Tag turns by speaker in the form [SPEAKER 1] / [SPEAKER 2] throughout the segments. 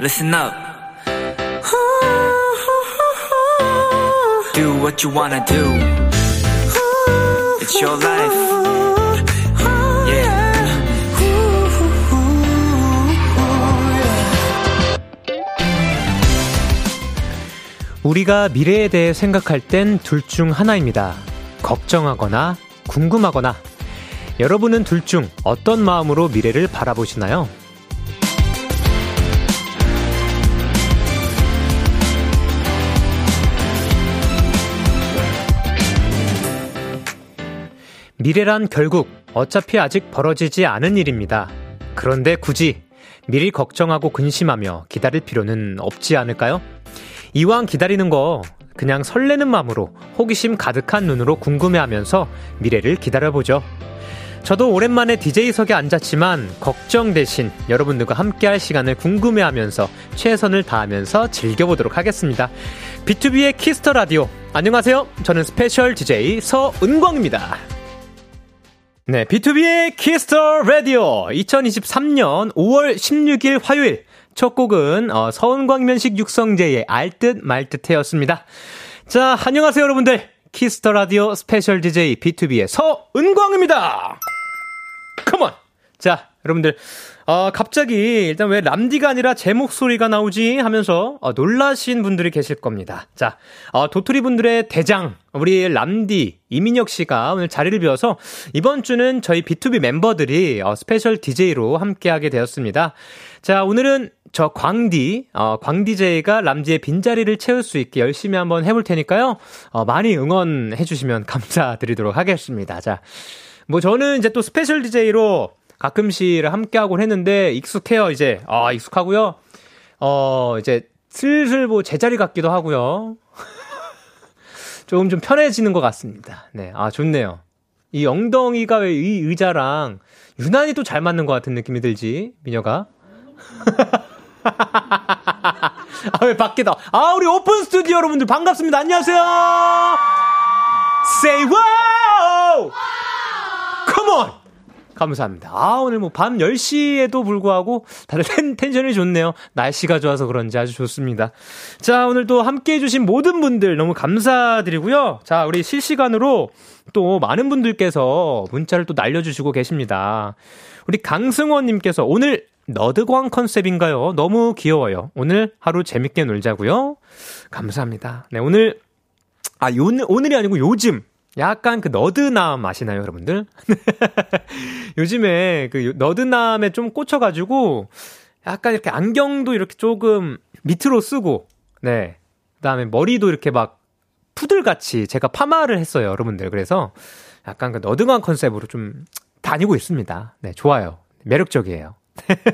[SPEAKER 1] listen up. Do what you wanna do. It's your life. Yeah.
[SPEAKER 2] 우리가 미래에 대해 생각할 땐 둘 중 하나입니다. 걱정하거나 궁금하거나 여러분은 둘 중 어떤 마음으로 미래를 바라보시나요? 미래란 결국 어차피 아직 벌어지지 않은 일입니다. 그런데 굳이 미리 걱정하고 근심하며 기다릴 필요는 없지 않을까요? 이왕 기다리는 거 그냥 설레는 마음으로 호기심 가득한 눈으로 궁금해하면서 미래를 기다려보죠. 저도 오랜만에 DJ석에 앉았지만 걱정 대신 여러분들과 함께할 시간을 궁금해하면서 최선을 다하면서 즐겨보도록 하겠습니다. B2B의 키스터 라디오. 안녕하세요. 저는 스페셜 DJ 서은광입니다. 네, B2B의 키스터 라디오 2023년 5월 16일 화요일 첫 곡은 어, 서은광면식 육성제의 알듯 말듯해였습니다. 자, 안녕하세요 여러분들. 키스터 라디오 스페셜 DJ B2B의 서은광입니다. 컴온. 자, 여러분들. 어, 갑자기 일단 왜 람디가 아니라 제 목소리가 나오지 하면서 어, 놀라신 분들이 계실 겁니다. 자, 어, 도토리 분들의 대장 우리 람디 이민혁 씨가 오늘 자리를 비워서 이번 주는 저희 B2B 멤버들이 어, 스페셜 DJ로 함께하게 되었습니다. 자, 오늘은 저 광디, 어, 광디제이가 람디의 빈자리를 채울 수 있게 열심히 한번 해볼 테니까요. 어, 많이 응원해주시면 감사드리도록 하겠습니다. 자, 뭐 저는 이제 또 스페셜 DJ로 가끔씩 함께하곤 했는데 익숙해요, 이제. 아, 익숙하고요. 어, 이제 슬슬 뭐 제자리 같기도 하고요. 조금 좀 편해지는 것 같습니다. 네. 아, 좋네요. 이 엉덩이가 왜 이 의자랑 유난히 또 잘 맞는 것 같은 느낌이 들지, 미녀가. 아, 왜 밖에다. 아, 우리 오픈 스튜디오 여러분들 반갑습니다. 안녕하세요. Say wow! Come on! 감사합니다. 아, 오늘 뭐 밤 10시에도 불구하고 다들 텐, 텐션이 좋네요. 날씨가 좋아서 그런지 아주 좋습니다. 자, 오늘 또 함께 해주신 모든 분들 너무 감사드리고요. 자, 우리 실시간으로 또 많은 분들께서 문자를 또 날려주시고 계십니다. 우리 강승원님께서 오늘 너드광 컨셉인가요? 너무 귀여워요. 오늘 하루 재밌게 놀자고요. 감사합니다. 네, 오늘 아, 요, 오늘이 아니고 요즘. 약간 그 너드남 아시나요, 여러분들? 요즘에 그 너드남에 좀 꽂혀가지고, 약간 이렇게 안경도 이렇게 조금 밑으로 쓰고, 네. 그 다음에 머리도 이렇게 막 푸들같이 제가 파마를 했어요, 여러분들. 그래서 약간 그 너드남 컨셉으로 좀 다니고 있습니다. 네, 좋아요. 매력적이에요.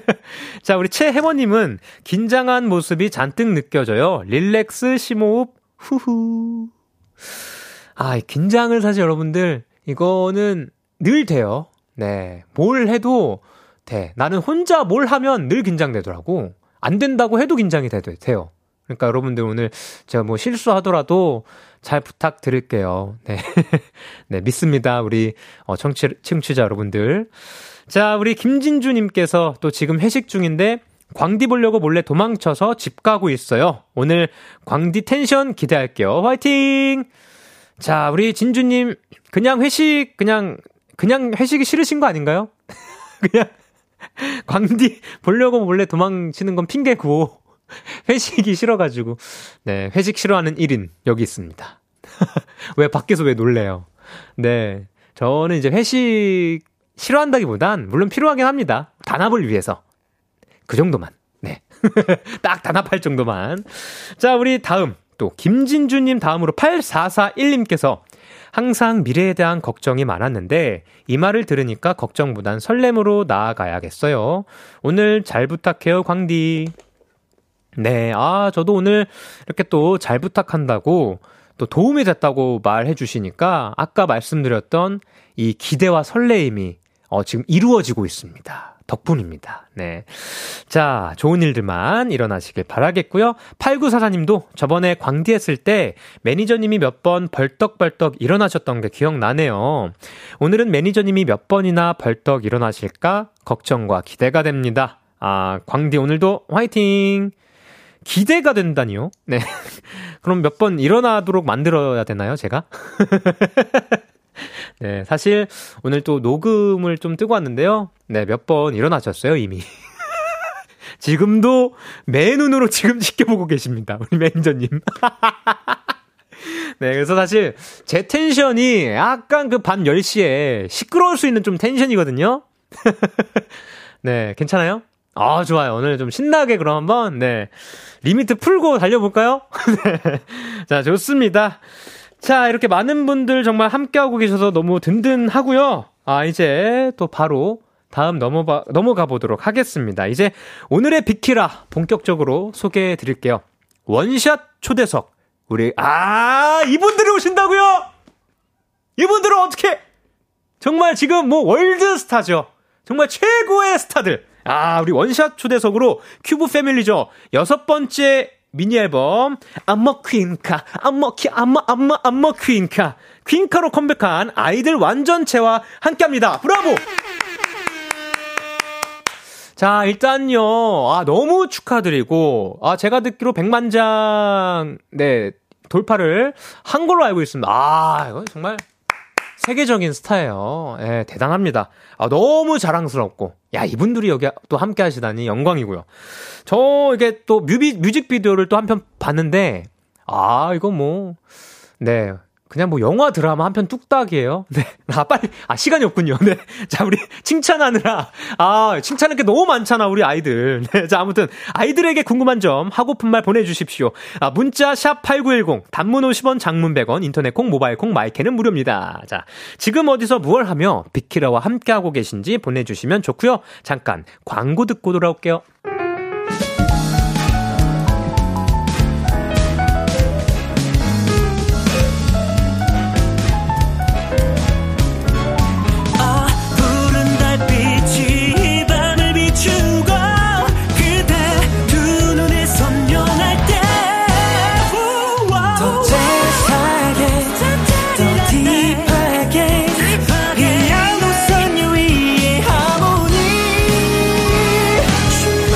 [SPEAKER 2] 자, 우리 최혜원님은 긴장한 모습이 잔뜩 느껴져요. 릴렉스 심호흡, 후후. 아, 이 긴장을 사실 여러분들, 이거는 늘 돼요. 네. 뭘 해도 돼. 나는 혼자 뭘 하면 늘 긴장되더라고. 안 된다고 해도 긴장이 돼, 돼요. 그러니까 여러분들 오늘 제가 뭐 실수하더라도 잘 부탁드릴게요. 네. 네, 믿습니다. 우리 어, 청취, 청취자 여러분들. 자, 우리 김진주님께서 또 지금 회식 중인데 광디 보려고 몰래 도망쳐서 집 가고 있어요. 오늘 광디 텐션 기대할게요. 화이팅! 자, 우리 진주님, 그냥 회식, 그냥, 그냥 회식이 싫으신 거 아닌가요? 그냥, 광디 보려고 몰래 도망치는 건 핑계고, 회식이 싫어가지고, 네, 회식 싫어하는 1인, 여기 있습니다. 왜, 밖에서 왜 놀래요? 네, 저는 이제 회식 싫어한다기보단, 물론 필요하긴 합니다. 단합을 위해서. 그 정도만. 네. 딱 단합할 정도만. 자, 우리 다음. 또, 김진주님 다음으로 8441님께서 항상 미래에 대한 걱정이 많았는데 이 말을 들으니까 걱정보단 설렘으로 나아가야겠어요. 오늘 잘 부탁해요, 광디. 네, 아, 저도 오늘 이렇게 또 잘 부탁한다고 또 도움이 됐다고 말해주시니까 아까 말씀드렸던 이 기대와 설레임이 어, 지금 이루어지고 있습니다. 덕분입니다. 네. 자, 좋은 일들만 일어나시길 바라겠고요. 8944님도 저번에 광디했을 때 매니저님이 몇 번 벌떡벌떡 일어나셨던 게 기억나네요. 오늘은 매니저님이 몇 번이나 벌떡 일어나실까 걱정과 기대가 됩니다. 아, 광디 오늘도 화이팅! 기대가 된다니요? 네. 그럼 몇 번 일어나도록 만들어야 되나요, 제가? 네, 사실 오늘 또 녹음을 좀 뜨고 왔는데요. 네, 몇 번 일어나셨어요, 이미. 지금도 맨 눈으로 지금 지켜보고 계십니다. 우리 매니저님. 네, 그래서 사실 제 텐션이 약간 그 밤 10시에 시끄러울 수 있는 좀 텐션이거든요. 네, 괜찮아요? 아, 좋아요. 오늘 좀 신나게 그럼 한번, 네. 리미트 풀고 달려볼까요? 네. 자, 좋습니다. 자, 이렇게 많은 분들 정말 함께하고 계셔서 너무 든든하고요. 아, 이제 또 바로 다음 넘어가, 넘어가 보도록 하겠습니다. 이제 오늘의 비키라 본격적으로 소개해 드릴게요. 원샷 초대석. 우리, 아, 이분들이 오신다고요 이분들은 어떻게, 정말 지금 뭐 월드스타죠. 정말 최고의 스타들. 아, 우리 원샷 초대석으로 큐브 패밀리죠. 여섯 번째 미니 앨범 안먹 퀸카 안먹 키 안마 안마 안먹 퀸카 퀸카로 컴백한 아이들 완전체와 함께합니다. 브라보! 자, 일단요. 아, 너무 축하드리고 아, 제가 듣기로 100만 장 네, 돌파를 한 걸로 알고 있습니다. 아, 이거 정말 세계적인 스타예요. 예, 대단합니다. 아, 너무 자랑스럽고. 야, 이분들이 여기 또 함께 하시다니 영광이고요. 저 이게 또 뮤비, 뮤직비디오를 또 한 편 봤는데, 아, 이거 뭐, 네. 그냥 뭐 영화 드라마 한 편 뚝딱이에요. 네. 아, 빨리, 아, 시간이 없군요. 네. 자, 우리 칭찬하느라, 아, 칭찬할 게 너무 많잖아, 우리 아이들. 네. 자, 아무튼, 아이들에게 궁금한 점, 하고픈 말 보내주십시오. 아, 문자, 샵8910, 단문 50원, 장문 100원, 인터넷 콩, 모바일 콩, 마이케는 무료입니다. 자, 지금 어디서 무얼 하며 비키라와 함께하고 계신지 보내주시면 좋고요 잠깐, 광고 듣고 돌아올게요.
[SPEAKER 1] 아 푸른 달빛이 이 밤을 비추고 그대 두 눈에 선명할 때더 제사하게 더 딥하게 이 양도선 유위의 하모니 춤을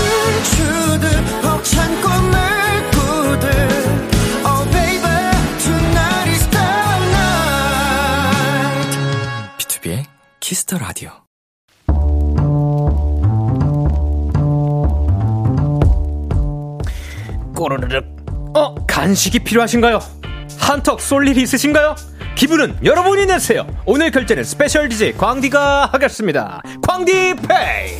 [SPEAKER 1] 추듯 벅찬 꿈을 꾸듯 Oh baby tonight is the night
[SPEAKER 3] B2B의 키스터 라디오.
[SPEAKER 2] 꼬르르륵. 어, 간식이 필요하신가요? 한턱 쏠 일이 있으신가요? 기분은 여러분이 내세요. 오늘 결제는 스페셜 DJ 광디가 하겠습니다. 광디페이!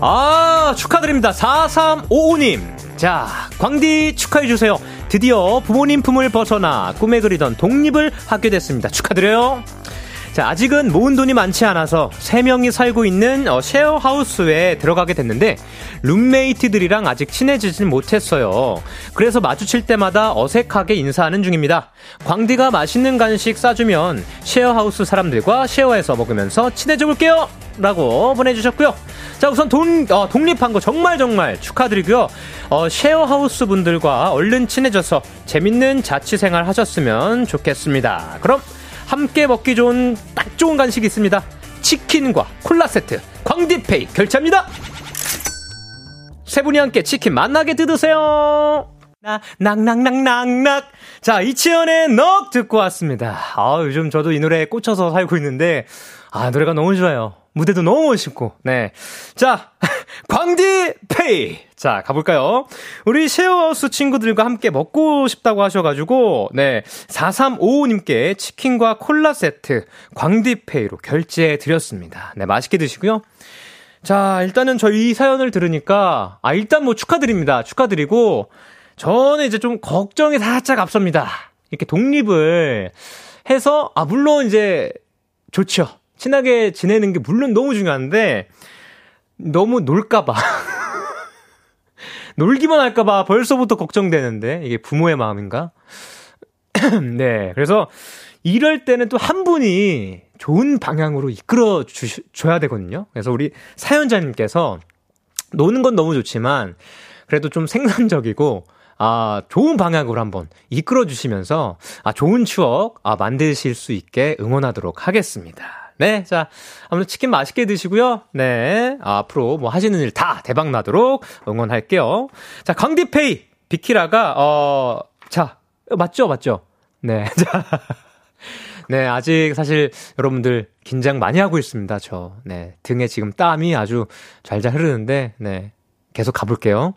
[SPEAKER 2] 아, 축하드립니다. 4355님. 자, 광디 축하해주세요. 드디어 부모님 품을 벗어나 꿈에 그리던 독립을 하게 됐습니다. 축하드려요. 자, 아직은 모은 돈이 많지 않아서 세명이 살고 있는 어, 쉐어하우스에 들어가게 됐는데, 룸메이트들이랑 아직 친해지진 못했어요. 그래서 마주칠 때마다 어색하게 인사하는 중입니다. 광디가 맛있는 간식 싸주면 쉐어하우스 사람들과 쉐어해서 먹으면서 친해져 볼게요! 라고 보내주셨고요. 자, 우선 돈, 어, 독립한 거 정말 정말 축하드리고요. 어, 쉐어하우스 분들과 얼른 친해져서 재밌는 자취생활 하셨으면 좋겠습니다. 그럼 함께 먹기 좋은 딱 좋은 간식이 있습니다. 치킨과 콜라 세트 광디페이 결제합니다. 세 분이 함께 치킨 만나게 뜯으세요. 나, 낙낙낙낙낙. 자, 이치현의 넉 듣고 왔습니다. 아, 요즘 저도 이 노래에 꽂혀서 살고 있는데, 아, 노래가 너무 좋아요. 무대도 너무 멋있고, 네. 자, 광디페이. 자, 가볼까요? 우리 쉐어하우스 친구들과 함께 먹고 싶다고 하셔가지고, 네. 4355님께 치킨과 콜라 세트 광디페이로 결제해드렸습니다. 네, 맛있게 드시고요. 자, 일단은 저희 이 사연을 들으니까, 아, 일단 뭐 축하드립니다. 축하드리고, 저는 이제 좀 걱정이 살짝 앞섭니다. 이렇게 독립을 해서, 아, 물론 이제, 좋죠. 친하게 지내는 게 물론 너무 중요한데, 너무 놀까봐. 놀기만 할까봐 벌써부터 걱정되는데, 이게 부모의 마음인가? 네. 그래서 이럴 때는 또 한 분이 좋은 방향으로 이끌어 주, 줘야 되거든요. 그래서 우리 사연자님께서 노는 건 너무 좋지만 그래도 좀 생산적이고 아, 좋은 방향으로 한번 이끌어 주시면서 아, 좋은 추억 아, 만드실 수 있게 응원하도록 하겠습니다. 네. 자, 아무튼 치킨 맛있게 드시고요. 네. 아, 앞으로 뭐 하시는 일 다 대박 나도록 응원할게요. 자, 강디페이 비키라가 어, 자, 맞죠? 맞죠? 네. 자. 네, 아직 사실 여러분들 긴장 많이 하고 있습니다. 저. 네. 등에 지금 땀이 아주 잘잘 흐르는데, 네. 계속 가볼게요.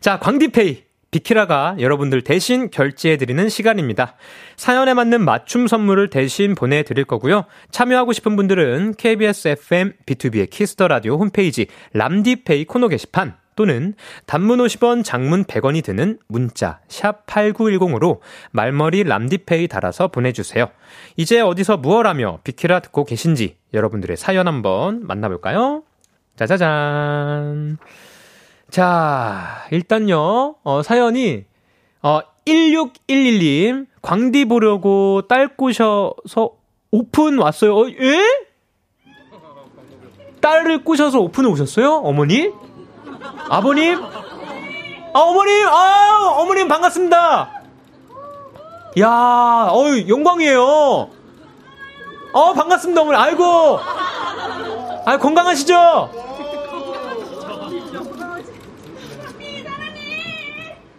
[SPEAKER 2] 자, 광디페이. 비키라가 여러분들 대신 결제해드리는 시간입니다. 사연에 맞는 맞춤 선물을 대신 보내드릴 거고요. 참여하고 싶은 분들은 KBS FM B2B의 키스터 라디오 홈페이지 람디페이 코너 게시판 또는 단문 50원, 장문 100원이 드는 문자 샵 8910으로 말머리 람디페이 달아서 보내주세요. 이제 어디서 무얼하며 비키라 듣고 계신지 여러분들의 사연 한번 만나볼까요? 짜자잔. 자, 일단요, 어, 사연이, 어, 1611님, 광디 보려고 딸 꼬셔서 오픈 왔어요. 어, 예? 딸을 꼬셔서 오픈 오셨어요? 어머니? 아버님? 아, 어머님! 아, 어머님 반갑습니다! 야 어유, 영광이에요. 어, 반갑습니다, 어머니. 아이고! 아, 건강하시죠?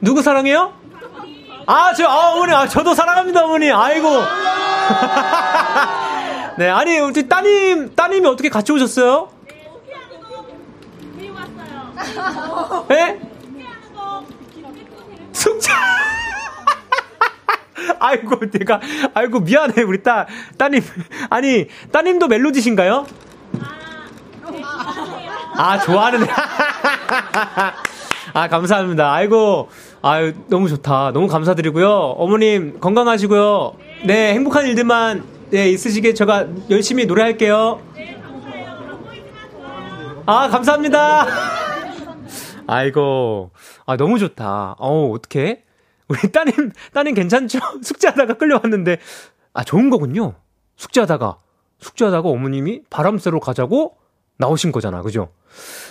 [SPEAKER 2] 누구 사랑해요? 아, 저, 아, 어머니, 아, 저도 사랑합니다, 어머니. 아이고. 네, 아니, 우리 따님, 따님이 어떻게 같이 오셨어요? 에? 숙제! 아이고, 내가, 아이고, 미안해, 우리 딸, 따님. 아니, 따님도 멜로디신가요? 아, 좋아하는. 아, 감사합니다. 아이고, 아유, 너무 좋다. 너무 감사드리고요. 어머님, 건강하시고요. 네, 행복한 일들만, 네, 있으시게 제가 열심히 노래할게요. 아, 감사합니다. 아이고, 아, 너무 좋다. 어우, 어떡해. 우리 따님, 따님 괜찮죠? 숙제하다가 끌려왔는데, 아, 좋은 거군요. 숙제하다가, 숙제하다가 어머님이 바람 쐬러 가자고 나오신 거잖아. 그죠?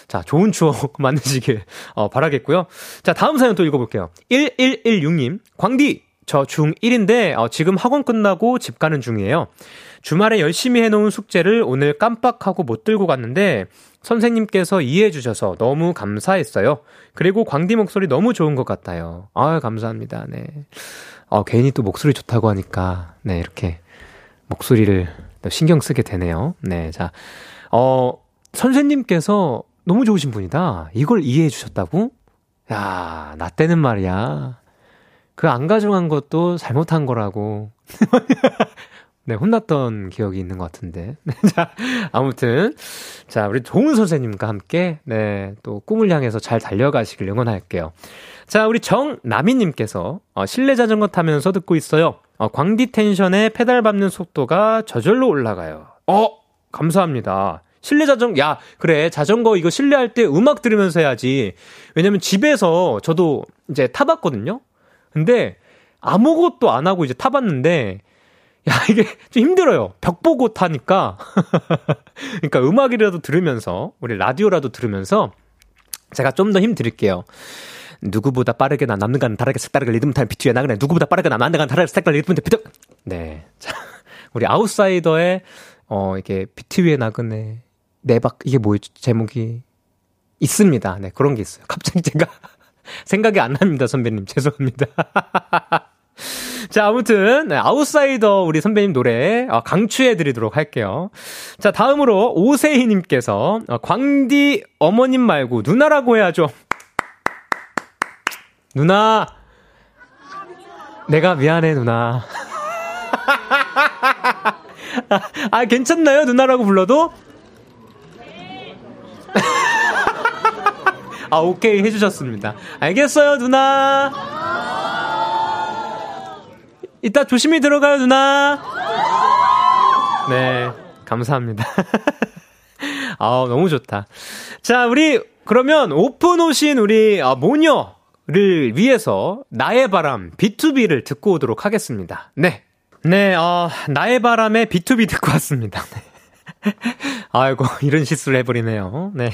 [SPEAKER 2] 자, 좋은 추억 만드시길 어, 바라겠고요. 자, 다음 사연 또 읽어볼게요. 1116님, 광디! 저 중1인데 어, 지금 학원 끝나고 집 가는 중이에요. 주말에 열심히 해놓은 숙제를 오늘 깜빡하고 못 들고 갔는데 선생님께서 이해해 주셔서 너무 감사했어요. 그리고 광디 목소리 너무 좋은 것 같아요. 아 감사합니다. 네. 어, 괜히 또 목소리 좋다고 하니까 네 이렇게 목소리를 또 신경 쓰게 되네요. 네, 자, 어, 선생님께서 너무 좋으신 분이다. 이걸 이해해 주셨다고? 야, 나 때는 말이야. 그 안 가져간 것도 잘못한 거라고. 네, 혼났던 기억이 있는 것 같은데. 네, 자, 아무튼. 자, 우리 좋은 선생님과 함께, 네, 또 꿈을 향해서 잘 달려가시길 응원할게요. 자, 우리 정나미님께서, 어, 실내 자전거 타면서 듣고 있어요. 어, 광디 텐션에 페달 밟는 속도가 저절로 올라가요. 어, 감사합니다. 실내 자전거, 야, 그래. 자전거 이거 실내 할 때 음악 들으면서 해야지. 왜냐면 집에서 저도 이제 타봤거든요? 근데 아무것도 안 하고 이제 타봤는데, 야, 이게 좀 힘들어요. 벽 보고 타니까. 그러니까 음악이라도 들으면서, 우리 라디오라도 들으면서, 제가 좀 더 힘 드릴게요. 누구보다 빠르게 난 남는 간 다르게 색다르게 리듬 타임 비트에 나그네 누구보다 빠르게 난 남는 간 다르게 색다르게 리듬 타임 비트 네. 자, 우리 아웃사이더의 어, 이게 비트 위에 나그네 내박 이게 뭐 제목이 있습니다. 네, 그런 게 있어요. 갑자기 제가 생각이 안 납니다, 선배님. 죄송합니다. 자, 아무튼, 네, 아웃사이더 우리 선배님 노래 어, 강추해 드리도록 할게요. 자, 다음으로 오세희님께서 어, 광디 어머님 말고 누나라고 해야죠. 누나! 내가 미안해, 누나. 아, 괜찮나요? 누나라고 불러도? 아, 오케이 해주셨습니다. 알겠어요, 누나. 이따 조심히 들어가요, 누나. 네, 감사합니다. 아우, 너무 좋다. 자, 우리, 그러면 오픈 오신 우리, 아, 모녀를 위해서 나의 바람 B2B를 듣고 오도록 하겠습니다. 네. 네, 어, 나의 바람에 B2B 듣고 왔습니다. 네. 아이고, 이런 실수를 해버리네요. 네.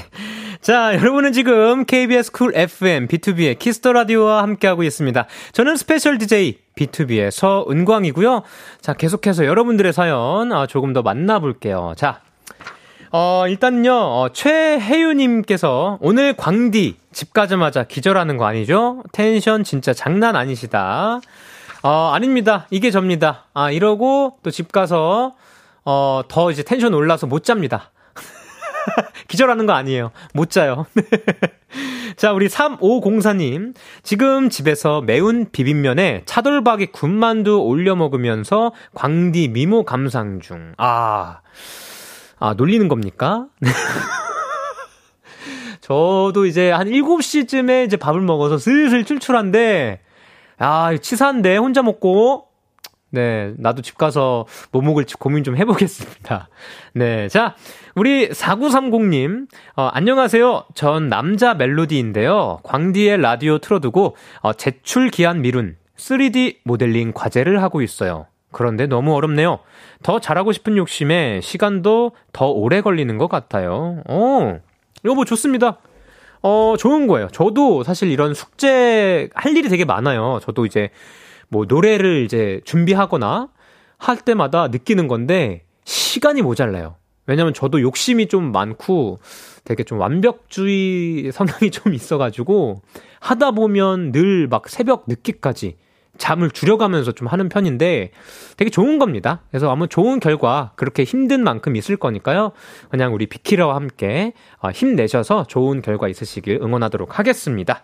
[SPEAKER 2] 자, 여러분은 지금 KBS 쿨 FM B2B의 키스터 라디오와 함께하고 있습니다. 저는 스페셜 DJ B2B의 서은광이고요. 자, 계속해서 여러분들의 사연 아, 조금 더 만나볼게요. 자, 어, 일단요, 어, 최혜유님께서 오늘 광디 집 가자마자 기절하는 거 아니죠? 텐션 진짜 장난 아니시다. 어, 아닙니다. 이게 접니다. 아, 이러고 또 집 가서, 어, 더 이제 텐션 올라서 못 잡니다. 기절하는 거 아니에요. 못 자요. 자, 우리 3504님. 지금 집에서 매운 비빔면에 차돌박이 군만두 올려 먹으면서 광디 미모 감상 중. 아. 아, 놀리는 겁니까? 저도 이제 한 7시쯤에 이제 밥을 먹어서 슬슬 출출한데, 아, 치사한데, 혼자 먹고, 네, 나도 집 가서 뭐 먹을지 고민 좀 해보겠습니다. 네, 자, 우리 4930님, 어, 안녕하세요. 전 남자 멜로디인데요. 광디의 라디오 틀어두고, 어, 제출 기한 미룬 3D 모델링 과제를 하고 있어요. 그런데 너무 어렵네요. 더 잘하고 싶은 욕심에 시간도 더 오래 걸리는 것 같아요. 어, 이거 뭐 좋습니다. 어, 좋은 거예요. 저도 사실 이런 숙제 할 일이 되게 많아요. 저도 이제 뭐 노래를 이제 준비하거나 할 때마다 느끼는 건데 시간이 모자라요. 왜냐면 저도 욕심이 좀 많고 되게 좀 완벽주의 성향이 좀 있어가지고 하다 보면 늘 막 새벽 늦게까지 잠을 줄여가면서 좀 하는 편인데 되게 좋은 겁니다. 그래서 아마 좋은 결과 그렇게 힘든 만큼 있을 거니까요. 그냥 우리 비키라와 함께 아, 힘내셔서 좋은 결과 있으시길 응원하도록 하겠습니다.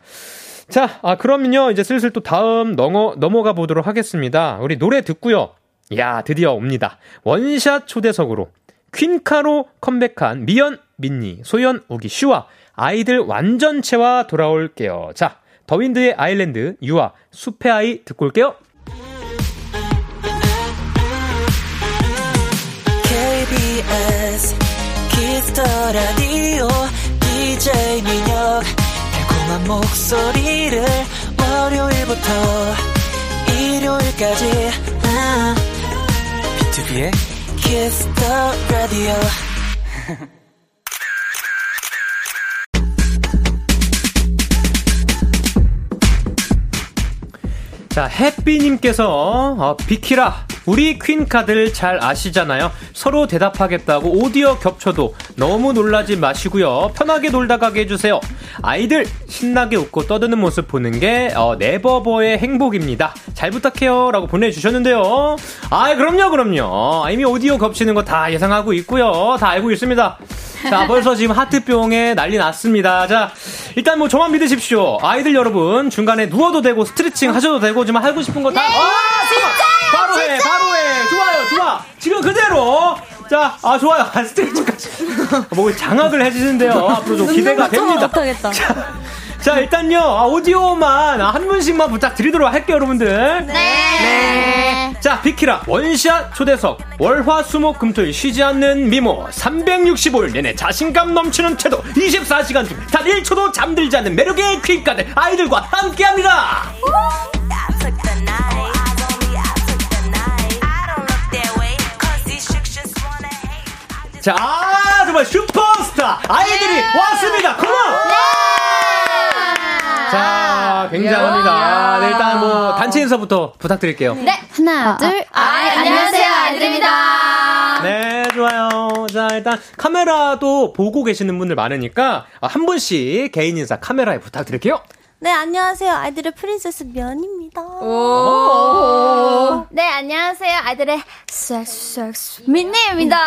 [SPEAKER 2] 자, 아, 그러면요. 이제 슬슬 또 다음 넘어, 넘어가 보도록 하겠습니다. 우리 노래 듣고요. 야, 드디어 옵니다. 원샷 초대석으로 퀸카로 컴백한 미연, 민니, 소연, 우기, 슈와 아이들 완전체와 돌아올게요. 자, 더윈드의 아일랜드, 유아, 숲의 아이 듣고 올게요.
[SPEAKER 1] KBS 키스터 라디오 DJ 민혁 달콤한 목소리를 월요일부터 일요일까지 아,
[SPEAKER 3] B2B의
[SPEAKER 1] 키스터 라디오
[SPEAKER 2] 자, 햇비님께서, 어, 비키라, 우리 퀸카들 잘 아시잖아요. 서로 대답하겠다고 오디오 겹쳐도 너무 놀라지 마시고요. 편하게 놀다 가게 해주세요. 아이들, 신나게 웃고 떠드는 모습 보는 게, 어, 네버버의 행복입니다. 잘 부탁해요. 라고 보내주셨는데요. 아, 그럼요, 그럼요. 아, 이미 오디오 겹치는 거 다 예상하고 있고요. 다 알고 있습니다. 자, 벌써 지금 하트병에 난리 났습니다. 자, 일단 뭐 저만 믿으십시오. 아이들 여러분, 중간에 누워도 되고, 스트레칭 하셔도 되고, 지금 하고 싶은 거 다. 아, 바로 해, 바로 해. 좋아요, 좋아. 지금 그대로. 자, 아, 좋아요. 아, 스트레칭까지. 뭐 장악을 해주시는데요. 앞으로 좀 기대가 됩니다.
[SPEAKER 4] 못하겠다.
[SPEAKER 2] 자, 일단요, 아, 오디오만 아, 한 분씩만 부탁드리도록 할게요, 여러분들. 네. 자, 비키라 원샷 초대석 월화수목금토일 쉬지 않는 미모 365일 내내 자신감 넘치는 태도 24시간 중 단 1초도 잠들지 않는 매력의 퀸가들 아이들과 함께합니다. 자, 아, 정말 슈퍼스타 아이들이 왔습니다. 고마워. 자, 굉장합니다. 네, 일단 뭐 단체 인사부터 부탁드릴게요.
[SPEAKER 4] 네, 하나, 둘, 아, 안녕하세요, 아이들입니다.
[SPEAKER 2] 네, 좋아요. 자, 일단 카메라도 보고 계시는 분들 많으니까 아, 한 분씩 개인 인사 카메라에 부탁드릴게요.
[SPEAKER 5] 네, 안녕하세요. 아이들의 프린세스 면입니다.
[SPEAKER 4] 네, 안녕하세요, 아이들의 섹섹스 민니입니다.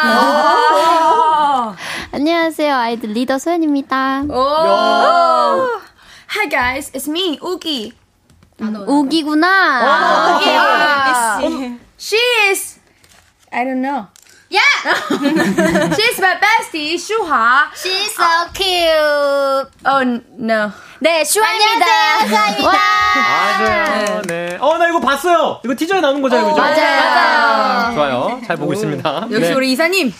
[SPEAKER 4] 음. 안녕하세요, 아이들 리더 소연입니다.
[SPEAKER 6] 어. Hi guys, it's me, Uki.
[SPEAKER 4] 우기구나.
[SPEAKER 6] She is. I don't know. Yeah! She's my bestie, Shuha.
[SPEAKER 4] She's so cute.
[SPEAKER 6] Oh, n- no.
[SPEAKER 4] 네, 슈아입니다. 와,
[SPEAKER 2] 맞아요. 네. 어, 나 이거 봤어요. 이거 티저에 나온 거잖아요. 그죠?
[SPEAKER 4] 맞아요.
[SPEAKER 2] 좋아요. 잘 보고 있습니다.
[SPEAKER 6] 음, 역시
[SPEAKER 2] 네.
[SPEAKER 6] 우리 이사님.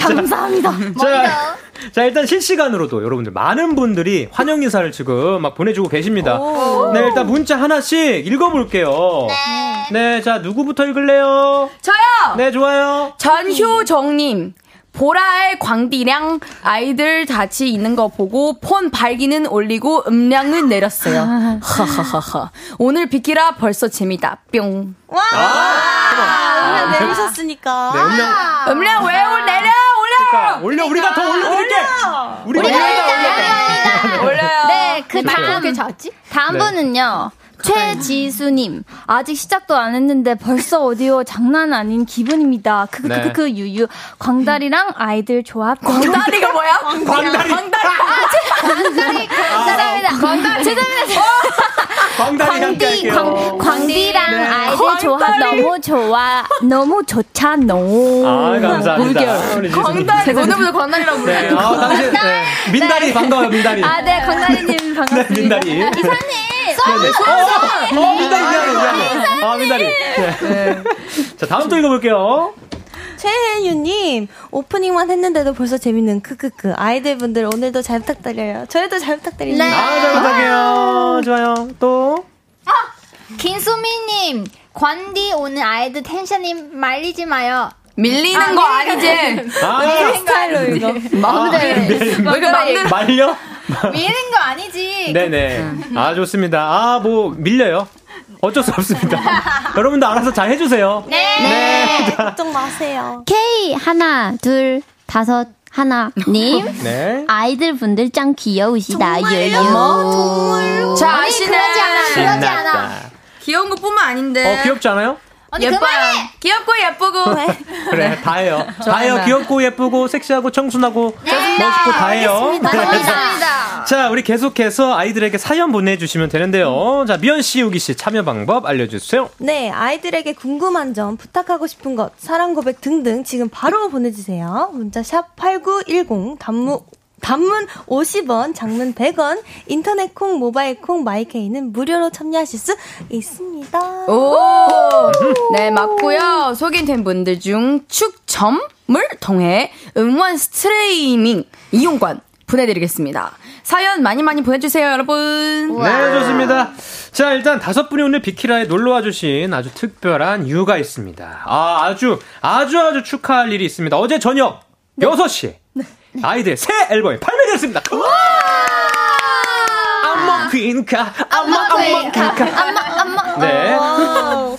[SPEAKER 4] 감사합니다.
[SPEAKER 2] 자, 자, 일단 실시간으로도 여러분들 많은 분들이 환영 인사를 지금 막 보내주고 계십니다. 네, 일단 문자 하나씩 읽어볼게요. 네. 자, 누구부터 읽을래요?
[SPEAKER 6] 저요!
[SPEAKER 2] 네, 좋아요.
[SPEAKER 6] 전효정님. 보라의 광디량 아이들 같이 있는 거 보고 폰 발기는 올리고 음량은 내렸어요. 하하하하. 오늘 비키라 벌써 재미다. 뿅.
[SPEAKER 2] 아,
[SPEAKER 5] 그냥 내리셨으니까.
[SPEAKER 2] 네, 음량.
[SPEAKER 6] 음량 왜 올- 내려?
[SPEAKER 2] 그러니까 올려 우리가 더 올려드릴게. 우리 올려
[SPEAKER 6] 올려! 올려요.
[SPEAKER 7] 네, 그 다음
[SPEAKER 4] 잤지?
[SPEAKER 7] 다음
[SPEAKER 2] 네.
[SPEAKER 7] 분은요. 최지수님 아직 시작도 안 했는데 벌써 오디오 장난 아닌 기분입니다. 크크크크 유유 광다리랑 아이들 조합
[SPEAKER 6] 광다리가 뭐야? 광다리.
[SPEAKER 7] 광다리 광다리다 광다리 죄송합니다.
[SPEAKER 2] 광다리 함께
[SPEAKER 7] 광디
[SPEAKER 2] 할게요.
[SPEAKER 7] 광, 광디랑 아이들 조합
[SPEAKER 6] 광다리.
[SPEAKER 7] 너무 좋아 너무 좋잖노.
[SPEAKER 2] 아 감사합니다. 우리 지수님.
[SPEAKER 6] 광다리. 오늘부터 광다리라고 부르
[SPEAKER 2] 네, 아, 당신, 네. 민다리 반가워요, 민다리.
[SPEAKER 7] 아네 광다리님
[SPEAKER 2] 네,
[SPEAKER 7] 반갑습니다.
[SPEAKER 2] 민다리.
[SPEAKER 7] 이사님
[SPEAKER 2] 네, 네. 어, 어, 민다리, 미안해, 미안해. 아, 민다리. 네. 자, 다음 또 읽어볼게요.
[SPEAKER 5] 최혜윤님 오프닝만 했는데도 벌써 재밌는 크크크 아이들 분들 오늘도 잘 부탁드려요. 저희도 잘 부탁드립니다.
[SPEAKER 2] 아, 잘 부탁해요. 좋아요. 또.
[SPEAKER 7] 김수미님 관디 오늘 아이들 텐션이 말리지 마요.
[SPEAKER 6] 밀리는 거 아니지?
[SPEAKER 2] 아, 네.
[SPEAKER 5] 스타일로 이거.
[SPEAKER 6] 마음대로. 왜 그래?
[SPEAKER 2] 말려?
[SPEAKER 7] 미는 거 아니지.
[SPEAKER 2] 네네. 아, 좋습니다. 아, 뭐, 밀려요. 어쩔 수 없습니다. 여러분도 알아서 잘 해주세요.
[SPEAKER 5] 걱정 마세요.
[SPEAKER 8] K 하나 둘 다섯 하나 님
[SPEAKER 2] 네.
[SPEAKER 8] 아이들 분들 짱 귀여우시다 유유
[SPEAKER 6] 자, 아시네.
[SPEAKER 7] 그러지 않아.
[SPEAKER 2] 신났다.
[SPEAKER 6] 귀여운 것 뿐만 아닌데.
[SPEAKER 2] 어, 귀엽지 않아요?
[SPEAKER 6] 예뻐요. 귀엽고 예쁘고.
[SPEAKER 2] 그래, 다 해요. 다
[SPEAKER 6] 좋아요.
[SPEAKER 2] 해요. 귀엽고, 예쁘고, 섹시하고, 청순하고, 멋있고, 다 해요. 네.
[SPEAKER 7] 감사합니다.
[SPEAKER 2] 자, 우리 계속해서 아이들에게 사연 보내주시면 되는데요. 자, 미연 씨, 우기 씨 참여 방법 알려주세요.
[SPEAKER 5] 네, 아이들에게 궁금한 점, 부탁하고 싶은 것, 사랑 고백 등등 지금 바로 보내주세요. 문자 샵 8910, 단문, 단문 50원, 장문 100원, 인터넷 콩, 모바일 콩, 마이케이는 무료로 참여하실 수 있습니다.
[SPEAKER 6] 오, 네 맞고요. 소개된 분들 중 추첨을 통해 응원 스트리밍 이용권 보내드리겠습니다. 사연 많이 많이 보내주세요, 여러분.
[SPEAKER 2] 네, 좋습니다. 자, 일단 다섯 분이 오늘 비키라에 놀러 와주신 아주 특별한 이유가 있습니다. 아, 아주, 아주 아주 축하할 일이 있습니다. 어제 저녁 6시 아이들 새 앨범이 발매되었습니다. 안마 퀸카, 안마, 안마 퀸카.
[SPEAKER 7] 안마 안마.
[SPEAKER 2] 네.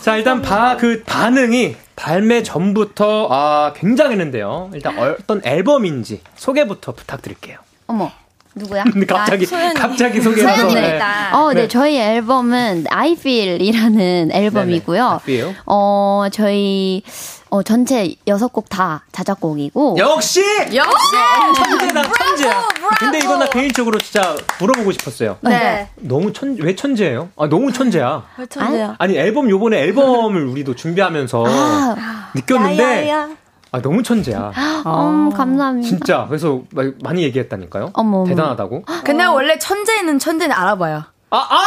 [SPEAKER 2] 자, 일단 바, 그 반응이 발매 전부터 아, 굉장했는데요. 일단 어떤 앨범인지 소개부터 부탁드릴게요.
[SPEAKER 8] 어머 누구야?
[SPEAKER 2] 근데 갑자기, 갑자기 소개해서.
[SPEAKER 7] 소연입니다.
[SPEAKER 9] 아,
[SPEAKER 8] 어, 네.
[SPEAKER 2] 네.
[SPEAKER 8] 저희 앨범은 I Feel이라는 앨범이고요.
[SPEAKER 2] I Feel.
[SPEAKER 8] 어, 저희 어 전체 여섯 곡 다
[SPEAKER 9] 어.
[SPEAKER 8] 자작곡이고
[SPEAKER 2] 역시! 네,
[SPEAKER 6] 역시.
[SPEAKER 2] 천재다 천재야. 근데 이거 나 개인적으로 진짜 물어보고 싶었어요.
[SPEAKER 6] 네.
[SPEAKER 2] 너무 천 왜 천재예요? 아 너무 천재야.
[SPEAKER 5] 펼쳐주세요.
[SPEAKER 2] 아니 앨범 요번에 앨범을 우리도 준비하면서
[SPEAKER 8] 아.
[SPEAKER 2] 느꼈는데
[SPEAKER 5] 야야야.
[SPEAKER 2] 아 너무 천재야.
[SPEAKER 7] 아.
[SPEAKER 8] 음, 감사합니다.
[SPEAKER 2] 진짜 그래서 마- 많이 얘기했다니까요.
[SPEAKER 8] 어머, 어머.
[SPEAKER 2] 대단하다고.
[SPEAKER 6] 근데 원래 천재는 천재는 알아봐요.
[SPEAKER 2] 아 아!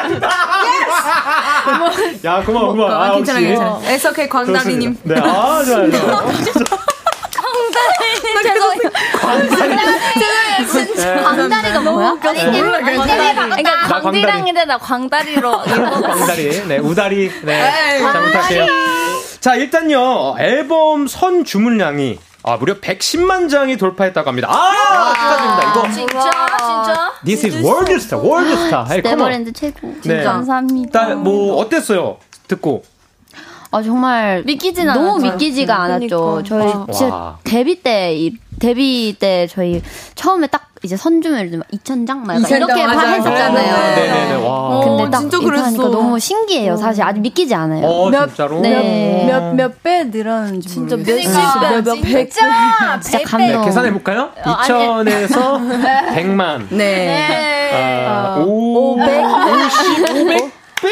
[SPEAKER 2] 야 고마워 고마워.
[SPEAKER 6] 아,
[SPEAKER 2] 아,
[SPEAKER 6] 괜찮아
[SPEAKER 2] 역시.
[SPEAKER 6] 괜찮아. 에서 케 광다리님.
[SPEAKER 2] 좋습니다. 네, 아 좋아요. 좋아요.
[SPEAKER 7] 아,
[SPEAKER 8] 광다리가 뭐야?
[SPEAKER 7] 그러니까
[SPEAKER 2] 나 광다리.
[SPEAKER 7] 광대랑인데 나 광다리로.
[SPEAKER 2] 광다리, 네, 우다리, 네. 잘 부탁해요. 자, 일단요, 앨범 선 주문량이 아, 무려 110만 장이 돌파했다고 합니다. 아, 축하드립니다. 이거.
[SPEAKER 7] 진짜 진짜.
[SPEAKER 2] This is 월드스타, 월드스타. 아이, come on.
[SPEAKER 8] 네버랜드 최고.
[SPEAKER 2] 네.
[SPEAKER 8] 감사합니다.
[SPEAKER 2] 일단, 뭐, 어땠어요? 듣고.
[SPEAKER 8] 아 정말
[SPEAKER 7] 믿기진
[SPEAKER 8] 너무
[SPEAKER 7] 않았죠. 음,
[SPEAKER 8] 믿기지가 않았죠. 저희 진짜
[SPEAKER 2] 아. 와.
[SPEAKER 8] 데뷔 때 이- 데뷔 때 저희 처음에 딱 이제 선주면 2,000장 막 약간
[SPEAKER 6] 2000
[SPEAKER 8] 이렇게
[SPEAKER 6] 장,
[SPEAKER 8] 막
[SPEAKER 6] 맞아요.
[SPEAKER 8] 했었잖아요.
[SPEAKER 6] 네,
[SPEAKER 2] 네네네, 와.
[SPEAKER 6] 어,
[SPEAKER 8] 근데 딱
[SPEAKER 6] 진짜
[SPEAKER 8] 이거 하니까
[SPEAKER 6] 그랬어.
[SPEAKER 8] 너무 신기해요. 사실 아직 믿기지 않아요.
[SPEAKER 2] 어, 진짜로?
[SPEAKER 8] 네.
[SPEAKER 6] 몇몇 배 늘었는지 아. 그러니까 진짜
[SPEAKER 7] 몇백
[SPEAKER 8] 진짜
[SPEAKER 2] 네,
[SPEAKER 8] 감동.
[SPEAKER 2] 계산해볼까요? 2,000에서 100만.
[SPEAKER 6] 네.
[SPEAKER 2] 아, 오, 500? 500? 배?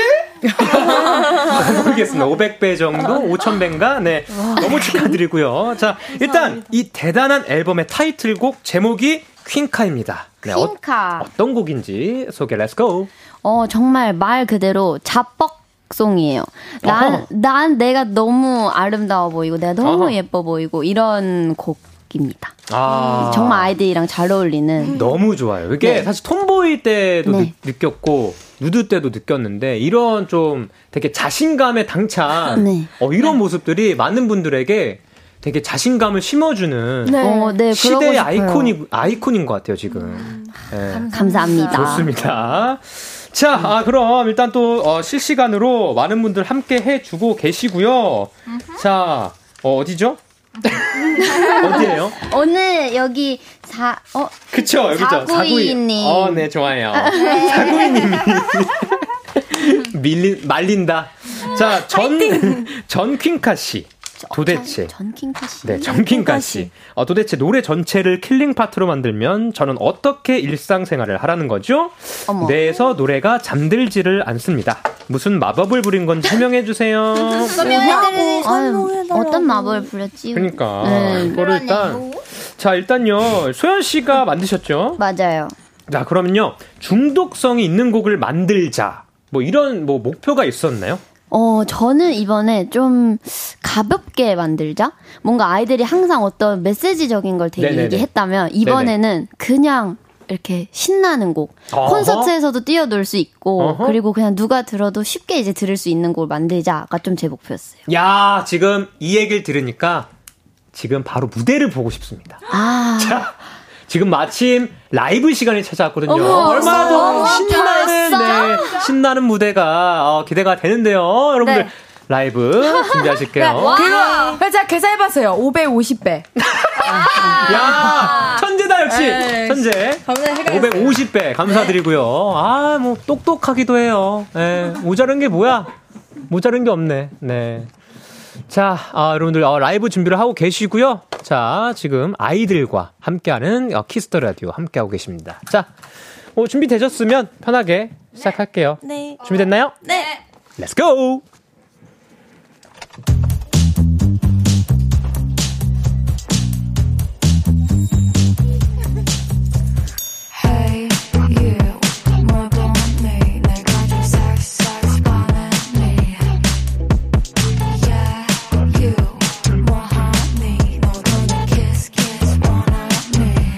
[SPEAKER 2] 아, 모르겠습니다. 500배 정도? 5,100배인가? 네. 너무 축하드리고요. 자, 일단 이 대단한 앨범의 타이틀곡 제목이 퀸카입니다. 네, 어,
[SPEAKER 8] 퀸카.
[SPEAKER 2] 어떤 곡인지 소개 렛츠 고.
[SPEAKER 8] 어 정말 말 그대로 자뻑 송이에요.
[SPEAKER 2] 어허.
[SPEAKER 8] 난, 난 내가 너무 아름다워 보이고 내가 너무
[SPEAKER 2] 어허.
[SPEAKER 8] 예뻐 보이고 이런 곡입니다.
[SPEAKER 2] 아.
[SPEAKER 8] 음, 정말 아이들이랑 잘 어울리는
[SPEAKER 2] 너무 좋아요. 이게
[SPEAKER 8] 네.
[SPEAKER 2] 사실 톰보이 때도
[SPEAKER 8] 네.
[SPEAKER 2] 느- 느꼈고 누드 때도 느꼈는데 이런 좀 되게 자신감에 당찬
[SPEAKER 8] 네.
[SPEAKER 2] 어, 이런 모습들이 많은 분들에게 되게 자신감을 심어주는
[SPEAKER 9] 어, 네, 그러고
[SPEAKER 2] 시대의
[SPEAKER 9] 싶어요. 음,
[SPEAKER 2] 아이콘이 아이콘인 것 같아요 지금. 예.
[SPEAKER 9] 감사합니다.
[SPEAKER 2] 좋습니다. 자, 아, 그럼 일단 또 어, 실시간으로 많은 분들 함께 해주고 계시고요. 자, 어, 디죠 어디예요?
[SPEAKER 9] 오늘 여기 사, 어,
[SPEAKER 2] 그쵸, 여기죠.
[SPEAKER 9] 사구이님.
[SPEAKER 2] 어, 네, 좋아요. 사구이님이. 밀린, 말린다. 자, 전, 전퀸카 씨. 도대체.
[SPEAKER 9] 전킹카 씨.
[SPEAKER 2] 네, 정킨카 씨. 어, 도대체 노래 전체를 킬링 파트로 만들면 저는 어떻게 일상생활을 하라는 거죠?
[SPEAKER 9] 어머.
[SPEAKER 2] 뇌에서 노래가 잠들지를 않습니다. 무슨 마법을 부린 건지 설명해 주세요.
[SPEAKER 5] 설명해드리는
[SPEAKER 9] 아유,
[SPEAKER 5] 설명해달라고.
[SPEAKER 9] 어떤 마법을 부렸지?
[SPEAKER 2] 그러니까
[SPEAKER 9] 네.
[SPEAKER 2] 이거를 일단 자 일단요 소연 씨가 만드셨죠?
[SPEAKER 9] 맞아요.
[SPEAKER 2] 자 그러면요 중독성이 있는 곡을 만들자 뭐 이런 뭐 목표가 있었나요?
[SPEAKER 9] 어, 저는 이번에 좀 가볍게 만들자? 뭔가 아이들이 항상 어떤 메시지적인 걸 되게
[SPEAKER 2] 네네네.
[SPEAKER 9] 얘기했다면, 이번에는 그냥 이렇게 신나는 곡.
[SPEAKER 2] 어허.
[SPEAKER 9] 콘서트에서도 뛰어놀 수 있고,
[SPEAKER 2] 어허.
[SPEAKER 9] 그리고 그냥 누가 들어도 쉽게 이제 들을 수 있는 곡을 만들자가 좀 제 목표였어요.
[SPEAKER 2] 야 지금 이 얘기를 들으니까 지금 바로 무대를 보고 싶습니다.
[SPEAKER 9] 아,
[SPEAKER 2] 자, 지금 마침 라이브 시간이 찾아왔거든요. 얼마나
[SPEAKER 9] 어머,
[SPEAKER 2] 더 신나는, 네, 신나는 무대가 어, 기대가 되는데요. 여러분들,
[SPEAKER 10] 네.
[SPEAKER 2] 라이브
[SPEAKER 9] 네,
[SPEAKER 6] 어?
[SPEAKER 2] 준비하실게요.
[SPEAKER 6] 그거 회자 계산해봤어요. 550배.
[SPEAKER 2] 야 천재다, 역시!
[SPEAKER 9] 네,
[SPEAKER 6] 에이,
[SPEAKER 2] 천재.
[SPEAKER 5] 감사합니다. 해가지고.
[SPEAKER 2] 550배 감사드리고요. 아, 뭐, 똑똑하기도 해요. 예, 모자른 게 뭐야? 모자른 게 없네. 네. 자, 아, 여러분들, 어, 라이브 준비를 하고 계시고요. 자, 지금 아이들과 함께하는 어, 키스터 라디오 함께하고 계십니다. 자, 어, 준비되셨으면 편하게 시작할게요.
[SPEAKER 5] 네.
[SPEAKER 2] 준비됐나요? 네. Let's go!
[SPEAKER 11] Hey you 뭐보니 내가 좀 싹싹 반했니 Yeah you 뭐하니 너도 내 kiss kiss 원하니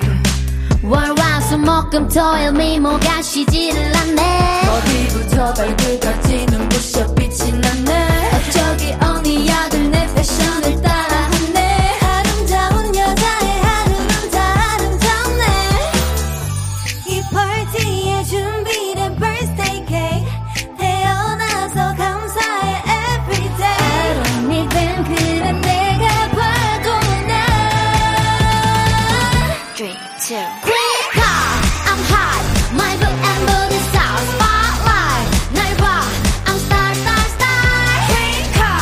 [SPEAKER 9] 월화수목금 토일 미모가 쉬지를 않네.
[SPEAKER 11] 어디부터 발그닥지 눈부셔 빛이 났네
[SPEAKER 9] 저기 언니야들 내 패션을 따라하네. 아름다운 여자의 하루는 다 아름답네.
[SPEAKER 11] 이 파티에 준비된 birthday cake 태어나서 감사해 everyday I don't need them 그런 내가 바보나
[SPEAKER 9] Eureka! I'm hot, my book and body star spotlight. 날 봐, I'm star, star, star.
[SPEAKER 11] Eureka!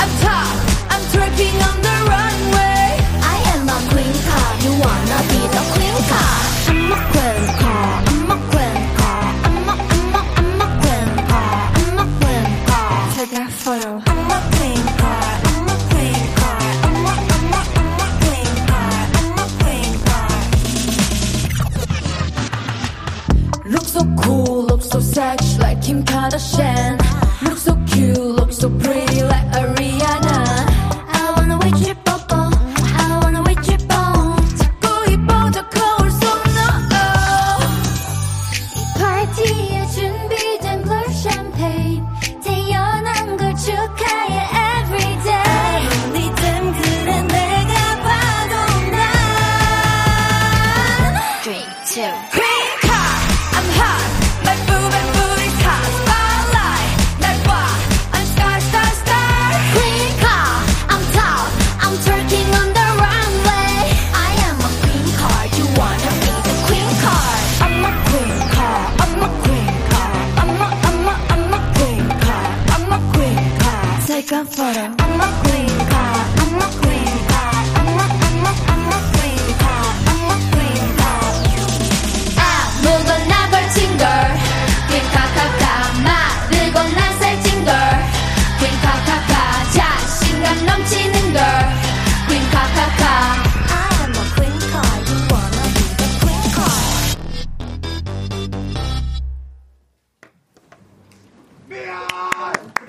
[SPEAKER 11] I'm top, I'm twerking on the runway
[SPEAKER 9] I am a queen car, you wanna be the queen car. I'm a queen car, I'm a queen car. I'm a, I'm a, I'm a queen car, I'm a queen car.
[SPEAKER 11] Take a photo I'm a queen car, I'm a queen car I'm a, I'm a, I'm a queen car, I'm a queen car Look so cool, look so sexy like Kim Kardashian. Look so cute, look so pretty like Ariana. I wanna wait your popo, oh, I wanna wait your bone. 자꾸 이뻐져 거울 속 no. 이 파티에 준비된 blue champagne. 태어난 걸 축하해 every day. 네 뜸들은 내가 봐도 난. Pink hot, I'm hot, my boob and booty's hot. Spotlight, 날 봐, I'm star, star, star.
[SPEAKER 9] Queen car, I'm tall, I'm twerking on the runway. I am a queen car, you wanna be the queen car.
[SPEAKER 11] I'm a queen car, I'm a queen car, I'm a, I'm a, I'm a queen car, I'm a queen car. Take a photo. I'm a queen car, I'm a queen car, I'm a, I'm a, I'm a queen car, I'm a queen car.
[SPEAKER 10] 무거나 벌친 걸 퀸카카카 마르고 난 살찐 걸 퀸카카카 자신감 넘치는 걸 퀸카카카
[SPEAKER 11] I'm a queen car, you wanna be the queen car.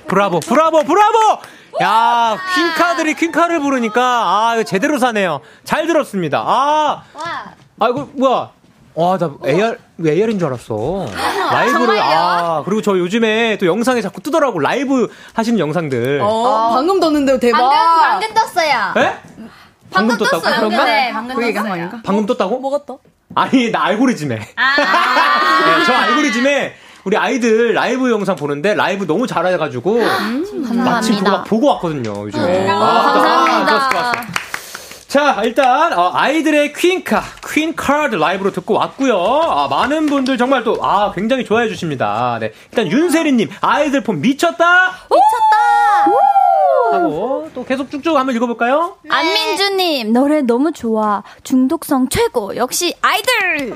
[SPEAKER 2] 브라보, 브라보, 브라보! 야, 퀸카들이 퀸카를 부르니까, 아, 이거 제대로 사네요. 잘 아, 들었습니다. 아, 아이고, 뭐야. 와, 나 AR, AR인 줄 알았어. 라이브를 아 그리고 저 요즘에 또 영상에 자꾸 뜨더라고 라이브 하시는 영상들.
[SPEAKER 6] 어, 방금 떴는데 대박.
[SPEAKER 7] 방금 방금 떴어요.
[SPEAKER 2] 에? 예? 방금
[SPEAKER 7] 떴어요.
[SPEAKER 2] 떴다고 그런가?
[SPEAKER 7] 네, 방금
[SPEAKER 6] 그
[SPEAKER 7] 떴어요.
[SPEAKER 6] 얘기한 거 아닌가?
[SPEAKER 2] 방금 떴다고?
[SPEAKER 5] 뭐가 또?
[SPEAKER 2] 아니 나 알고리즘에. 네, 저 알고리즘에 우리 아이들 라이브 영상 보는데 라이브 너무 잘해가지고 마침 그거 막 보고 왔거든요 요즘에. 아,
[SPEAKER 7] 감사합니다.
[SPEAKER 2] 좋았어, 좋았어. 자, 일단 어, 아이들의 퀸카, 퀸카드 라이브로 듣고 왔고요. 아, 많은 분들 정말 또 아, 굉장히 좋아해 주십니다. 네. 일단 윤세리 님, 아이들 폼 미쳤다. 미쳤다. 하고 또 계속 쭉쭉 한번 읽어 볼까요?
[SPEAKER 7] 네. 안민주님 노래 너무 좋아 중독성 최고 역시 아이들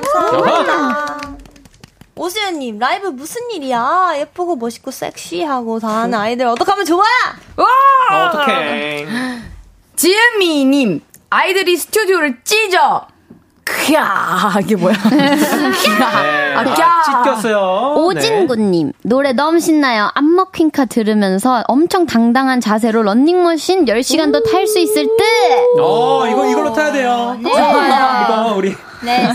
[SPEAKER 5] 오수연님 라이브 무슨 일이야? 예쁘고 멋있고 섹시하고 다
[SPEAKER 2] 음.
[SPEAKER 5] 하는 아이들 어떡하면 좋아?
[SPEAKER 2] 아, 어떡해.
[SPEAKER 6] 지은미님 아이들이 스튜디오를 찢어. 크야 이게 뭐야?
[SPEAKER 2] 네.
[SPEAKER 6] 아,
[SPEAKER 2] 아,
[SPEAKER 6] 야.
[SPEAKER 2] 찢겼어요. 네.
[SPEAKER 9] 오진구님 노래 너무 신나요. 안목 퀸카 들으면서 엄청 당당한 자세로 런닝머신 10시간 더 탈 수 있을 듯.
[SPEAKER 2] 네. 어, 이거 이걸로 타야 돼요. 이거 우리
[SPEAKER 8] 네,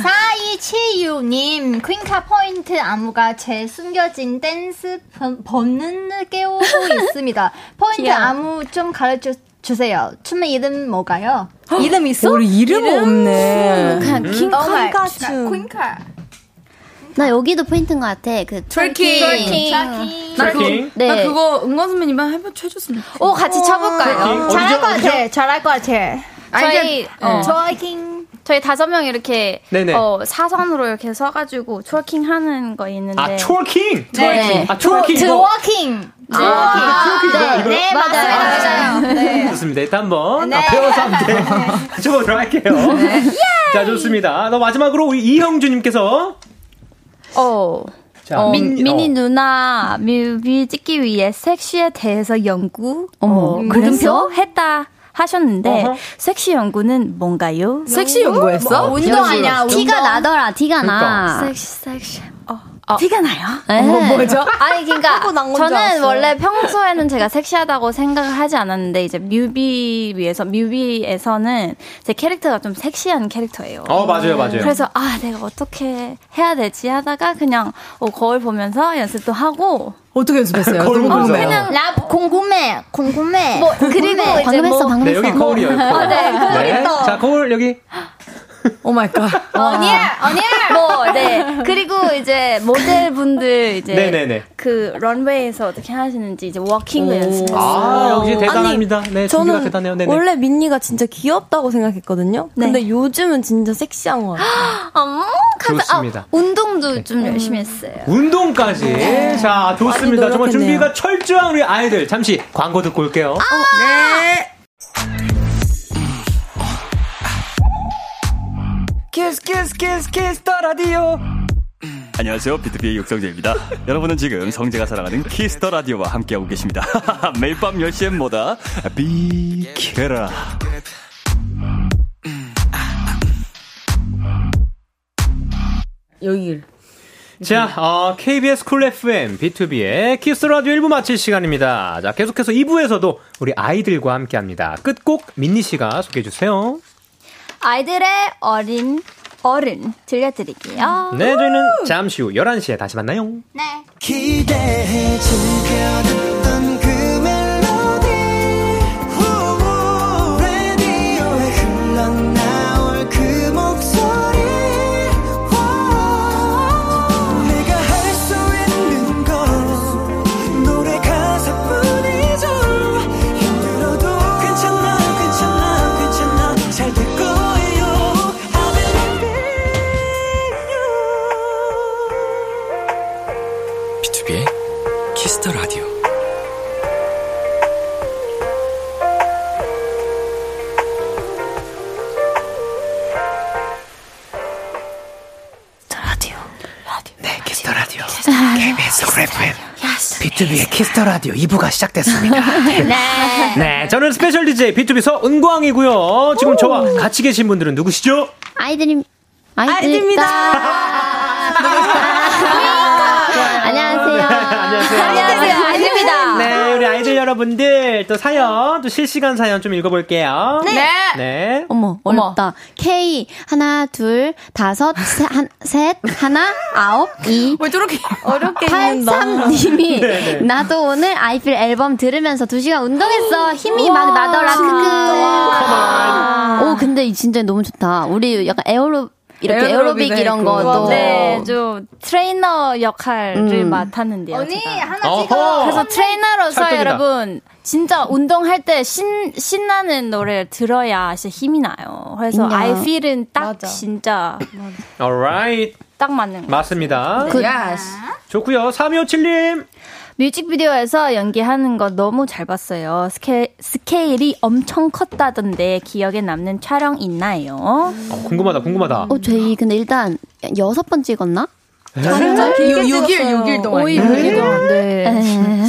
[SPEAKER 8] 4276님, 퀸카 포인트 안무가 제 숨겨진 댄스 번- 본능을 깨우고 있습니다. 포인트 안무 좀 가르쳐 주세요. 춤의 이름 뭐가요?
[SPEAKER 5] 이름 있어?
[SPEAKER 6] 우리 이름 음. 없네.
[SPEAKER 2] 음.
[SPEAKER 5] 퀸카가 춤.
[SPEAKER 8] 퀸카.
[SPEAKER 9] 나 여기도 포인트인 것 같아. 그
[SPEAKER 6] 트래킹.
[SPEAKER 8] 퀸.
[SPEAKER 6] 나 그거,
[SPEAKER 2] 트래킹.
[SPEAKER 6] 나
[SPEAKER 9] 네.
[SPEAKER 6] 그거 응원 선배님만 해봐 쳐줬으면 좋겠어.
[SPEAKER 7] 오 같이 쳐볼까요?
[SPEAKER 2] 어디죠?
[SPEAKER 8] 잘할 것
[SPEAKER 2] 어디죠?
[SPEAKER 8] 같아. 잘할 것 같아.
[SPEAKER 7] 저희 어,
[SPEAKER 8] 저의 킹.
[SPEAKER 7] 저희 다섯 명 이렇게
[SPEAKER 2] 네. 네네.
[SPEAKER 7] 어, 사선으로 이렇게 서가지고 트워킹 하는 거 있는데
[SPEAKER 2] 아, 트월킹.
[SPEAKER 7] 네.
[SPEAKER 2] 아, 트월킹.
[SPEAKER 8] 드워킹.
[SPEAKER 2] 이거. 트월킹 이거 이거.
[SPEAKER 8] 네, 맞아요. 맞아요. 네.
[SPEAKER 2] 좋습니다. 일단 한번
[SPEAKER 8] 네.
[SPEAKER 2] 아, 배워서 함께 맞춰보도록 할게요. 자, 좋습니다. 아, 너 마지막으로 우리 이형주님께서
[SPEAKER 7] 어,
[SPEAKER 2] 자,
[SPEAKER 7] 어,
[SPEAKER 2] 민-
[SPEAKER 7] 미, 니
[SPEAKER 2] 어.
[SPEAKER 7] 누나 뮤비 찍기 위해 섹시에 대해서 연구
[SPEAKER 6] 어머,
[SPEAKER 7] 어,
[SPEAKER 6] 그랬어?
[SPEAKER 7] 물음표 했다 하셨는데
[SPEAKER 2] 어허.
[SPEAKER 7] 섹시 연구는 뭔가요?
[SPEAKER 6] 섹시 연구했어?
[SPEAKER 8] 운동 아니야, 운동.
[SPEAKER 9] 티가 나더라. 티가
[SPEAKER 2] 그러니까.
[SPEAKER 9] 나.
[SPEAKER 7] 섹시 섹시 티가 나요?
[SPEAKER 9] 네.
[SPEAKER 6] 뭐죠?
[SPEAKER 7] 아니 그러니까
[SPEAKER 5] 하고 난건줄
[SPEAKER 7] 저는
[SPEAKER 5] 알았어.
[SPEAKER 7] 원래 평소에는 제가 섹시하다고 생각을 하지 않았는데 이제 뮤비 위에서 뮤비에서는 제 캐릭터가 좀 섹시한 캐릭터예요.
[SPEAKER 2] 어, 맞아요, 맞아요.
[SPEAKER 7] 그래서 아 내가 어떻게 해야 되지 하다가 그냥 어, 거울 보면서 연습도 하고
[SPEAKER 6] 어떻게 연습했어요?
[SPEAKER 2] 거울
[SPEAKER 6] 너무
[SPEAKER 2] 보면서요.
[SPEAKER 6] 궁금해요.
[SPEAKER 8] 나 궁금해. 궁금해.
[SPEAKER 7] 뭐 그리고 이제
[SPEAKER 9] 방금 했어,
[SPEAKER 7] 뭐
[SPEAKER 9] 방금
[SPEAKER 2] 네,
[SPEAKER 9] 했어.
[SPEAKER 2] 여기 거울이요. 거울.
[SPEAKER 7] 네, 거울 있다.
[SPEAKER 2] 자, 거울 여기.
[SPEAKER 6] 오 마이 갓.
[SPEAKER 7] 어, 언니야 언니야 뭐네 그리고 이제 모델분들 이제
[SPEAKER 2] 네네네.
[SPEAKER 7] 그 런웨이에서 어떻게 하시는지 이제 워킹을 연습했어요.
[SPEAKER 2] 아, 역시 대단합니다. 네, 준비가
[SPEAKER 5] 저는
[SPEAKER 2] 대단해요. 네네. 네.
[SPEAKER 5] 원래 민니가 진짜 귀엽다고 생각했거든요. 근데 요즘은 진짜 섹시한 거 같아요.
[SPEAKER 7] 어머, 가자.
[SPEAKER 2] 좋습니다. 네.
[SPEAKER 7] 아, 운동도 좀 열심히 했어요.
[SPEAKER 2] 운동까지. 자, 좋습니다.
[SPEAKER 5] 많이
[SPEAKER 2] 정말
[SPEAKER 5] 노력했네요.
[SPEAKER 2] 준비가 철저한 우리 아이들. 잠시 광고 듣고 올게요.
[SPEAKER 3] 키스 키스 키스 키스 더 라디오 안녕하세요 비트비의 육성재입니다 여러분은 지금 성재가 사랑하는 키스 더 라디오와 함께하고 계십니다 매일 밤 10시엔 뭐다 비케라
[SPEAKER 6] 여기.
[SPEAKER 2] 자, 어, KBS 쿨 FM B2B의 키스 라디오 1부 마칠 시간입니다. 자, 계속해서 2부에서도 우리 아이들과 함께 합니다. 끝곡 민니 씨가 소개해 주세요.
[SPEAKER 7] 아이들의 어린 어른 들려드릴게요.
[SPEAKER 2] 네, 저희는 잠시 후 11시에 다시 만나요.
[SPEAKER 8] 네.
[SPEAKER 3] 기대해 즐겨듣던 그 멜로디 후 라디오에 흘러나올 그 목소리 와. 내가 할 수 있는 건 노래 가사뿐이죠 힘들어도 괜찮아 괜찮아 괜찮아 잘 될 거예요 I believe in you
[SPEAKER 1] B2B의 키스터 라디오.
[SPEAKER 3] 네, 키스터 라디오. KBS 쿨 FM. B2B의 키스터 라디오 2부가 시작됐습니다.
[SPEAKER 2] 네, 저는 스페셜 DJ B2B 서은광이고요. 지금 저와 같이 계신 분들은 누구시죠?
[SPEAKER 9] 아이들임 아이들입니다.
[SPEAKER 5] 아이들입니다.
[SPEAKER 9] 안녕하세요.
[SPEAKER 2] 안녕하세요.
[SPEAKER 6] 안녕하세요. 아닙니다.
[SPEAKER 2] 네, 우리 아이들 여러분들 또 사연, 또 실시간 사연 좀 읽어볼게요.
[SPEAKER 6] 네.
[SPEAKER 2] 네.
[SPEAKER 9] 어머, 어렵다. K, 하나, 둘, 다섯, 세, 한, 셋, 하나, 아홉, 이.
[SPEAKER 6] 왜 저렇게
[SPEAKER 9] 어렵게 팔삼님이
[SPEAKER 2] 네, 네.
[SPEAKER 9] 나도 오늘 아이필 앨범 들으면서 두 시간 운동했어 힘이 막 나더라 크크 오 근데 이 진짜 너무 좋다 우리 약간 에어로 이렇게
[SPEAKER 6] 에어로빅도
[SPEAKER 9] 에어로빅 이런
[SPEAKER 6] 했고.
[SPEAKER 9] 것도
[SPEAKER 7] 네, 좀 트레이너 역할을 맡았는데요.
[SPEAKER 8] 언니
[SPEAKER 7] 제가.
[SPEAKER 8] 하나 찍어.
[SPEAKER 2] 어허.
[SPEAKER 7] 그래서 트레이너로서
[SPEAKER 2] 찰떡이다.
[SPEAKER 7] 여러분 진짜 운동할 때 신 신나는 노래를 들어야 진짜 힘이 나요. 그래서
[SPEAKER 9] 인정.
[SPEAKER 7] I feel은 딱
[SPEAKER 5] 맞아.
[SPEAKER 7] 진짜
[SPEAKER 2] alright.
[SPEAKER 7] 딱 맞는 거.
[SPEAKER 2] 맞습니다.
[SPEAKER 6] 그 야스.
[SPEAKER 2] 좋고요 3557님.
[SPEAKER 7] 뮤직비디오에서 연기하는 거 너무 잘 봤어요. 스케, 스케일이 엄청 컸다던데 기억에 남는 촬영 있나요?
[SPEAKER 2] 어, 궁금하다, 궁금하다.
[SPEAKER 9] 어 저희 근데 일단 여섯 번 찍었나
[SPEAKER 6] 네.
[SPEAKER 5] 진짜 길게
[SPEAKER 6] 6일,
[SPEAKER 5] 찍었어요.
[SPEAKER 6] 6일 동안. 네.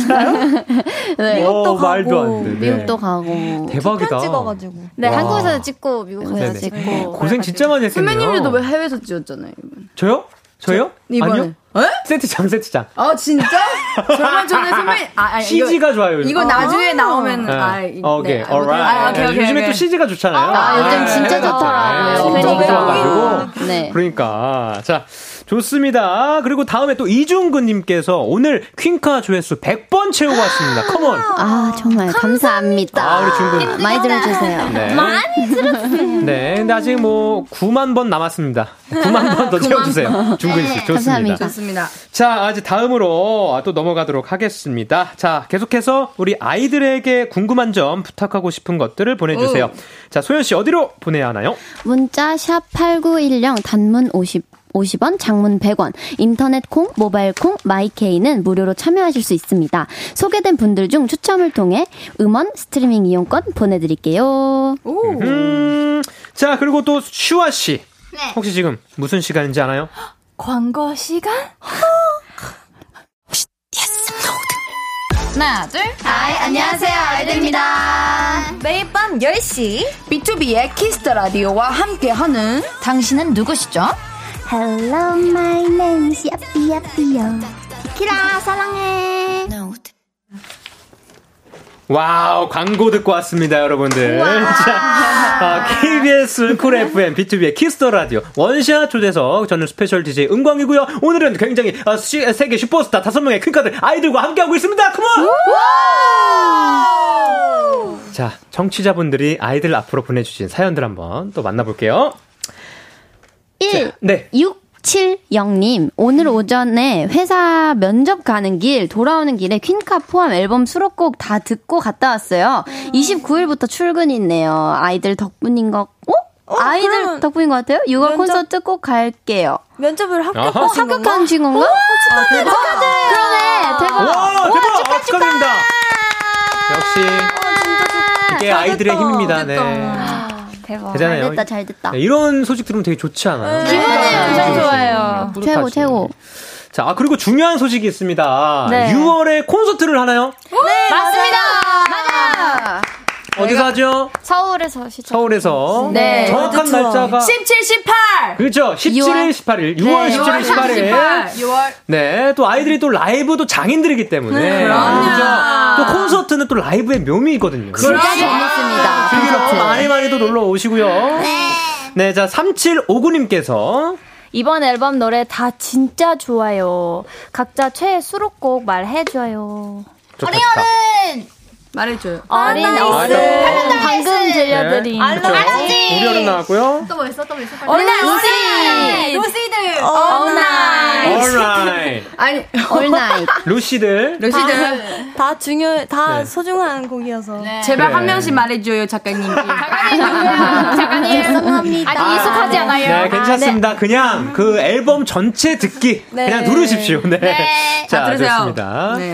[SPEAKER 9] 네.
[SPEAKER 2] 어, 말도 안 돼. 네.
[SPEAKER 9] 미국도 가고
[SPEAKER 2] 대박이다.
[SPEAKER 5] 편 찍어가지고.
[SPEAKER 7] 네,
[SPEAKER 2] 와.
[SPEAKER 7] 한국에서 찍고 미국에서
[SPEAKER 2] 네네.
[SPEAKER 7] 찍고
[SPEAKER 2] 고생 진짜 많이 했어요.
[SPEAKER 6] 선배님들도 왜 해외에서 찍었잖아요, 이번.
[SPEAKER 2] 저요? 저요? 아니요.
[SPEAKER 6] 이번에. 에?
[SPEAKER 2] 세트장, 세트장.
[SPEAKER 6] 아, 진짜? 저만 전에 선배님. 아, 아니, 이거-
[SPEAKER 2] CG가 좋아요. 요즘.
[SPEAKER 6] 이거 나중에 나오면
[SPEAKER 2] 네.
[SPEAKER 6] 아, 이-
[SPEAKER 2] 어, 오케이,
[SPEAKER 6] 네. 아,
[SPEAKER 2] alright.
[SPEAKER 6] 아, 오케이, 오케이,
[SPEAKER 2] 요즘에
[SPEAKER 6] 오케이.
[SPEAKER 2] 또 CG가 좋잖아요. 네.
[SPEAKER 9] 아, 요즘 진짜 좋더라고요.
[SPEAKER 2] 진짜
[SPEAKER 9] 그러니까.
[SPEAKER 2] 좋아가지고.
[SPEAKER 9] 네.
[SPEAKER 2] 그러니까. 자, 좋습니다. 그리고 다음에 또 이중근님께서 오늘 퀸카 조회수 100번 채우고 왔습니다. 컴온.
[SPEAKER 9] 아 정말 감사합니다,
[SPEAKER 2] 아, 우리 중근.
[SPEAKER 9] 많이 들어주세요
[SPEAKER 2] 네. 많이 들었어요. 네, 근데 아직 뭐 9만 번 남았습니다. 9만 번 네, 더 채워주세요. 중근 씨, 좋습니다.
[SPEAKER 9] 감사합니다.
[SPEAKER 6] 좋습니다.
[SPEAKER 2] 자, 이제 다음으로 또 넘어가도록 하겠습니다. 자, 계속해서 우리 아이들에게 궁금한 점 부탁하고 싶은 것들을 보내주세요. 자, 소연 씨 어디로 보내야 하나요?
[SPEAKER 9] 문자 샵 8910 단문 50 50원, 장문 100원, 인터넷 콩, 모바일 콩, 마이케이는 무료로 참여하실 수 있습니다. 소개된 분들 중 추첨을 통해 음원 스트리밍 이용권 보내드릴게요.
[SPEAKER 2] 음, 자, 그리고 또 슈아 씨.
[SPEAKER 8] 네.
[SPEAKER 2] 혹시 지금 무슨 시간인지 아나요?
[SPEAKER 7] 광고 시간?
[SPEAKER 6] 하나, 둘.
[SPEAKER 7] 안녕하세요 아이들입니다.
[SPEAKER 5] 매일 밤 10시.
[SPEAKER 6] B2B의 키스터 라디오와 함께하는 당신은 누구시죠?
[SPEAKER 4] Hello, my name is Yappy Yappy. 키라, 사랑해.
[SPEAKER 2] 와우, 광고 듣고 왔습니다, 여러분들. 자, 아, KBS 쿨 FM, B2B의 키스터 라디오, 원샷 초대석, 저는 스페셜 DJ 은광이고요 오늘은 굉장히 아, 시- 세계 슈퍼스타 다섯 명의 큰카들 아이들과 함께하고 있습니다. 컴온! 자, 청취자분들이 아이들 앞으로 보내주신 사연들 한번 또 만나볼게요.
[SPEAKER 9] 1.
[SPEAKER 2] 네.
[SPEAKER 9] 670님, 오늘 오전에 회사 면접 가는 길, 돌아오는 길에 퀸카 포함 앨범 수록곡 다 듣고 갔다 왔어요. 29일부터 출근이네요. 아이들 덕분인 것, 어? 아이들
[SPEAKER 5] 그럼
[SPEAKER 9] 덕분인 것 같아요? 6월
[SPEAKER 5] 면접-
[SPEAKER 9] 콘서트 꼭 갈게요.
[SPEAKER 5] 면접을
[SPEAKER 2] 아하. 아,
[SPEAKER 5] 합격하신 건가?
[SPEAKER 9] 합격한 친구인가? 그러네, 대박.
[SPEAKER 2] 와, 대박! 축하드립니다. 네, 역시. 이게 아이들의 힘입니다. 네.
[SPEAKER 7] 대박.
[SPEAKER 2] 대단해요.
[SPEAKER 9] 잘 됐다, 아, 잘 됐다.
[SPEAKER 2] 네, 이런 소식 들으면 되게 좋지 않아요?
[SPEAKER 7] 기분이 엄청 좋아요.
[SPEAKER 2] 뿌듯하지.
[SPEAKER 9] 네. 최고, 최고.
[SPEAKER 2] 자, 아, 그리고 중요한 소식이 있습니다.
[SPEAKER 7] 네.
[SPEAKER 2] 6월에 콘서트를 하나요?
[SPEAKER 7] 맞습니다.
[SPEAKER 2] 어디서 하죠?
[SPEAKER 7] 서울에서 시작.
[SPEAKER 2] 서울에서.
[SPEAKER 6] 네.
[SPEAKER 2] 정확한
[SPEAKER 5] 콘서트
[SPEAKER 2] 날짜가.
[SPEAKER 6] 17, 18!
[SPEAKER 2] 그렇죠. 17일, 18일. 6월 17일, 18일.
[SPEAKER 6] 6월.
[SPEAKER 2] 네, 또 아이들이 또 라이브도 장인들이기 때문에. 그렇죠. 또 콘서트는 또 라이브의 묘미거든요. 그렇죠?
[SPEAKER 9] 진짜 재밌습니다.
[SPEAKER 2] 즐기러
[SPEAKER 9] 콘서트.
[SPEAKER 2] 많이 많이 또 놀러 오시고요. 네. 자, 3759님께서.
[SPEAKER 7] 이번 앨범 노래 다 진짜 좋아요. 각자 최애 수록곡 말해줘요.
[SPEAKER 2] 좋다, 좋다.
[SPEAKER 6] 말해줘요.
[SPEAKER 7] 어린
[SPEAKER 2] 나이스.
[SPEAKER 7] 어른 아, 방금 들려드린
[SPEAKER 2] 네. 그렇죠. 우리 어른 나왔고요.
[SPEAKER 8] 또 뭐 있어? 또 뭐 있어?
[SPEAKER 6] 어린
[SPEAKER 7] 네.
[SPEAKER 8] 로시들.
[SPEAKER 2] 아,
[SPEAKER 6] 어나
[SPEAKER 2] alright.
[SPEAKER 6] 아니,
[SPEAKER 9] All night.
[SPEAKER 2] 루시들.
[SPEAKER 6] 루시들.
[SPEAKER 5] 다 중요, 다
[SPEAKER 2] 네.
[SPEAKER 5] 소중한 곡이어서.
[SPEAKER 6] 제발
[SPEAKER 2] 그래.
[SPEAKER 6] 한 명씩 말해줘요, 작가님.
[SPEAKER 7] 작가님. 죄송합니다. 아니, 익숙하지 않아요.
[SPEAKER 2] 네, 괜찮습니다. 그냥 그 앨범 전체 듣기 그냥 누르십시오. 네. 자,
[SPEAKER 6] 다 들으세요.
[SPEAKER 2] 좋습니다.
[SPEAKER 6] 네.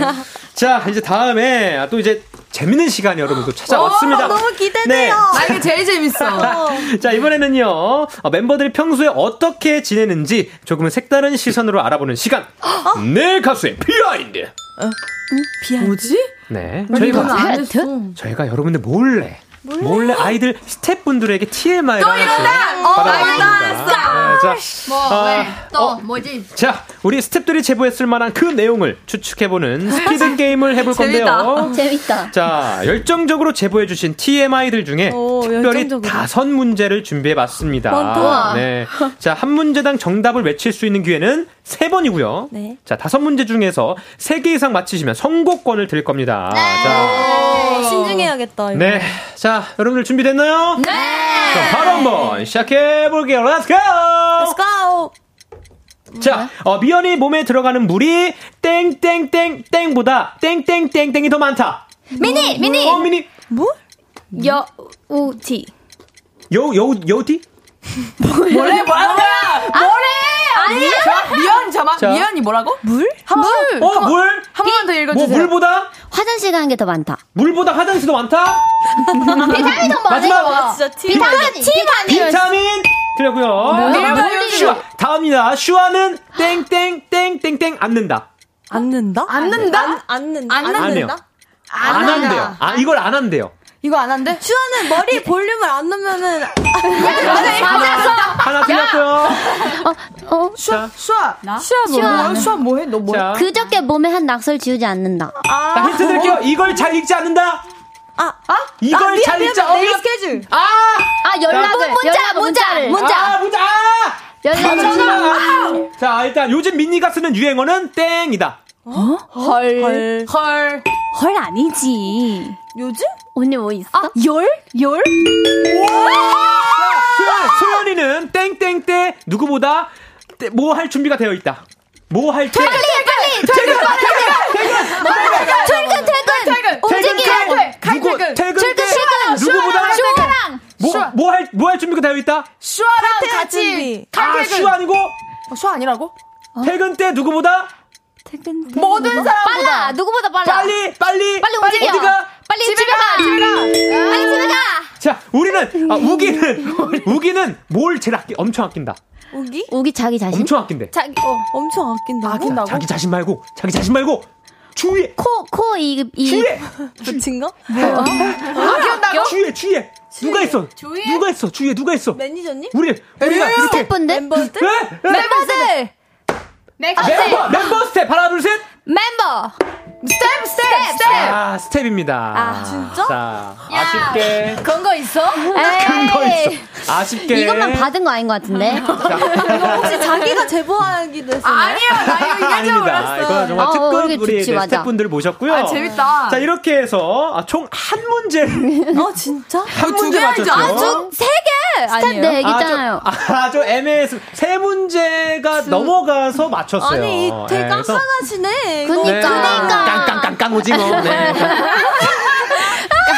[SPEAKER 2] 자, 이제 다음에 아, 또 이제 재밌는 시간이 여러분 또 찾아왔습니다.
[SPEAKER 5] 어, 너무 기대돼요.
[SPEAKER 6] 나 아, 이게 제일 재밌어.
[SPEAKER 2] 네. 자, 이번에는요. 어, 멤버들이 평소에 어떻게 지내는지 조금은 색다른 시선으로 알아보는 시간.
[SPEAKER 6] 어?
[SPEAKER 2] 내 가수의 비하인드.
[SPEAKER 5] 비하
[SPEAKER 6] 뭐지?
[SPEAKER 2] 네.
[SPEAKER 6] 이건
[SPEAKER 2] 저희가
[SPEAKER 6] 안 했어.
[SPEAKER 2] 저희가 여러분들 몰래 몰래 아이들 스태프분들에게 TMI를
[SPEAKER 6] 또 이러다! 어마이갓!
[SPEAKER 2] 자,
[SPEAKER 8] 뭐,
[SPEAKER 2] 아,
[SPEAKER 8] 왜, 또,
[SPEAKER 6] 어.
[SPEAKER 8] 뭐지?
[SPEAKER 2] 자, 우리 스탭들이 제보했을 만한 그 내용을 추측해보는 스피드 게임을 해볼 건데요.
[SPEAKER 9] 재밌다.
[SPEAKER 2] 자, 열정적으로 제보해주신 TMI들 중에
[SPEAKER 5] 오,
[SPEAKER 2] 특별히
[SPEAKER 5] 열정적으로.
[SPEAKER 2] 다섯 문제를 준비해봤습니다.
[SPEAKER 5] 많다.
[SPEAKER 2] 네. 자, 한 문제당 정답을 외칠 수 있는 기회는 세 번이고요.
[SPEAKER 5] 네.
[SPEAKER 2] 자, 다섯 문제 중에서 세 개 이상 맞히시면 선곡권을 드릴 겁니다.
[SPEAKER 5] 네. 어, 신중해야겠다.
[SPEAKER 2] 자,
[SPEAKER 5] 이거.
[SPEAKER 2] 네. 자, 여러분들 준비됐나요? 네! 그럼 바로 한번 시작해볼게요. Let's go!
[SPEAKER 5] Let's
[SPEAKER 2] 어?
[SPEAKER 5] go.
[SPEAKER 2] 자, 어, 미연이 몸에 들어가는 물이 땡땡땡땡보다 땡땡땡땡이 더 많다.
[SPEAKER 7] 미니 미니
[SPEAKER 2] 어, 미니.
[SPEAKER 5] 뭐?
[SPEAKER 7] 여우티
[SPEAKER 2] 요, 요, 요티?
[SPEAKER 6] 뭐래 뭐라는 거야?
[SPEAKER 7] 아니
[SPEAKER 6] 미연 잠깐
[SPEAKER 2] 자.
[SPEAKER 6] 미연이 뭐라고?
[SPEAKER 5] 물?
[SPEAKER 6] 한번
[SPEAKER 2] 어, 물?
[SPEAKER 6] 한 번만 더
[SPEAKER 2] 뭐,
[SPEAKER 6] 읽어주세요.
[SPEAKER 2] 물보다?
[SPEAKER 9] 화장실 가는 게 더 많다.
[SPEAKER 2] 물보다 화장실 더 많다?
[SPEAKER 8] 비타민 더
[SPEAKER 7] 뭐?
[SPEAKER 8] 많은
[SPEAKER 2] 마지막.
[SPEAKER 8] 거.
[SPEAKER 5] 진짜 티.
[SPEAKER 8] 비타민, 비타민.
[SPEAKER 2] 비타민! 틀렸고요 슈아. 다음입니다. 슈아는 땡땡땡땡땡 앉는다.
[SPEAKER 5] 앉는다?
[SPEAKER 6] 앉는다?
[SPEAKER 5] 앉는다?
[SPEAKER 6] 안
[SPEAKER 2] 안 해요. 안
[SPEAKER 6] 한다.
[SPEAKER 2] 한대요. 아, 이걸 안 한대요.
[SPEAKER 6] 이거 안 한대? 네.
[SPEAKER 5] 슈아는 머리 볼륨을 안 넣으면은
[SPEAKER 2] 하나 틀렸고요.
[SPEAKER 9] 어, 어,
[SPEAKER 2] 자,
[SPEAKER 6] 수아 수아 뭐야? 수아 뭐해? 너 뭐해?
[SPEAKER 2] 자,
[SPEAKER 9] 그저께 몸에 한 낙서를 지우지 않는다.
[SPEAKER 2] 자, 힌트 드릴게요. 이걸 잘 읽지 않는다?
[SPEAKER 5] 아, 아?
[SPEAKER 2] 이걸
[SPEAKER 5] 아, 미안,
[SPEAKER 2] 잘
[SPEAKER 5] 미안,
[SPEAKER 2] 읽자.
[SPEAKER 5] 미안. 내일
[SPEAKER 2] 어이없-
[SPEAKER 5] 스케줄.
[SPEAKER 2] 아!
[SPEAKER 7] 아 연락을 문자 문자를
[SPEAKER 2] 아, 문자! 아! 아! 자, 일단 요즘 민니가 쓰는 유행어는 땡이다.
[SPEAKER 7] 헐.
[SPEAKER 5] 헐.
[SPEAKER 6] 헐.
[SPEAKER 7] 헐 아니지
[SPEAKER 5] 요즘?
[SPEAKER 7] 언니 뭐 있어? 열? 열?
[SPEAKER 2] 자, 소연, 소연이는 땡땡때 누구보다 뭐 할 준비가 되어 있다. 뭐 할 때?
[SPEAKER 7] 빨리 퇴근 퇴근 퇴근 퇴근 퇴근 움직이라 퇴근
[SPEAKER 2] 누구, 퇴근 때
[SPEAKER 7] 퇴근
[SPEAKER 2] 누구보다
[SPEAKER 7] 그 슈아랑
[SPEAKER 2] 뭐뭐할뭐 할 준비가 되어 있다?
[SPEAKER 6] 수아랑
[SPEAKER 5] 준비.
[SPEAKER 6] 같이
[SPEAKER 2] 아, 슈 아니고
[SPEAKER 6] 어, 수아 아니라고?
[SPEAKER 2] 퇴근 때 누구보다
[SPEAKER 7] 퇴근 퇴근
[SPEAKER 6] 모든
[SPEAKER 7] 빨라
[SPEAKER 6] 사람보다
[SPEAKER 7] 누구보다 빨라
[SPEAKER 2] 빨리 빨리
[SPEAKER 7] 빨리 움직여
[SPEAKER 2] 어디가?
[SPEAKER 7] 빨리 집에 가 집에 가 빨리 집에 가
[SPEAKER 2] 자, 우리는 아, 우기는 우기는 뭘 제일 아끼 엄청 아낀다.
[SPEAKER 5] 우기?
[SPEAKER 9] 우기 자기 자신?
[SPEAKER 2] 엄청 아낀대.
[SPEAKER 7] 자기 어.
[SPEAKER 5] 엄청 아낀다고?
[SPEAKER 2] 자, 자기 자신 말고 자기 자신 말고 주위에
[SPEAKER 9] 코, 코, 이, 이.
[SPEAKER 2] 주위에
[SPEAKER 5] 붙인가?
[SPEAKER 2] 주위에 주위에 누가 있어? 누가 있어? 주위에 누가 있어?
[SPEAKER 5] 매니저님?
[SPEAKER 2] 우리 네? 우리가 이렇게
[SPEAKER 9] 스태프분들?
[SPEAKER 5] 멤버들?
[SPEAKER 2] 에? 에?
[SPEAKER 7] 멤버들
[SPEAKER 2] 멤버 멤버 스텝 하나 둘 셋.
[SPEAKER 7] 멤버
[SPEAKER 6] 스텝 스텝 스텝.
[SPEAKER 2] 아 스텝입니다. 아
[SPEAKER 5] 진짜?
[SPEAKER 2] 자 아쉽게
[SPEAKER 6] 그런 거 있어?
[SPEAKER 2] 큰 거 있어. 아쉽게
[SPEAKER 9] 이것만 받은 거 아닌 것 같은데.
[SPEAKER 2] 네.
[SPEAKER 5] 아, 혹시 자기가 제보하기도 했었나요?
[SPEAKER 6] 아니요 나 이거 이럴 줄
[SPEAKER 2] 아닙니다. 이거
[SPEAKER 6] 몰랐어.
[SPEAKER 2] 정말
[SPEAKER 9] 어, 어,
[SPEAKER 2] 특급
[SPEAKER 9] 이게
[SPEAKER 2] 우리
[SPEAKER 9] 좋지,
[SPEAKER 2] 네,
[SPEAKER 9] 맞아.
[SPEAKER 2] 스태프분들 모셨고요.
[SPEAKER 6] 아 재밌다.
[SPEAKER 2] 자 이렇게 해서 아, 총 한
[SPEAKER 9] 아,
[SPEAKER 2] 문제를
[SPEAKER 5] 어, 진짜?
[SPEAKER 2] 한 문제 맞췄죠.
[SPEAKER 7] 세개
[SPEAKER 9] 스텝 네, 얘기잖아요.
[SPEAKER 2] 아, 좀, 아, 좀 애매해서 세 문제가 넘어가서 맞췄어요.
[SPEAKER 5] 아니, 이
[SPEAKER 2] 예,
[SPEAKER 5] 대강
[SPEAKER 2] 그래서-
[SPEAKER 5] 하나시네. 이거.
[SPEAKER 9] 그니까. 그러니까.
[SPEAKER 2] 깡깡깡깡 오징어. 네.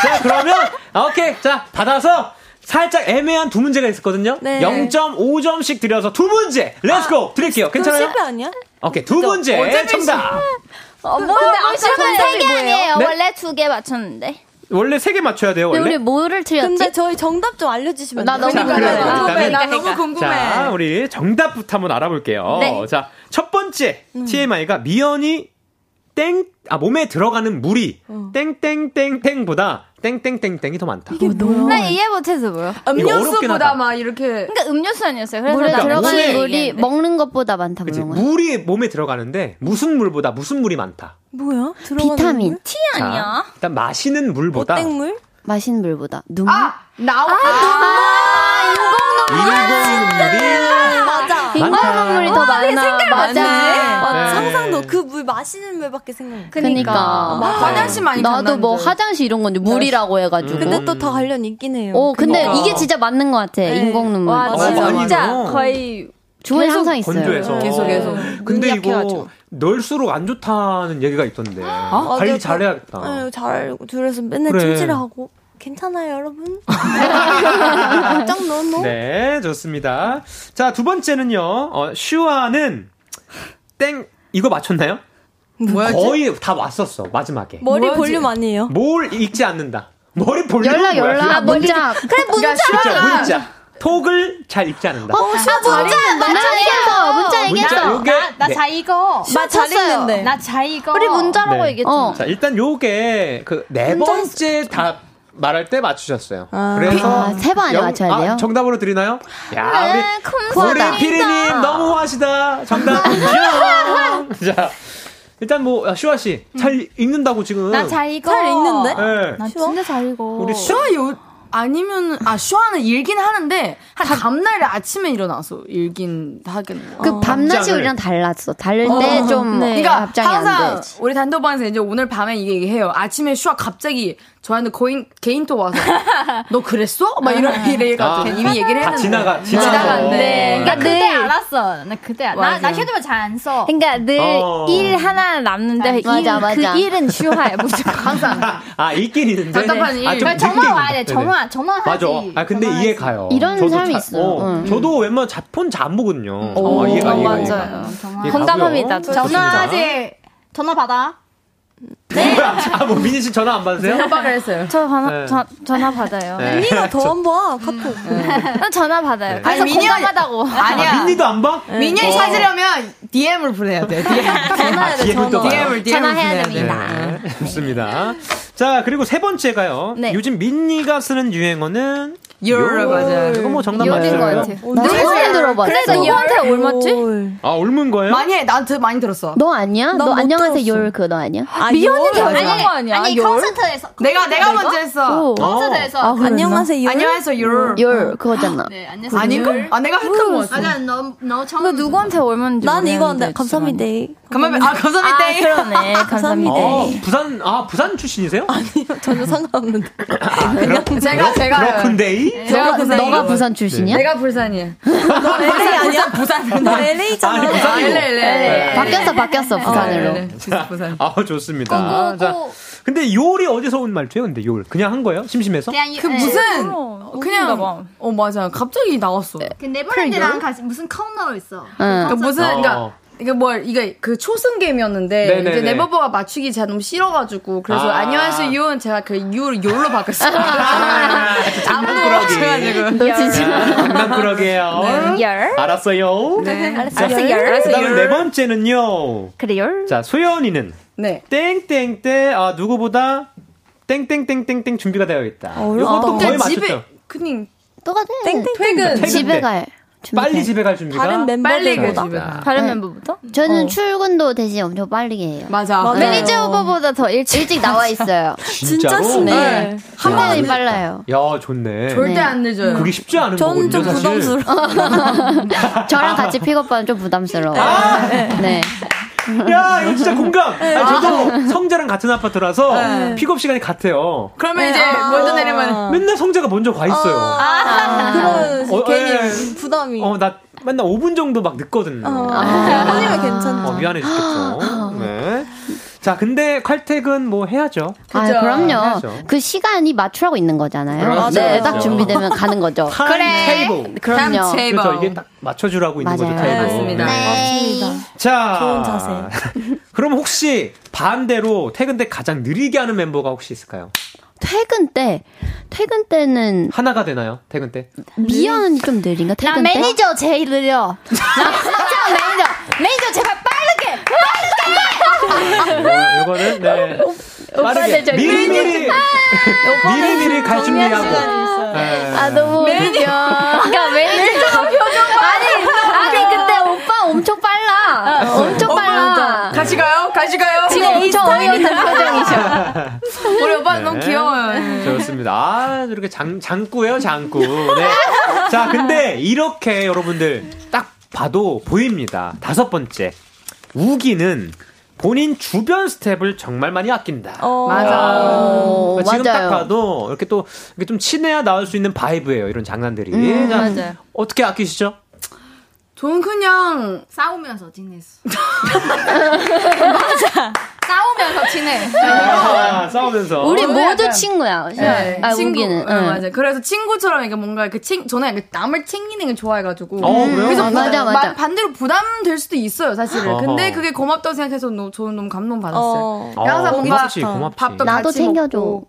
[SPEAKER 2] 자, 그러면, 아, 오케이. 자, 받아서 살짝 애매한 두 문제가 있었거든요.
[SPEAKER 5] 네.
[SPEAKER 2] 0.5점씩 드려서 두 문제. 렛츠고! 드릴게요.
[SPEAKER 5] 그럼
[SPEAKER 2] 괜찮아요?
[SPEAKER 5] 실패 아니야?
[SPEAKER 9] 네.
[SPEAKER 2] 오케이. 두 문제. 정답.
[SPEAKER 7] 어, 뭐야 근데 아까
[SPEAKER 5] 정답이
[SPEAKER 7] 세개
[SPEAKER 5] 뭐예요?
[SPEAKER 7] 아니에요
[SPEAKER 2] 네?
[SPEAKER 7] 원래 두 개 맞췄는데
[SPEAKER 2] 원래 세 개 맞춰야 돼요,
[SPEAKER 5] 네,
[SPEAKER 9] 근데
[SPEAKER 2] 원래.
[SPEAKER 9] 우리 뭐를
[SPEAKER 5] 근데
[SPEAKER 9] 틀렸지?
[SPEAKER 5] 저희 정답 좀 알려주시면
[SPEAKER 7] 나
[SPEAKER 5] 안 돼요?
[SPEAKER 7] 너무
[SPEAKER 2] 자, 그래요. 일단은-
[SPEAKER 6] 궁금해
[SPEAKER 5] 궁금해요.
[SPEAKER 6] 나 아, 너무
[SPEAKER 2] 자,
[SPEAKER 6] 궁금해.
[SPEAKER 2] 우리 정답부터 한번 알아볼게요.
[SPEAKER 7] 네.
[SPEAKER 2] 자, 첫 번째 TMI가 미연이 땡, 아, 몸에 들어가는 물이 땡땡땡땡보다 땡땡땡땡이 더 많다.
[SPEAKER 7] 나
[SPEAKER 9] 어.
[SPEAKER 7] 이해 못해서 뭐요
[SPEAKER 2] 어렵긴 하다.
[SPEAKER 6] 음료수보다 막 이렇게
[SPEAKER 7] 그러니까 음료수 아니었어요 그래서
[SPEAKER 9] 물에
[SPEAKER 7] 나
[SPEAKER 9] 들어가는
[SPEAKER 2] 무슨-
[SPEAKER 9] 물이 먹는 것보다 많다
[SPEAKER 2] 그치?
[SPEAKER 9] 그런 거야.
[SPEAKER 2] 물이 몸에 들어가는데 무슨 물보다 무슨 물이 많다.
[SPEAKER 5] 뭐야? 들어가는
[SPEAKER 9] 그 비타민.
[SPEAKER 5] 물?
[SPEAKER 7] 티 아니야
[SPEAKER 2] 자, 일단 마시는 물보다
[SPEAKER 5] 뭐 땡물?
[SPEAKER 9] 마시는 물보다 눈물.
[SPEAKER 6] 아 나와
[SPEAKER 2] 인공물이
[SPEAKER 5] 맞아.
[SPEAKER 2] 많다.
[SPEAKER 9] 인공물이 더 많아.
[SPEAKER 6] 맞네.
[SPEAKER 9] 맞아.
[SPEAKER 5] 와,
[SPEAKER 2] 네.
[SPEAKER 5] 상상도 그 물 마시는 물밖에 생각
[SPEAKER 9] 그러니까.
[SPEAKER 5] 안 나.
[SPEAKER 9] 그니까.
[SPEAKER 6] 화장실 많이
[SPEAKER 9] 나도 뭐
[SPEAKER 6] 잤나
[SPEAKER 9] 화장실 이런 건데 물이라고 해가지고.
[SPEAKER 8] 음.
[SPEAKER 2] 음.
[SPEAKER 5] 근데 또 다 관련 있긴 해요.
[SPEAKER 9] 어, 근데
[SPEAKER 6] 그니까.
[SPEAKER 9] 이게 진짜 맞는 것 같아.
[SPEAKER 8] 네.
[SPEAKER 9] 인공 눈물.
[SPEAKER 7] 와
[SPEAKER 2] 어,
[SPEAKER 7] 진짜,
[SPEAKER 2] 많이 넣어.
[SPEAKER 7] 거의
[SPEAKER 9] 주원이 항상 있어요.
[SPEAKER 2] 건조해서
[SPEAKER 6] 계속, 계속.
[SPEAKER 2] 근데 이거
[SPEAKER 6] 약해가지고.
[SPEAKER 2] 넣을수록 안 좋다는 얘기가 있던데 관리
[SPEAKER 5] 맞아요.
[SPEAKER 2] 잘해야겠다.
[SPEAKER 5] 네, 잘 둘에서 맨날
[SPEAKER 2] 그래.
[SPEAKER 5] 찜질하고 괜찮아요 여러분. 짱 너너.
[SPEAKER 2] 네, 좋습니다. 자, 두 번째는요. 어, 슈아는 땡 이거 맞췄나요?
[SPEAKER 6] 뭐야
[SPEAKER 2] 거의 다 왔었어. 마지막에.
[SPEAKER 5] 머리
[SPEAKER 6] 아, 뭐지?
[SPEAKER 5] 볼륨 아니에요?
[SPEAKER 2] 뭘 읽지 않는다. 머리 볼륨
[SPEAKER 9] 연락,
[SPEAKER 2] 뭐야? 아,
[SPEAKER 7] 아,
[SPEAKER 9] 연락. 문자.
[SPEAKER 7] 그래 문자
[SPEAKER 2] 진짜 문자. 톡을 잘 읽지 않는다.
[SPEAKER 7] 아 문자
[SPEAKER 9] 문자 얘기했어. 문자
[SPEAKER 2] 문자
[SPEAKER 9] 얘기했어.
[SPEAKER 2] 요게
[SPEAKER 8] 나
[SPEAKER 2] 네.
[SPEAKER 8] 자 이거.
[SPEAKER 5] 잘 읽는데.
[SPEAKER 8] 나 자 이거.
[SPEAKER 7] 우리 문자라고
[SPEAKER 8] 어.
[SPEAKER 2] 네.
[SPEAKER 7] 얘기했잖아
[SPEAKER 9] 어.
[SPEAKER 2] 자, 일단 요게 그 네 번째 답 말할 때 맞추셨어요.
[SPEAKER 9] 아.
[SPEAKER 2] 그래서
[SPEAKER 9] 아, 세번 안에
[SPEAKER 2] 영-
[SPEAKER 9] 맞춰야
[SPEAKER 2] 아,
[SPEAKER 9] 돼요?
[SPEAKER 2] 정답으로 드리나요? 야, 우리
[SPEAKER 7] 감사합니다.
[SPEAKER 2] 우리 피디님 너무 하시다. 정답. 뿅. 자, 일단 뭐 아, 슈아 씨 잘 읽는다고 지금.
[SPEAKER 7] 나잘 읽어.
[SPEAKER 6] 잘 읽는데?
[SPEAKER 2] 네.
[SPEAKER 7] 난 진짜 잘 읽어. 그러니까
[SPEAKER 2] 우리 슈-
[SPEAKER 6] 슈아 요 아니면 아 슈아는 일긴 하는데 한 다음날 아침에 일어나서 일긴 하겠네요.
[SPEAKER 8] 어.
[SPEAKER 9] 그 밤낮이
[SPEAKER 2] 답장을.
[SPEAKER 9] 우리랑 달랐어. 다를 때 좀
[SPEAKER 8] 네.
[SPEAKER 6] 그러니까
[SPEAKER 9] 답장이 안
[SPEAKER 6] 항상
[SPEAKER 9] 되지.
[SPEAKER 6] 우리 단톡방에서 이제 오늘 밤에 이게 얘기해요. 아침에 슈아 갑자기 저한테 거인 개인톡 와서 너 그랬어? 막 이런
[SPEAKER 2] 아.
[SPEAKER 6] 이래가지고 이미 얘기를 했는데
[SPEAKER 2] 다 지나가
[SPEAKER 6] 지나가는데.
[SPEAKER 2] 지나가.
[SPEAKER 6] 네.
[SPEAKER 8] 나
[SPEAKER 7] 그러니까
[SPEAKER 8] 그때
[SPEAKER 7] 늘-
[SPEAKER 8] 알았어. 나 그때 알- 나,
[SPEAKER 6] 맞아.
[SPEAKER 8] 나
[SPEAKER 9] 네.
[SPEAKER 8] 휴대폰 잘 안 써.
[SPEAKER 7] 그러니까 늘
[SPEAKER 2] 어.
[SPEAKER 7] 일 하나 남는데
[SPEAKER 9] 맞아,
[SPEAKER 7] 일,
[SPEAKER 9] 맞아.
[SPEAKER 7] 그 일은 슈하야 무조건 항상.
[SPEAKER 2] 아 읽긴 있는데.
[SPEAKER 6] 답답한 일.
[SPEAKER 2] 아, 좀
[SPEAKER 8] 그러니까 정화
[SPEAKER 2] 늦게
[SPEAKER 8] 와야 돼.
[SPEAKER 2] 읽는-
[SPEAKER 8] 정화, 정화 하지.
[SPEAKER 2] 맞아. 아 근데
[SPEAKER 8] 정화하지.
[SPEAKER 2] 이해 가요.
[SPEAKER 9] 이런
[SPEAKER 2] 저도
[SPEAKER 9] 사람이
[SPEAKER 2] 자-
[SPEAKER 9] 있어요.
[SPEAKER 2] 어,
[SPEAKER 9] 응.
[SPEAKER 2] 저도 웬만 폰잘 안 보거든요.
[SPEAKER 9] 오,
[SPEAKER 2] 아, 이해가 이해가
[SPEAKER 9] 맞아요.
[SPEAKER 2] 이해가.
[SPEAKER 8] 정화.
[SPEAKER 2] 이해 가고요. 어,
[SPEAKER 7] 공감합니다. 저
[SPEAKER 2] 좋습니다.
[SPEAKER 8] 전화하지. 전화 받아.
[SPEAKER 2] 아뭐 민희 씨 전화 안 받으세요?
[SPEAKER 6] 협박을 했어요.
[SPEAKER 7] 저 전화
[SPEAKER 2] 네.
[SPEAKER 7] 전- 전화 받아요.
[SPEAKER 2] 네.
[SPEAKER 5] 언니가 더 한번 카톡.
[SPEAKER 7] 난 전화 받아요.
[SPEAKER 6] 아니,
[SPEAKER 7] 그래서
[SPEAKER 6] 민현이-
[SPEAKER 7] 공감하다고.
[SPEAKER 2] 아,
[SPEAKER 6] 아니야.
[SPEAKER 2] 민희도 안 봐?
[SPEAKER 6] 민현이 찾으려면 DM을 보내야 돼.
[SPEAKER 2] 전화해야 돼, 아, DM을 또 전화. 봐요.
[SPEAKER 6] DM을,
[SPEAKER 7] 전화해야
[SPEAKER 2] 네, 좋습니다. 자, 그리고 세 번째가요.
[SPEAKER 7] 네.
[SPEAKER 2] 요즘 민니가 쓰는 유행어는
[SPEAKER 6] 요르 맞아요.
[SPEAKER 2] 이거 뭐 정답
[SPEAKER 7] 열인 거
[SPEAKER 2] 맞아요.
[SPEAKER 7] 같아요.
[SPEAKER 9] 나 처음 들어봤어.
[SPEAKER 7] 그래서 누구한테
[SPEAKER 6] 어,
[SPEAKER 7] 올맞지?
[SPEAKER 2] 아, 옮은 거예요?
[SPEAKER 6] 많이 해. 나한테 많이 들었어.
[SPEAKER 9] 너 아니야? 너
[SPEAKER 5] 못
[SPEAKER 9] 안녕하세요
[SPEAKER 5] 들었어.
[SPEAKER 9] 열 그거 아니야?
[SPEAKER 7] 미연이한테
[SPEAKER 6] 열.
[SPEAKER 7] 올맞
[SPEAKER 6] 아니,
[SPEAKER 7] 거 아니야?
[SPEAKER 8] 아니,
[SPEAKER 7] 열?
[SPEAKER 8] 콘서트에서.
[SPEAKER 6] 내가 내가 먼저 했어.
[SPEAKER 9] 오.
[SPEAKER 8] 콘서트에서.
[SPEAKER 9] 아, 그랬나?
[SPEAKER 5] 안녕하세요.
[SPEAKER 6] 안녕하세요. 요르.
[SPEAKER 9] 열 그거잖아.
[SPEAKER 8] 네, 안녕하세요.
[SPEAKER 6] 아닌가? 아 내가 했던 거 같아.
[SPEAKER 8] 맞아, 너, 너 처음.
[SPEAKER 7] 너 누구한테 올맞는지
[SPEAKER 5] 난 이거 안 돼. 감사합니다.
[SPEAKER 6] 그만 아
[SPEAKER 7] 아,
[SPEAKER 6] 감사합니다.
[SPEAKER 7] 그러네.
[SPEAKER 5] 감사합니다.
[SPEAKER 7] 감사합니다.
[SPEAKER 2] 어, 부산, 아, 부산 출신이세요?
[SPEAKER 5] 전혀 상관없는데.
[SPEAKER 6] 제가 제가
[SPEAKER 2] 아, 그렇군데이?
[SPEAKER 6] 제가 부산
[SPEAKER 9] 너가 부산 출신이야?
[SPEAKER 6] 내가 불산이에요.
[SPEAKER 5] LA 아니야?
[SPEAKER 6] 부산
[SPEAKER 5] 너 LA잖아.
[SPEAKER 2] 아니, 네, 부산이고.
[SPEAKER 6] LA LA.
[SPEAKER 9] 바뀌었어 바뀌었어
[SPEAKER 8] 네.
[SPEAKER 2] 네.
[SPEAKER 9] 부산으로.
[SPEAKER 6] 네. 부산.
[SPEAKER 2] 아, 좋습니다. 자, 근데 요리 어디서 온 말투예요? 근데 요 그냥 한 거예요? 심심해서?
[SPEAKER 8] 그냥
[SPEAKER 6] 그 무슨
[SPEAKER 7] 어,
[SPEAKER 6] 그냥
[SPEAKER 7] 모르는가 봐.
[SPEAKER 6] 어 맞아 갑자기 나왔어.
[SPEAKER 8] 그 네버랜드랑 같이 무슨 카운터 있어.
[SPEAKER 9] 응.
[SPEAKER 6] 그러니까 무슨
[SPEAKER 2] 어.
[SPEAKER 6] 그러니까 이게 뭘 이게 그 초승겜이었는데
[SPEAKER 2] 네네네.
[SPEAKER 6] 이제 네버버가 맞추기 제가 너무 싫어가지고 그래서
[SPEAKER 2] 아.
[SPEAKER 6] 안녕하세요 유은 제가 그 유를 요로 바꿨어요. 아무도 맞춰가지고.
[SPEAKER 9] 너 진짜
[SPEAKER 2] 아, 장난꾸러기예요
[SPEAKER 7] 열.
[SPEAKER 2] 알았어요.
[SPEAKER 6] 네.
[SPEAKER 7] 알았어 열.
[SPEAKER 2] 그다음에 네 번째는요.
[SPEAKER 7] 그래요.
[SPEAKER 2] 자, 소연이는
[SPEAKER 6] 네.
[SPEAKER 2] 땡땡 때 아, 누구보다 땡땡땡땡땡 준비가 되어 있다.
[SPEAKER 5] 어렵다.
[SPEAKER 2] 요것도 거의
[SPEAKER 6] 그냥 아, 집에
[SPEAKER 2] 맞췄죠.
[SPEAKER 6] 그냥
[SPEAKER 9] 똑같아.
[SPEAKER 6] 퇴근.
[SPEAKER 2] 퇴근 때.
[SPEAKER 9] 집에 갈. 준비
[SPEAKER 2] 빨리
[SPEAKER 9] 돼.
[SPEAKER 2] 집에 갈 준비가
[SPEAKER 5] 다른
[SPEAKER 6] 빨리 그
[SPEAKER 5] 멤버들보다.
[SPEAKER 6] 집에 가.
[SPEAKER 7] 다른
[SPEAKER 9] 네.
[SPEAKER 7] 멤버부터?
[SPEAKER 8] 어.
[SPEAKER 9] 저는 출근도 대신 엄청 빠르게 해요.
[SPEAKER 6] 맞아.
[SPEAKER 5] 맞아요.
[SPEAKER 6] 네.
[SPEAKER 9] 어, 매니저 오버보다 더 일찍 일찍 나와 있어요.
[SPEAKER 5] 진짜 신기해.
[SPEAKER 9] 네.
[SPEAKER 2] 아,
[SPEAKER 9] 굉장히 빨라요.
[SPEAKER 2] 야, 좋네.
[SPEAKER 6] 절대
[SPEAKER 9] 네.
[SPEAKER 6] 안 늦어요.
[SPEAKER 2] 그게 쉽지 않은 거거든요,
[SPEAKER 5] 저는 좀
[SPEAKER 2] 사실.
[SPEAKER 5] 부담스러워.
[SPEAKER 9] 저랑 같이 픽업하면 좀 부담스러워. 요 네.
[SPEAKER 2] 야, 이거 진짜 공감. 아니, 저도 성재랑 같은 아파트라서 픽업 시간이 같아요.
[SPEAKER 5] 어,
[SPEAKER 2] 어.
[SPEAKER 6] 그러면 이제 먼저 내리면
[SPEAKER 2] 맨날 성재가 먼저 가 있어요.
[SPEAKER 5] 아. 그런
[SPEAKER 2] 어, 예.
[SPEAKER 5] 괜히 부담이.
[SPEAKER 2] 어, 나 맨날 5분 정도 막 늦거든요.
[SPEAKER 5] 어. 아니면 괜찮죠.
[SPEAKER 2] 어, 미안해 죽겠죠. 네. 자, 근데 칼퇴근 뭐 해야죠.
[SPEAKER 9] 아,
[SPEAKER 6] 그죠.
[SPEAKER 9] 그럼요.
[SPEAKER 2] 해야죠.
[SPEAKER 9] 그 시간이 맞추라고 있는 거잖아요.
[SPEAKER 2] 맞아요.
[SPEAKER 9] 네, 딱
[SPEAKER 2] 맞아요.
[SPEAKER 9] 준비되면 가는 거죠.
[SPEAKER 2] 타임 테이블.
[SPEAKER 9] 그럼요.
[SPEAKER 6] 제-
[SPEAKER 2] 그렇죠. 이게 딱 맞춰주라고 있는
[SPEAKER 9] 맞아요.
[SPEAKER 2] 거죠, 타이거
[SPEAKER 9] 네,
[SPEAKER 6] 맞습니다.
[SPEAKER 2] 자.
[SPEAKER 5] 좋은 자세.
[SPEAKER 2] 그럼 혹시 반대로 퇴근 때 가장 느리게 하는 멤버가 혹시 있을까요?
[SPEAKER 9] 퇴근 때, 퇴근 때는
[SPEAKER 2] 하나가 되나요? 퇴근 때?
[SPEAKER 9] 미연은 좀
[SPEAKER 7] 나
[SPEAKER 9] 느린가? 퇴근 때?
[SPEAKER 7] 매니저 제일 느려. 나 진짜 매니저. 매니저 제발 빠르게.
[SPEAKER 2] 요- 요거는 네. 빠르게
[SPEAKER 7] 되죠,
[SPEAKER 2] 미리 미리 미리 미리 갈 준비하고.
[SPEAKER 5] 있어요.
[SPEAKER 2] 네.
[SPEAKER 7] 아 너무 매니저. 그러니까 매니저가 표정 아니 아니 그때 오빠 엄청 빨라.
[SPEAKER 6] 어.
[SPEAKER 7] 엄청
[SPEAKER 9] 아.
[SPEAKER 7] 빨라.
[SPEAKER 6] 같이 가요? 같이 가요? 네.
[SPEAKER 7] 지금 엄청 어이없는 표정이셔.
[SPEAKER 6] 우리 오빠 너무
[SPEAKER 2] 네.
[SPEAKER 6] 귀여워요.
[SPEAKER 2] 좋습니다. 아, 이렇게 장, 장구예요, 장구. 네. 자, 근데 이렇게 여러분들 딱 봐도 보입니다. 다섯 번째. 우기는 본인 주변 스텝을 정말 많이 아낀다.
[SPEAKER 9] 맞아. 오,
[SPEAKER 2] 지금 딱
[SPEAKER 9] 맞아요.
[SPEAKER 2] 봐도 이렇게 또 이렇게 좀 친해야 나올 수 있는 바이브예요. 이런 장난들이. 자,
[SPEAKER 6] 맞아요.
[SPEAKER 2] 어떻게 아끼시죠?
[SPEAKER 6] 전 그냥
[SPEAKER 8] 싸우면서 지냈어. 싸우면서 지내.
[SPEAKER 2] 아, 싸우면서.
[SPEAKER 9] 우리
[SPEAKER 6] 저는
[SPEAKER 9] 모두
[SPEAKER 6] 뭐 약간-
[SPEAKER 9] 친구야.
[SPEAKER 6] 네,
[SPEAKER 9] 아,
[SPEAKER 6] 친구,
[SPEAKER 9] 우기는.
[SPEAKER 6] 네,
[SPEAKER 9] 응.
[SPEAKER 6] 맞아요. 그래서 친구처럼 이게 뭔가 이렇게 챙, 저는 약간 남을 챙기는 걸 좋아해가지고.
[SPEAKER 2] 어, 그래요?
[SPEAKER 6] 그래서
[SPEAKER 9] 맞아,
[SPEAKER 6] 부담-
[SPEAKER 9] 맞아.
[SPEAKER 6] 마- 반대로 부담될 수도 있어요, 사실은.
[SPEAKER 2] 어허.
[SPEAKER 6] 근데 그게 고맙다고 생각해서 너, 저는 너무 감동받았어요.
[SPEAKER 5] 어.
[SPEAKER 2] 어,
[SPEAKER 6] 항상 뭔가
[SPEAKER 2] 고맙지, 고맙지.
[SPEAKER 6] 밥도
[SPEAKER 9] 나도
[SPEAKER 6] 같이
[SPEAKER 9] 챙겨줘.
[SPEAKER 6] 먹고.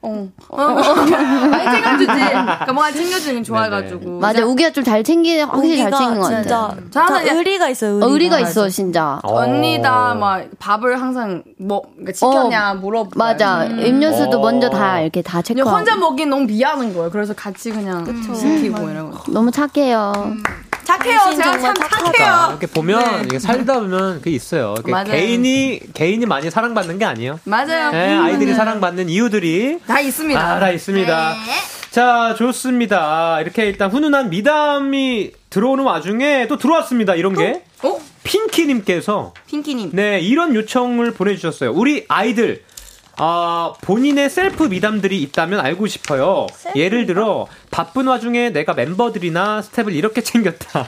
[SPEAKER 6] 어, 어. 어. 많이 챙겨주지. 그러니까 뭔가 챙겨주는 건 좋아해가지고.
[SPEAKER 9] 맞아, 우기가 좀 잘 챙기, 확실히 잘 챙긴 것 같아.
[SPEAKER 5] 진짜 다 의리가 있어요.
[SPEAKER 9] 어,
[SPEAKER 5] 의리가,
[SPEAKER 9] 의리가 있어, 진짜.
[SPEAKER 6] 언니다 뭐, 막 밥을 항상 뭐 그러니까 지켰냐 물어보고
[SPEAKER 9] 맞아. 음료수도
[SPEAKER 3] 어.
[SPEAKER 9] 먼저 다 이렇게 다 체크하고.
[SPEAKER 6] 혼자 먹긴 너무 미안한 거예요. 그래서 같이 그냥 음. 시키고 이러고
[SPEAKER 9] 너무 착해요.
[SPEAKER 6] 착해요. 제가
[SPEAKER 5] 정말
[SPEAKER 6] 참 착해요.
[SPEAKER 2] 그러니까
[SPEAKER 6] 네.
[SPEAKER 2] 이렇게 보면 이게 살다 보면 그게 있어요. 이게
[SPEAKER 6] 맞아요.
[SPEAKER 2] 개인이 개인이 많이 사랑받는 게 아니에요.
[SPEAKER 6] 음, 맞아요.
[SPEAKER 2] 네, 아이들이 사랑받는 이유들이
[SPEAKER 6] 다 있습니다. 네.
[SPEAKER 2] 알아 있습니다. 자, 좋습니다. 이렇게 일단 훈훈한 미담이 들어오는 와중에 또 들어왔습니다. 이런 게
[SPEAKER 6] 어?
[SPEAKER 2] 핑키님께서
[SPEAKER 6] 핑키님.
[SPEAKER 2] 네, 이런 요청을 보내주셨어요. 우리 아이들, 아, 본인의 셀프 미담들이 있다면 알고 싶어요. 예를 들어, 바쁜 와중에 내가 멤버들이나 스텝을 이렇게 챙겼다.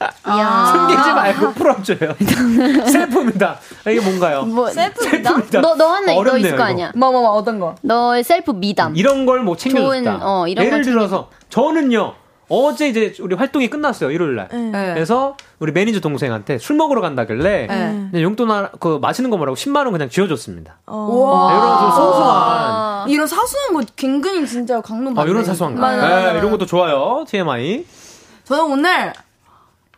[SPEAKER 2] 아,
[SPEAKER 6] 아,
[SPEAKER 9] 아.
[SPEAKER 2] 숨기지 말고 풀어줘요. 셀프 미담. 이게 뭔가요?
[SPEAKER 5] 셀프
[SPEAKER 2] 셀프 미담.
[SPEAKER 9] 뭐, 너, 너 하나, 너
[SPEAKER 2] 어렵네요,
[SPEAKER 9] 있을 거
[SPEAKER 2] 이거.
[SPEAKER 9] 아니야.
[SPEAKER 6] 뭐 뭐 뭐 어떤 거?
[SPEAKER 9] 너의 셀프 미담.
[SPEAKER 2] 이런 걸 뭐 챙겨줬다.
[SPEAKER 9] 좋은, 어, 이런
[SPEAKER 2] 예를
[SPEAKER 9] 걸
[SPEAKER 2] 들어서, 저는요, 어제 이제 우리 활동이 끝났어요, 일요일 날.
[SPEAKER 6] 네.
[SPEAKER 2] 그래서 우리 매니저 동생한테 술 먹으러 간다길래
[SPEAKER 6] 네.
[SPEAKER 2] 그냥 용돈 하나, 그 맛있는 거 뭐라고 10만 원 그냥 쥐어줬습니다.
[SPEAKER 9] 아.
[SPEAKER 6] 우와.
[SPEAKER 2] 이런 좀 소소한
[SPEAKER 6] 이런 사소한 거 은근히 진짜 강릉
[SPEAKER 2] 아, 이런
[SPEAKER 6] 맞네.
[SPEAKER 2] 사소한 거.
[SPEAKER 6] 맞아,
[SPEAKER 2] 예,
[SPEAKER 6] 맞아, 맞아.
[SPEAKER 2] 이런 것도 좋아요. TMI.
[SPEAKER 6] 저는 오늘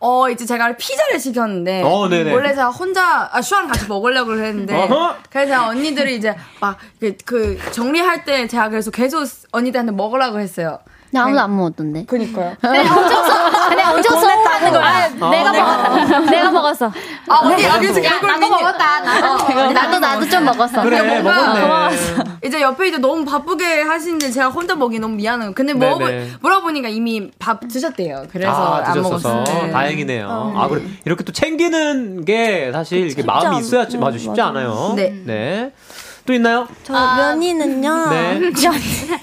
[SPEAKER 6] 어 이제 제가 피자를 시켰는데
[SPEAKER 2] 어, 네네.
[SPEAKER 6] 원래 제가 혼자 아 슈랑 같이 먹으려고 했는데
[SPEAKER 2] 어허.
[SPEAKER 6] 그래서 제가 언니들이 이제 막 그 정리할 때 제가 그래서 계속 언니들한테 먹으라고 했어요.
[SPEAKER 9] 나 아무도 안 먹었던데.
[SPEAKER 6] 그니까요.
[SPEAKER 9] 그냥 어쩔 수 없다는 거야. 내가 먹었어. 내가 먹었어.
[SPEAKER 6] 아 언니 어, 아 그래서 얼굴 나도 먹었다.
[SPEAKER 9] 나도, 나도 좀 먹었어.
[SPEAKER 2] 그래,
[SPEAKER 6] 그냥 뭔가
[SPEAKER 2] 먹었네.
[SPEAKER 6] 이제 옆에 이제 너무 바쁘게 하시는데 제가 혼자 먹기 너무 미안해요. 근데
[SPEAKER 2] 네네.
[SPEAKER 6] 뭐 먹어보, 물어보니까 이미 밥 드셨대요. 그래서
[SPEAKER 2] 아,
[SPEAKER 6] 안
[SPEAKER 2] 드셨어서.
[SPEAKER 6] 먹었어요. 네.
[SPEAKER 2] 다행이네요. 아, 그래. 이렇게 또 챙기는 게 사실 이렇게 마음이 있어야 지 맞아, 쉽지 않아요.
[SPEAKER 6] 네.
[SPEAKER 2] 또 있나요?
[SPEAKER 5] 저 어, 면이는요.
[SPEAKER 2] 네.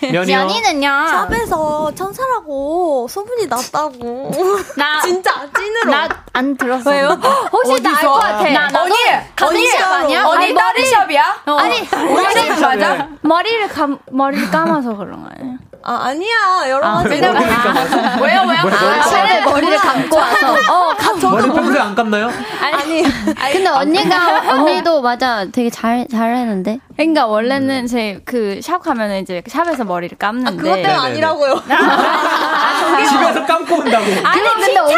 [SPEAKER 2] 면이요.
[SPEAKER 5] 아.
[SPEAKER 7] 연이는요.
[SPEAKER 5] 샵에서 천사라고 소문이 났다고.
[SPEAKER 7] 나
[SPEAKER 5] 진짜 찐으로.
[SPEAKER 7] 나 안 들었어. 왜요? 혹시 나 알
[SPEAKER 6] 어디서?
[SPEAKER 7] 것 같아.
[SPEAKER 6] 나, 나, 언니,
[SPEAKER 7] 가는
[SPEAKER 6] 언니,
[SPEAKER 7] 시합 아니야?
[SPEAKER 6] 언니
[SPEAKER 7] 아니,
[SPEAKER 6] 머리 샵이야? 어.
[SPEAKER 7] 아니,
[SPEAKER 6] 머리 샵 맞아?
[SPEAKER 7] 머리를 감, 머리를 감아서 그런 거 아니에요?
[SPEAKER 5] 아, 아니야. 여러 가지.
[SPEAKER 2] 머리 그러니까 맞아.
[SPEAKER 6] 왜요, 왜요? 아,
[SPEAKER 9] 차라리 머리를 감고 와서. 어,
[SPEAKER 2] 머리 평소에 안 감나요?
[SPEAKER 7] 아니.
[SPEAKER 9] 근데 어. 언니가, 언니도 맞아. 되게 잘, 잘 했는데.
[SPEAKER 7] 그러니까 원래는 제 그 샵 가면은 이제 샵에서 머리를 감는데.
[SPEAKER 5] 아,
[SPEAKER 7] 네.
[SPEAKER 5] 그것
[SPEAKER 2] 네.
[SPEAKER 5] 때문에 아니라고요.
[SPEAKER 2] 집에서 감고 온다고.
[SPEAKER 9] 아니, 근데 언니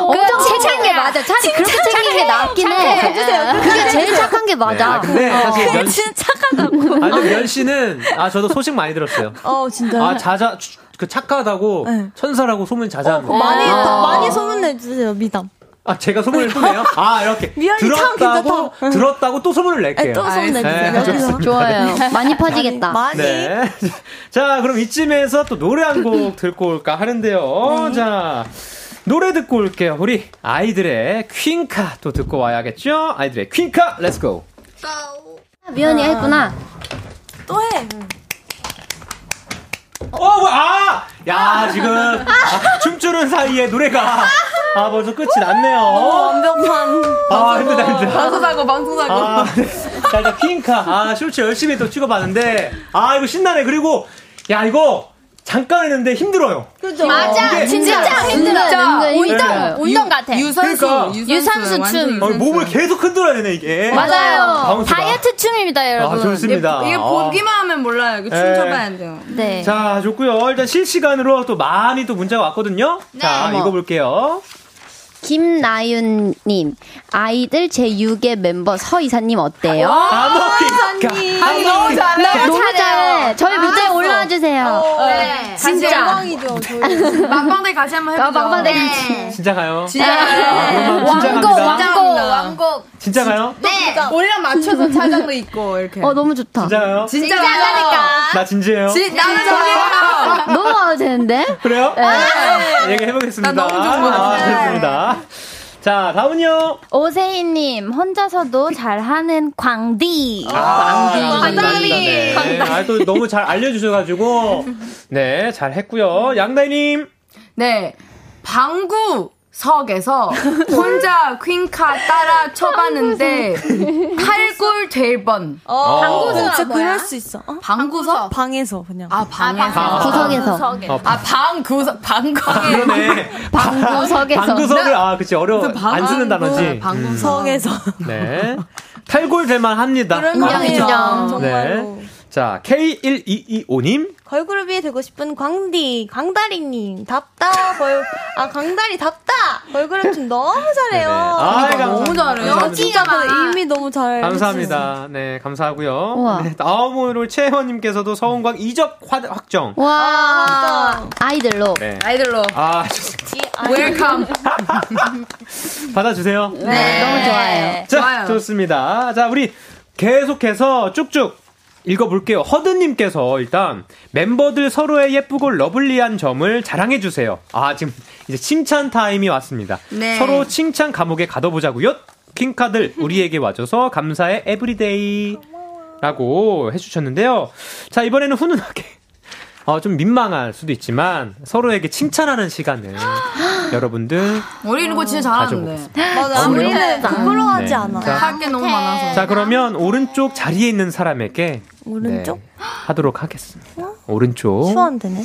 [SPEAKER 9] 엄청 착한 게 맞아. 차라리 그렇게 챙기는 게 낫긴
[SPEAKER 7] 어.
[SPEAKER 9] 해. 그게 제일 착한 게 맞아.
[SPEAKER 2] 네, 근데 사실 면,
[SPEAKER 5] 진짜 착한
[SPEAKER 2] 아, 근데 면 씨는, 아, 저도 소식 많이 들었어요.
[SPEAKER 5] 어, 진짜.
[SPEAKER 2] 아, 자자, 그 착하다고
[SPEAKER 5] 네. 어,
[SPEAKER 2] 천사라고 소문 자자한 거.
[SPEAKER 5] 많이, 더 많이 소문내주세요, 미담.
[SPEAKER 2] 아, 제가 소문을 또 내요? 아, 이렇게.
[SPEAKER 5] 미연이 참
[SPEAKER 2] 들었다고,
[SPEAKER 5] 괜찮다.
[SPEAKER 2] 들었다고 또 소문을 낼게요.
[SPEAKER 5] 아니, 또 소문내주세요.
[SPEAKER 2] 네,
[SPEAKER 5] 여기서.
[SPEAKER 9] 좋아요. 많이 퍼지겠다.
[SPEAKER 5] 많이.
[SPEAKER 2] 네. 자, 그럼 이쯤에서 또 노래 한 곡 듣고 올까 하는데요. 자, 노래 듣고 올게요. 우리 아이들의 퀸카 또 듣고 와야겠죠? 아이들의 퀸카, 렛츠고!
[SPEAKER 9] 미연이가 아. 했구나.
[SPEAKER 5] 또 해.
[SPEAKER 2] 어, 뭐, 아! 야, 지금, 아, 춤추는 사이에 노래가, 아, 벌써 끝이 났네요.
[SPEAKER 5] 완벽한.
[SPEAKER 2] 아, 힘들다, 힘들다.
[SPEAKER 6] 방송사고, 방송사고.
[SPEAKER 2] 아, 네. 자, 일단 퀸카. 아, 쇼츠 열심히 또 찍어봤는데, 아, 이거 신나네. 그리고, 야, 이거, 잠깐 했는데 힘들어요.
[SPEAKER 5] 그죠?
[SPEAKER 7] 맞아.
[SPEAKER 2] 이게-
[SPEAKER 7] 진짜, 힘들어.
[SPEAKER 6] 아,
[SPEAKER 7] 은근
[SPEAKER 9] 진짜 운동,
[SPEAKER 2] 네.
[SPEAKER 7] 힘들어요. 운동 같아.
[SPEAKER 6] 유산수,
[SPEAKER 2] 그러니까.
[SPEAKER 7] 유산수 춤.
[SPEAKER 6] 완전
[SPEAKER 2] 어,
[SPEAKER 6] 유산수.
[SPEAKER 2] 몸을 계속 흔들어야 되네, 이게.
[SPEAKER 7] 맞아요.
[SPEAKER 2] 바운스가.
[SPEAKER 7] 다이어트 춤입니다,
[SPEAKER 2] 아,
[SPEAKER 7] 여러분.
[SPEAKER 2] 좋습니다.
[SPEAKER 6] 이게
[SPEAKER 2] 아.
[SPEAKER 6] 보기만 하면 몰라요. 이거
[SPEAKER 2] 예.
[SPEAKER 6] 춤춰봐야 돼요.
[SPEAKER 7] 네.
[SPEAKER 2] 자, 좋고요. 일단 실시간으로 또 많이 또 문자가 왔거든요. 자,
[SPEAKER 9] 어머.
[SPEAKER 2] 읽어볼게요.
[SPEAKER 9] 김나윤님, 아이들 제6의 멤버 서이사님 어때요?
[SPEAKER 2] 그러니까 감옥이.
[SPEAKER 6] 아니, 너무 잘해.
[SPEAKER 9] 너무 아, 잘해. 저희 무대에 올라와 주세요. 아,
[SPEAKER 7] 네.
[SPEAKER 6] 진짜.
[SPEAKER 5] 대박이죠, 저희.
[SPEAKER 6] 막방대 같이 한번 해보죠.
[SPEAKER 9] 막방대
[SPEAKER 7] 네.
[SPEAKER 2] 진짜 가요.
[SPEAKER 6] 진짜.
[SPEAKER 2] 진짜
[SPEAKER 9] 왕고,
[SPEAKER 2] 갑니다.
[SPEAKER 9] 왕고.
[SPEAKER 7] 왕곡.
[SPEAKER 2] 진짜 가요?
[SPEAKER 7] 네.
[SPEAKER 6] 우리랑 맞춰서 차장도 있고, 이렇게.
[SPEAKER 9] 어, 너무 좋다.
[SPEAKER 2] 진짜 가요?
[SPEAKER 6] 진짜
[SPEAKER 2] 나 진지해요.
[SPEAKER 6] 진, 나는 진짜.
[SPEAKER 9] 너무 와도 되는데?
[SPEAKER 2] 그래요? 네. 얘기해보겠습니다.
[SPEAKER 6] 나 너무 좋은 것
[SPEAKER 2] 아,
[SPEAKER 6] 같아.
[SPEAKER 2] 좋습니다. 자, 다음은요.
[SPEAKER 7] 오세희님, 혼자서도 잘하는 광디.
[SPEAKER 2] 아. 감사합니다. 네. 아, 또 너무 잘 알려주셔가지고. 네, 잘 했고요. 양다희님.
[SPEAKER 6] 네. 방구석에서 혼자 퀸카 따라 쳐봤는데 탈골 될 뻔.
[SPEAKER 5] 어,
[SPEAKER 2] 어. 방구석.
[SPEAKER 5] 진짜 그럴 수 있어. 어?
[SPEAKER 6] 방구석?
[SPEAKER 5] 방에서 그냥.
[SPEAKER 6] 아, 방에서.
[SPEAKER 9] 구석에서.
[SPEAKER 6] 아, 방구석, 방구석.
[SPEAKER 2] 그러네.
[SPEAKER 9] 방구석에서.
[SPEAKER 2] 방구석을, 아, 그치, 어려워.
[SPEAKER 6] 방구-
[SPEAKER 2] 안 쓰는 단어지.
[SPEAKER 5] 음.
[SPEAKER 6] 방구석.
[SPEAKER 5] 성에서.
[SPEAKER 2] 네. 탈골 될만 합니다.
[SPEAKER 5] 그럴 만해요.
[SPEAKER 9] 인정.
[SPEAKER 5] 아, 정말로.
[SPEAKER 2] 네. 자, K1225님.
[SPEAKER 5] 걸그룹이 되고 싶은 광디, 광다리님, 답다, 벌, 아, 광다리 답다! 걸그룹 춤 너무
[SPEAKER 2] 네,
[SPEAKER 5] 잘해요.
[SPEAKER 2] 아이,
[SPEAKER 5] 그러니까
[SPEAKER 2] 감사합니다.
[SPEAKER 5] 너무 잘해요.
[SPEAKER 2] 감사합니다.
[SPEAKER 5] 진짜 그 이미 너무 잘.
[SPEAKER 2] 감사합니다. 네, 감사하고요.
[SPEAKER 9] 우와.
[SPEAKER 2] 네, 다음으로 최혜원님께서도 서운광 이적 확- 확정.
[SPEAKER 9] 와 아이들로
[SPEAKER 2] 네.
[SPEAKER 6] 아이들로.
[SPEAKER 2] 아,
[SPEAKER 6] 웰컴.
[SPEAKER 2] 받아주세요.
[SPEAKER 6] 네.
[SPEAKER 9] 너무 좋아요.
[SPEAKER 2] 자,
[SPEAKER 6] 좋아요.
[SPEAKER 2] 좋습니다. 자, 우리 계속해서 쭉쭉 읽어볼게요. 허드님께서 일단 멤버들 서로의 예쁘고 러블리한 점을 자랑해주세요. 아, 지금 이제 칭찬 타임이 왔습니다.
[SPEAKER 6] 네.
[SPEAKER 2] 서로 칭찬 감옥에 가둬보자고요. 킹카들 우리에게 와줘서 감사해 에브리데이 라고 해주셨는데요. 자, 이번에는 훈훈하게. 어, 좀 민망할 수도 있지만 서로에게 칭찬하는 시간을 여러분들
[SPEAKER 6] 우리 이런 거 진짜 잘하는데.
[SPEAKER 5] 맞아. 우리는 부끄러워하지
[SPEAKER 2] 네.
[SPEAKER 5] 않아.
[SPEAKER 2] 자,
[SPEAKER 6] 할 게 너무 많아서.
[SPEAKER 2] 자 그러면 오른쪽 자리에 있는 사람에게
[SPEAKER 5] 오른쪽?
[SPEAKER 2] 네, 하도록 하겠습니다.
[SPEAKER 5] 아,
[SPEAKER 2] 오른쪽.
[SPEAKER 5] 수원되네.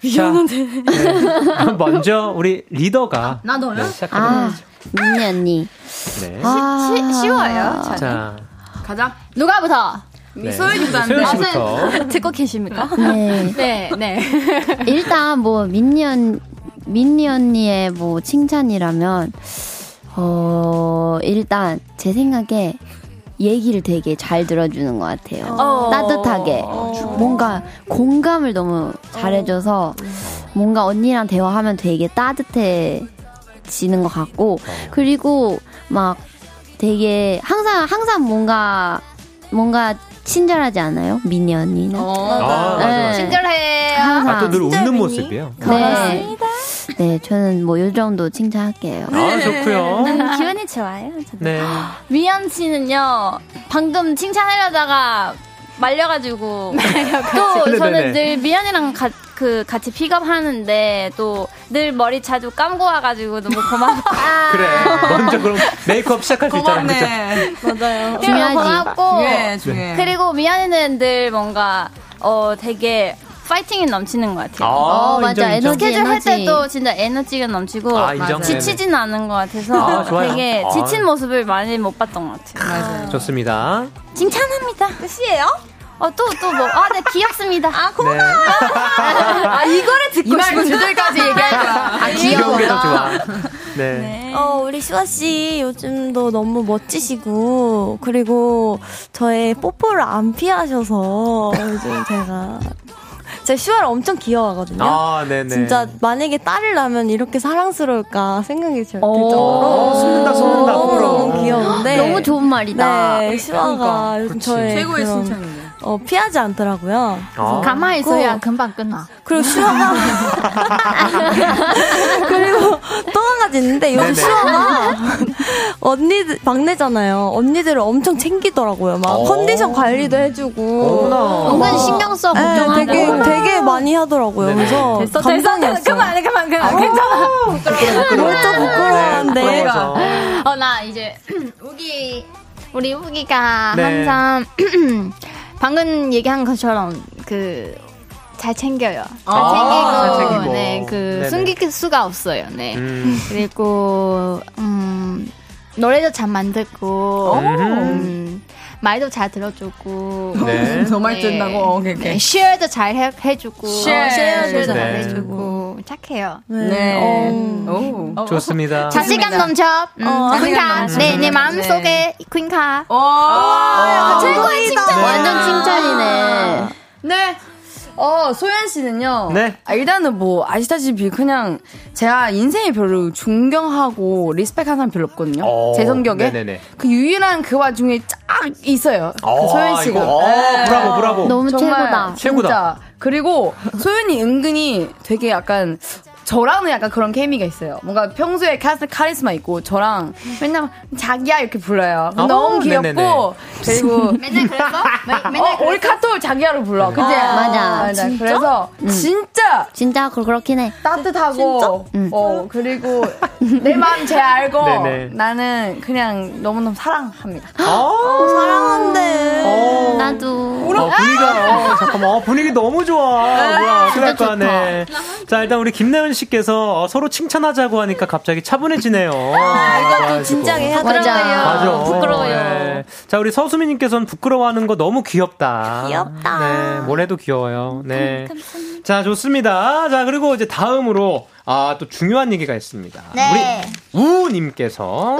[SPEAKER 2] 미안한데. 네. 먼저 우리 리더가
[SPEAKER 6] 나 너요?
[SPEAKER 2] 네, 시작하도록
[SPEAKER 9] 아 민니 언니
[SPEAKER 2] 하겠습니다. 네.
[SPEAKER 9] 아,
[SPEAKER 7] 쉬워요.
[SPEAKER 2] 자
[SPEAKER 6] 가자.
[SPEAKER 7] 누가부터?
[SPEAKER 2] 네.
[SPEAKER 6] 소연이도 안 돼.
[SPEAKER 2] 소연
[SPEAKER 7] 아,
[SPEAKER 2] 씨부터.
[SPEAKER 7] 듣고 계십니까?
[SPEAKER 9] 네
[SPEAKER 7] 네, 네.
[SPEAKER 9] 일단 뭐 민니 언 민니 언니의 뭐 칭찬이라면 어 일단 제 생각에 얘기를 되게 잘 들어주는 것 같아요.
[SPEAKER 6] 어.
[SPEAKER 9] 따뜻하게 뭔가 공감을 너무 잘해줘서 뭔가 언니랑 대화하면 되게 따뜻해지는 것 같고 그리고 막 되게 항상 항상 뭔가 뭔가 친절하지 않아요 민니 언니는
[SPEAKER 6] 어,
[SPEAKER 9] 네,
[SPEAKER 2] 아, 맞아, 맞아.
[SPEAKER 8] 친절해요.
[SPEAKER 9] 항상
[SPEAKER 2] 아, 또늘 웃는
[SPEAKER 5] 진짜
[SPEAKER 2] 모습이에요. 아,
[SPEAKER 9] 네. 네, 저는 뭐 요 정도 칭찬할게요.
[SPEAKER 2] 아 좋고요.
[SPEAKER 7] 저는 기분이 좋아요. 저는.
[SPEAKER 2] 네.
[SPEAKER 7] 미연 씨는요, 방금 칭찬하려다가 말려가지고. 또
[SPEAKER 2] 네네네.
[SPEAKER 7] 저는 늘 미연이랑 가- 그 같이 픽업하는데 또 늘 머리 자주 감고 와가지고 너무 고맙고.
[SPEAKER 2] 그래. 먼저 그럼 메이크업 시작할 수 있잖아. 그죠?
[SPEAKER 6] 고맙네.
[SPEAKER 5] 맞아요.
[SPEAKER 9] 중요하지.
[SPEAKER 7] 고맙고.
[SPEAKER 6] 예, 중요해.
[SPEAKER 7] 네. 그리고 미연이는 늘 뭔가, 어, 되게 파이팅이 넘치는 것 같아요.
[SPEAKER 9] 어, 맞아.
[SPEAKER 2] 인정, 인정.
[SPEAKER 9] 에너지.
[SPEAKER 7] 스케줄 할 때도 진짜 에너지가 넘치고
[SPEAKER 2] 아, 인정.
[SPEAKER 7] 지치진 않은 것 같아서
[SPEAKER 2] 아, 좋아요.
[SPEAKER 7] 되게
[SPEAKER 2] 아.
[SPEAKER 7] 지친 모습을 많이 못 봤던 것 같아요.
[SPEAKER 2] 좋습니다.
[SPEAKER 7] 칭찬합니다. 끝이에요? 어, 또, 또 뭐. 아, 네, 귀엽습니다. 아,
[SPEAKER 2] 네.
[SPEAKER 6] 아, 이거를 듣고 싶은 그들까지 얘기할 거야. 아,
[SPEAKER 2] 귀여운 게더
[SPEAKER 6] 귀여워.
[SPEAKER 2] 좋아. 네.
[SPEAKER 5] 어, 우리 시화씨 요즘도 너무 멋지시고, 그리고 저의 뽀뽀를 안 피하셔서, 요즘 제가. 제가 시화를 엄청 귀여워하거든요.
[SPEAKER 2] 아 네네.
[SPEAKER 5] 진짜 만약에 딸을 낳으면 이렇게 사랑스러울까 생각이 들
[SPEAKER 9] 오.
[SPEAKER 5] 정도로.
[SPEAKER 2] 어, 숨는다 숨는다.
[SPEAKER 5] 너무
[SPEAKER 2] 부러워.
[SPEAKER 5] 너무 귀여운데.
[SPEAKER 9] 너무 좋은 말이다.
[SPEAKER 5] 네, 시화가 요즘 저의
[SPEAKER 6] 최고의
[SPEAKER 5] 그런,
[SPEAKER 6] 칭찬인데.
[SPEAKER 5] 어, 피하지 않더라고요.
[SPEAKER 2] 아.
[SPEAKER 7] 가만히
[SPEAKER 5] 있어야
[SPEAKER 7] 금방 끝나.
[SPEAKER 5] 그리고 시화가 그리고 또 한 가지 있는데 요즘
[SPEAKER 2] 네네.
[SPEAKER 5] 시화가 언니들 막내잖아요. 언니들을 엄청 챙기더라고요. 막
[SPEAKER 2] 어.
[SPEAKER 5] 컨디션 관리도 해주고.
[SPEAKER 2] 어머나.
[SPEAKER 9] 은근 신경 써
[SPEAKER 5] 네,
[SPEAKER 9] 걱정하고.
[SPEAKER 5] 되게 되게 많이 하더라고요.
[SPEAKER 2] 네네.
[SPEAKER 5] 그래서
[SPEAKER 6] 됐어, 됐어, 됐어.
[SPEAKER 5] 감동했어요. 네,
[SPEAKER 6] 그만, 그만, 그만. 괜찮아.
[SPEAKER 5] 뭘또 부끄러워한데.
[SPEAKER 2] 부러워서.
[SPEAKER 8] 어, 나 이제 우기 우리 우기가
[SPEAKER 2] 네.
[SPEAKER 8] 항상 방금 얘기한 것처럼 그 잘 챙겨요. 잘
[SPEAKER 6] 아,
[SPEAKER 8] 챙기고,
[SPEAKER 2] 잘 챙기고.
[SPEAKER 8] 네, 그
[SPEAKER 2] 네네.
[SPEAKER 8] 숨길 수가 없어요. 네.
[SPEAKER 2] 음.
[SPEAKER 8] 그리고 음, 노래도 잘 만들고 음, 말도 잘 들어주고
[SPEAKER 2] 네.
[SPEAKER 6] 정말 뜬다고? 어, 오케이, 오케이.
[SPEAKER 8] 네, 쉐어도 잘 해, 해주고
[SPEAKER 6] 쉐어.
[SPEAKER 8] 쉐어도 잘
[SPEAKER 2] 네.
[SPEAKER 8] 해주고 착해요.
[SPEAKER 6] 네.
[SPEAKER 5] 어.
[SPEAKER 6] 오.
[SPEAKER 7] 아,
[SPEAKER 2] 좋습니다.
[SPEAKER 8] 자신감 넘쳐. 음,
[SPEAKER 7] 어,
[SPEAKER 8] 퀸카. 네, 내 마음속에 퀸카.
[SPEAKER 7] 아. 어,
[SPEAKER 6] 와,
[SPEAKER 8] 최고의 칭찬.
[SPEAKER 9] 완전 칭찬이네.
[SPEAKER 6] 네. 어, 소연 씨는요.
[SPEAKER 2] 네.
[SPEAKER 6] 아, 일단은 뭐, 아시다시피 그냥 제가 인생에 별로 존경하고 리스펙하는 사람 별로 없거든요.
[SPEAKER 2] 어,
[SPEAKER 6] 제 성격에.
[SPEAKER 2] 네네네.
[SPEAKER 6] 그 유일한 그 와중에 쫙 있어요.
[SPEAKER 2] 어,
[SPEAKER 6] 그 소연 씨가.
[SPEAKER 2] 이거, 어,
[SPEAKER 6] 네.
[SPEAKER 2] 브라보, 브라보.
[SPEAKER 9] 너무
[SPEAKER 6] 정말
[SPEAKER 9] 최고다.
[SPEAKER 2] 최고다.
[SPEAKER 6] 진짜. 그리고 소연이 은근히 되게 약간 저랑은 약간 그런 케미가 있어요. 뭔가 평소에 카- 카리스마 있고 저랑 맨날 자기야 이렇게 불러요.
[SPEAKER 2] 어,
[SPEAKER 6] 너무 귀엽고
[SPEAKER 2] 네네네.
[SPEAKER 6] 그리고
[SPEAKER 8] 맨날 그랬어? 맨- 맨날
[SPEAKER 6] 어, 우리 카톡 자기야로 불러. 그지?
[SPEAKER 9] 맞아. 음.
[SPEAKER 6] 그래서 진짜
[SPEAKER 9] 진짜 그- 그렇긴 해.
[SPEAKER 6] 따뜻하고
[SPEAKER 9] 음.
[SPEAKER 6] 어 그리고 내 마음 잘 알고
[SPEAKER 2] 네네.
[SPEAKER 6] 나는 그냥 너무너무 아, 사랑합니다.
[SPEAKER 2] 어,
[SPEAKER 5] 사랑한데.
[SPEAKER 2] 어,
[SPEAKER 9] 나도.
[SPEAKER 2] 어, 분위기가, 어, 잠깐만, 어, 분위기 너무 좋아. 뭐야, 어떡할 거 하네. 네. 자, 일단 우리 김나연 씨께서 어, 서로 칭찬하자고 하니까 갑자기 차분해지네요. 아,
[SPEAKER 5] 이것도 진작해야 돼요.
[SPEAKER 2] 맞아.
[SPEAKER 5] 부끄러워요.
[SPEAKER 2] 네. 자, 우리 서수민님께서는 부끄러워하는 거 너무 귀엽다. 귀엽다. 네, 뭘 해도 귀여워요. 네. 자, 좋습니다. 자, 그리고 이제 다음으로, 아, 또 중요한 얘기가 있습니다.
[SPEAKER 8] 네.
[SPEAKER 2] 우리 우님께서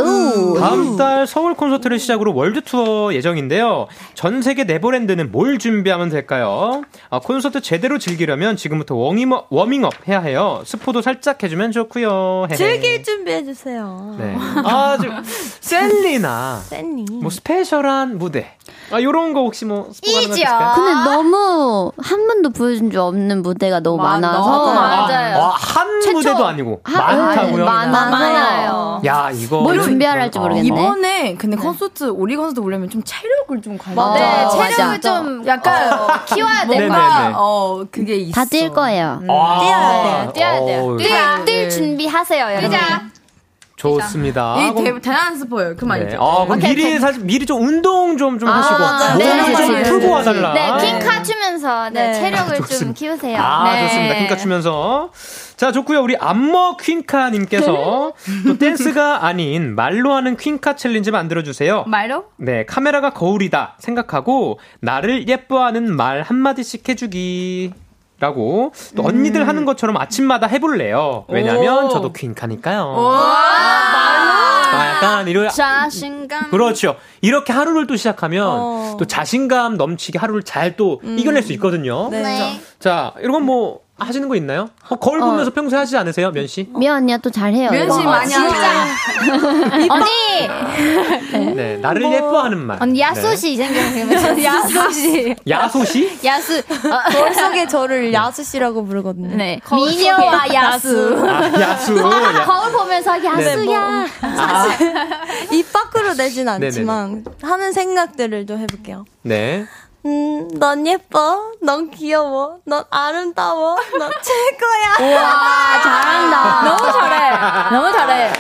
[SPEAKER 2] 다음 달 서울 콘서트를 시작으로 월드 투어 예정인데요. 전 세계 네버랜드는 뭘 준비하면 될까요? 아, 콘서트 제대로 즐기려면 지금부터 워밍업, 워밍업 해야 해요. 스포도 살짝 해주면 좋고요. 헤헤.
[SPEAKER 5] 즐길 준비해 주세요.
[SPEAKER 2] 네. 아, 지금 셀리나
[SPEAKER 5] 샌니.
[SPEAKER 2] 뭐 스페셜한 무대. 아, 요런 거 혹시 뭐 스포하는 거
[SPEAKER 8] 이지요.
[SPEAKER 2] 있을까요?
[SPEAKER 9] 근데 너무 한 번도 보여준 적 없는 무대가 너무 어, 많아서
[SPEAKER 2] 맞아요. 한 무대도 아니고 많다고요.
[SPEAKER 9] 많-
[SPEAKER 7] 어.
[SPEAKER 9] 많아요.
[SPEAKER 2] 야 이거
[SPEAKER 9] 뭘 준비해야 할지
[SPEAKER 2] 어.
[SPEAKER 9] 모르겠네.
[SPEAKER 6] 아, 이번에 근데 콘서트 우리 콘서트 오려면 좀 체력을 좀 가야
[SPEAKER 9] 맞아.
[SPEAKER 6] 돼.
[SPEAKER 9] 네, 체력을
[SPEAKER 7] 좀
[SPEAKER 6] 약간
[SPEAKER 7] 키워야
[SPEAKER 2] 네, 네, 네.
[SPEAKER 6] 뭔가 어 그게 있어.
[SPEAKER 9] 다 뛸 거예요.
[SPEAKER 2] 아,
[SPEAKER 5] 뛰어야
[SPEAKER 7] 뛰어야 돼요.
[SPEAKER 2] 어우,
[SPEAKER 7] 뛰- 뛸 준비하세요, 여러분.
[SPEAKER 2] 좋습니다.
[SPEAKER 6] 이
[SPEAKER 2] 아, 그럼-
[SPEAKER 6] 대- 대단한 스포예요. 그만
[SPEAKER 2] 네.
[SPEAKER 6] 이제.
[SPEAKER 2] 아, 그럼
[SPEAKER 7] 오케이,
[SPEAKER 2] 미리
[SPEAKER 7] 오케이.
[SPEAKER 2] 사실 미리 좀 운동 좀 좀 하시고 몸을
[SPEAKER 9] 맞아요. 네,
[SPEAKER 2] 좀
[SPEAKER 9] 네,
[SPEAKER 2] 풀고
[SPEAKER 9] 네.
[SPEAKER 2] 와달라.
[SPEAKER 7] 어, 네, 킹카 추면서 네,
[SPEAKER 5] 네.
[SPEAKER 7] 체력을 좀
[SPEAKER 2] 좋습니다.
[SPEAKER 7] 키우세요.
[SPEAKER 2] 아,
[SPEAKER 7] 네.
[SPEAKER 2] 좋습니다. 퀸카 추면서. 자, 좋고요 우리 안머 퀸카님께서 또 댄스가 아닌 말로 하는 퀸카 챌린지 만들어주세요.
[SPEAKER 6] 말로?
[SPEAKER 2] 네, 카메라가 거울이다 생각하고 나를 예뻐하는 말 한마디씩 해주기. 라고 또 언니들 하는 것처럼 아침마다 해볼래요. 왜냐면
[SPEAKER 6] 오.
[SPEAKER 2] 저도 퀸카니까요.
[SPEAKER 6] 와
[SPEAKER 2] 아, 약간 이런
[SPEAKER 6] 자신감.
[SPEAKER 2] 그렇죠. 이렇게 하루를 또 시작하면
[SPEAKER 5] 어.
[SPEAKER 2] 또 자신감 넘치게 하루를 잘 또 이겨낼 수 있거든요.
[SPEAKER 5] 네.
[SPEAKER 2] 자, 이런 건 뭐 하시는 거 있나요? 어, 거울 보면서 평소에 하지 않으세요, 면 씨?
[SPEAKER 9] 미연 언니가 또 잘해요.
[SPEAKER 6] 면심
[SPEAKER 9] 이거.
[SPEAKER 6] 많이 하네.
[SPEAKER 2] 네, 나를 예뻐하는 말.
[SPEAKER 7] 언니 야소시 생각해보세요.
[SPEAKER 5] 야수 씨.
[SPEAKER 2] 네. 야소시?
[SPEAKER 7] 야수. 어,
[SPEAKER 5] 머릿속에 저를 야수 씨라고 부르거든요.
[SPEAKER 7] 네. 미녀와 야수.
[SPEAKER 2] 아, 야수. 네, 뭐. 야.
[SPEAKER 7] 거울 보면서
[SPEAKER 9] 네, 뭐,
[SPEAKER 7] 야수야.
[SPEAKER 5] 아, 입 밖으로 내진
[SPEAKER 2] 네네네.
[SPEAKER 5] 않지만 하는 생각들을 좀 해볼게요.
[SPEAKER 2] 네.
[SPEAKER 5] 음, 넌 예뻐, 넌 귀여워, 넌 아름다워, 넌 최고야.
[SPEAKER 6] 와 잘한다. 너무 잘해. 너무 잘해.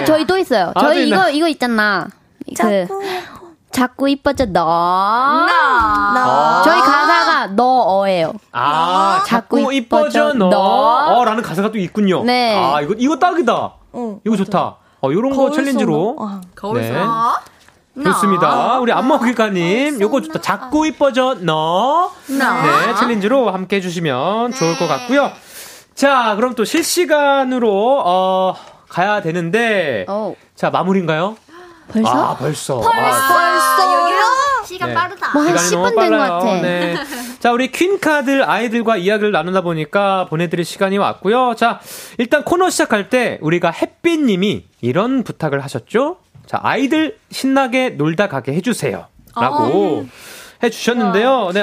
[SPEAKER 9] 어, 저희 또 있어요.
[SPEAKER 2] 아, 또
[SPEAKER 9] 저희
[SPEAKER 2] 있나?
[SPEAKER 9] 이거, 이거 있잖아.
[SPEAKER 5] 자꾸
[SPEAKER 9] 그, 자꾸 이뻐져, 너.
[SPEAKER 5] 나
[SPEAKER 9] 저희 가사가 너어예요.
[SPEAKER 2] 아,
[SPEAKER 9] 자꾸
[SPEAKER 2] 자꾸 이뻐져
[SPEAKER 9] 이뻐져,
[SPEAKER 2] 너.
[SPEAKER 9] 너.
[SPEAKER 2] 어, 라는 가사가 또 있군요.
[SPEAKER 9] 네.
[SPEAKER 2] 아, 이거 이거 딱이다.
[SPEAKER 5] 응,
[SPEAKER 2] 이거 좋다. 어, 요런 거
[SPEAKER 5] 거울
[SPEAKER 2] 챌린지로.
[SPEAKER 5] 속으로. 아.
[SPEAKER 6] 거울
[SPEAKER 2] 네.
[SPEAKER 6] 속.
[SPEAKER 2] 좋습니다. 우리 안목일가님, 요거 좋다. 자꾸 이뻐져, 너. 네, 챌린지로 함께 해주시면 좋을 것 같고요. 자, 그럼 또 실시간으로, 어, 가야 되는데.
[SPEAKER 9] 어,
[SPEAKER 2] 자, 마무리인가요?
[SPEAKER 9] 벌써?
[SPEAKER 2] 아, 벌써. 벌써.
[SPEAKER 4] 시간
[SPEAKER 2] 네.
[SPEAKER 4] 빠르다.
[SPEAKER 9] 뭐 한 10분 된 것 같아.
[SPEAKER 2] 네. 자, 우리 퀸카들 아이들과 이야기를 나누다 보니까 보내드릴 시간이 왔고요. 자, 일단 코너 시작할 때 우리가 햇빛님이 이런 부탁을 하셨죠? 자, 아이들 신나게 놀다 가게 해주세요.
[SPEAKER 9] 어.
[SPEAKER 2] 라고
[SPEAKER 9] 음.
[SPEAKER 2] 해주셨는데요. 네,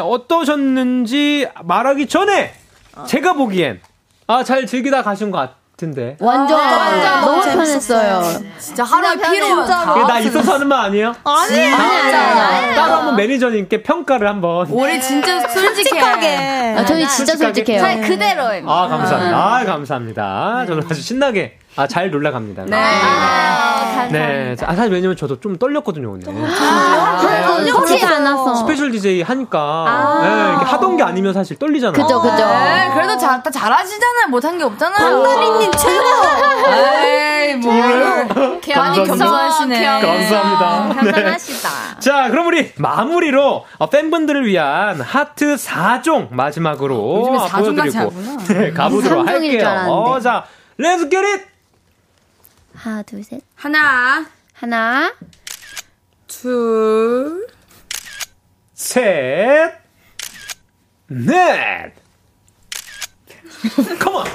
[SPEAKER 2] 어떠셨는지 말하기 전에
[SPEAKER 9] 어.
[SPEAKER 2] 제가 보기엔 아, 잘 즐기다 가신 것 같은데.
[SPEAKER 9] 완전,
[SPEAKER 5] 완전 너무
[SPEAKER 9] 너무 편했어요.
[SPEAKER 6] 진짜 하루에 피로 다
[SPEAKER 2] 그게 나 있어서 하는 말 아니에요?
[SPEAKER 5] 아니에요.
[SPEAKER 2] 따로 한번 매니저님께 평가를 한번.
[SPEAKER 6] 올해 진짜 솔직해.
[SPEAKER 5] 솔직하게.
[SPEAKER 9] 아, 저희 진짜
[SPEAKER 2] 솔직하게.
[SPEAKER 9] 솔직해요.
[SPEAKER 7] 잘 그대로예요.
[SPEAKER 2] 아, 감사합니다. 아, 감사합니다. 저는 아주 신나게. 아, 잘 놀러 갑니다. 네.
[SPEAKER 7] 아,
[SPEAKER 2] 네. 아, 사실 왜냐면 저도 좀 떨렸거든요, 오늘.
[SPEAKER 9] 한번 터지지 않아서.
[SPEAKER 2] 스페셜 DJ 하니까. 네, 이렇게 하던 게 아니면 사실 떨리잖아요.
[SPEAKER 9] 그죠, 그죠.
[SPEAKER 6] 에이, 그래도 잘, 다 잘하시잖아요. 못한 게 없잖아요.
[SPEAKER 5] 님 최고.
[SPEAKER 6] 에이, 뭘. 많이 겸손하시네.
[SPEAKER 2] 감사합니다. 네.
[SPEAKER 7] 감사하시다.
[SPEAKER 2] 자, 그럼 우리 마무리로 어, 팬분들을 위한 하트 4종 마지막으로
[SPEAKER 6] 요즘에
[SPEAKER 2] 아,
[SPEAKER 6] 4종 같이
[SPEAKER 2] 보여드리고
[SPEAKER 6] 하구나.
[SPEAKER 2] 네, 가보도록
[SPEAKER 9] 삼종일
[SPEAKER 2] 할게요.
[SPEAKER 9] 줄 알았는데.
[SPEAKER 2] 어, 자, 렛츠 겟잇!
[SPEAKER 9] 하나, 둘, 셋.
[SPEAKER 6] 하나,
[SPEAKER 9] 하나,
[SPEAKER 6] 둘,
[SPEAKER 2] 셋, 넷. 컴온.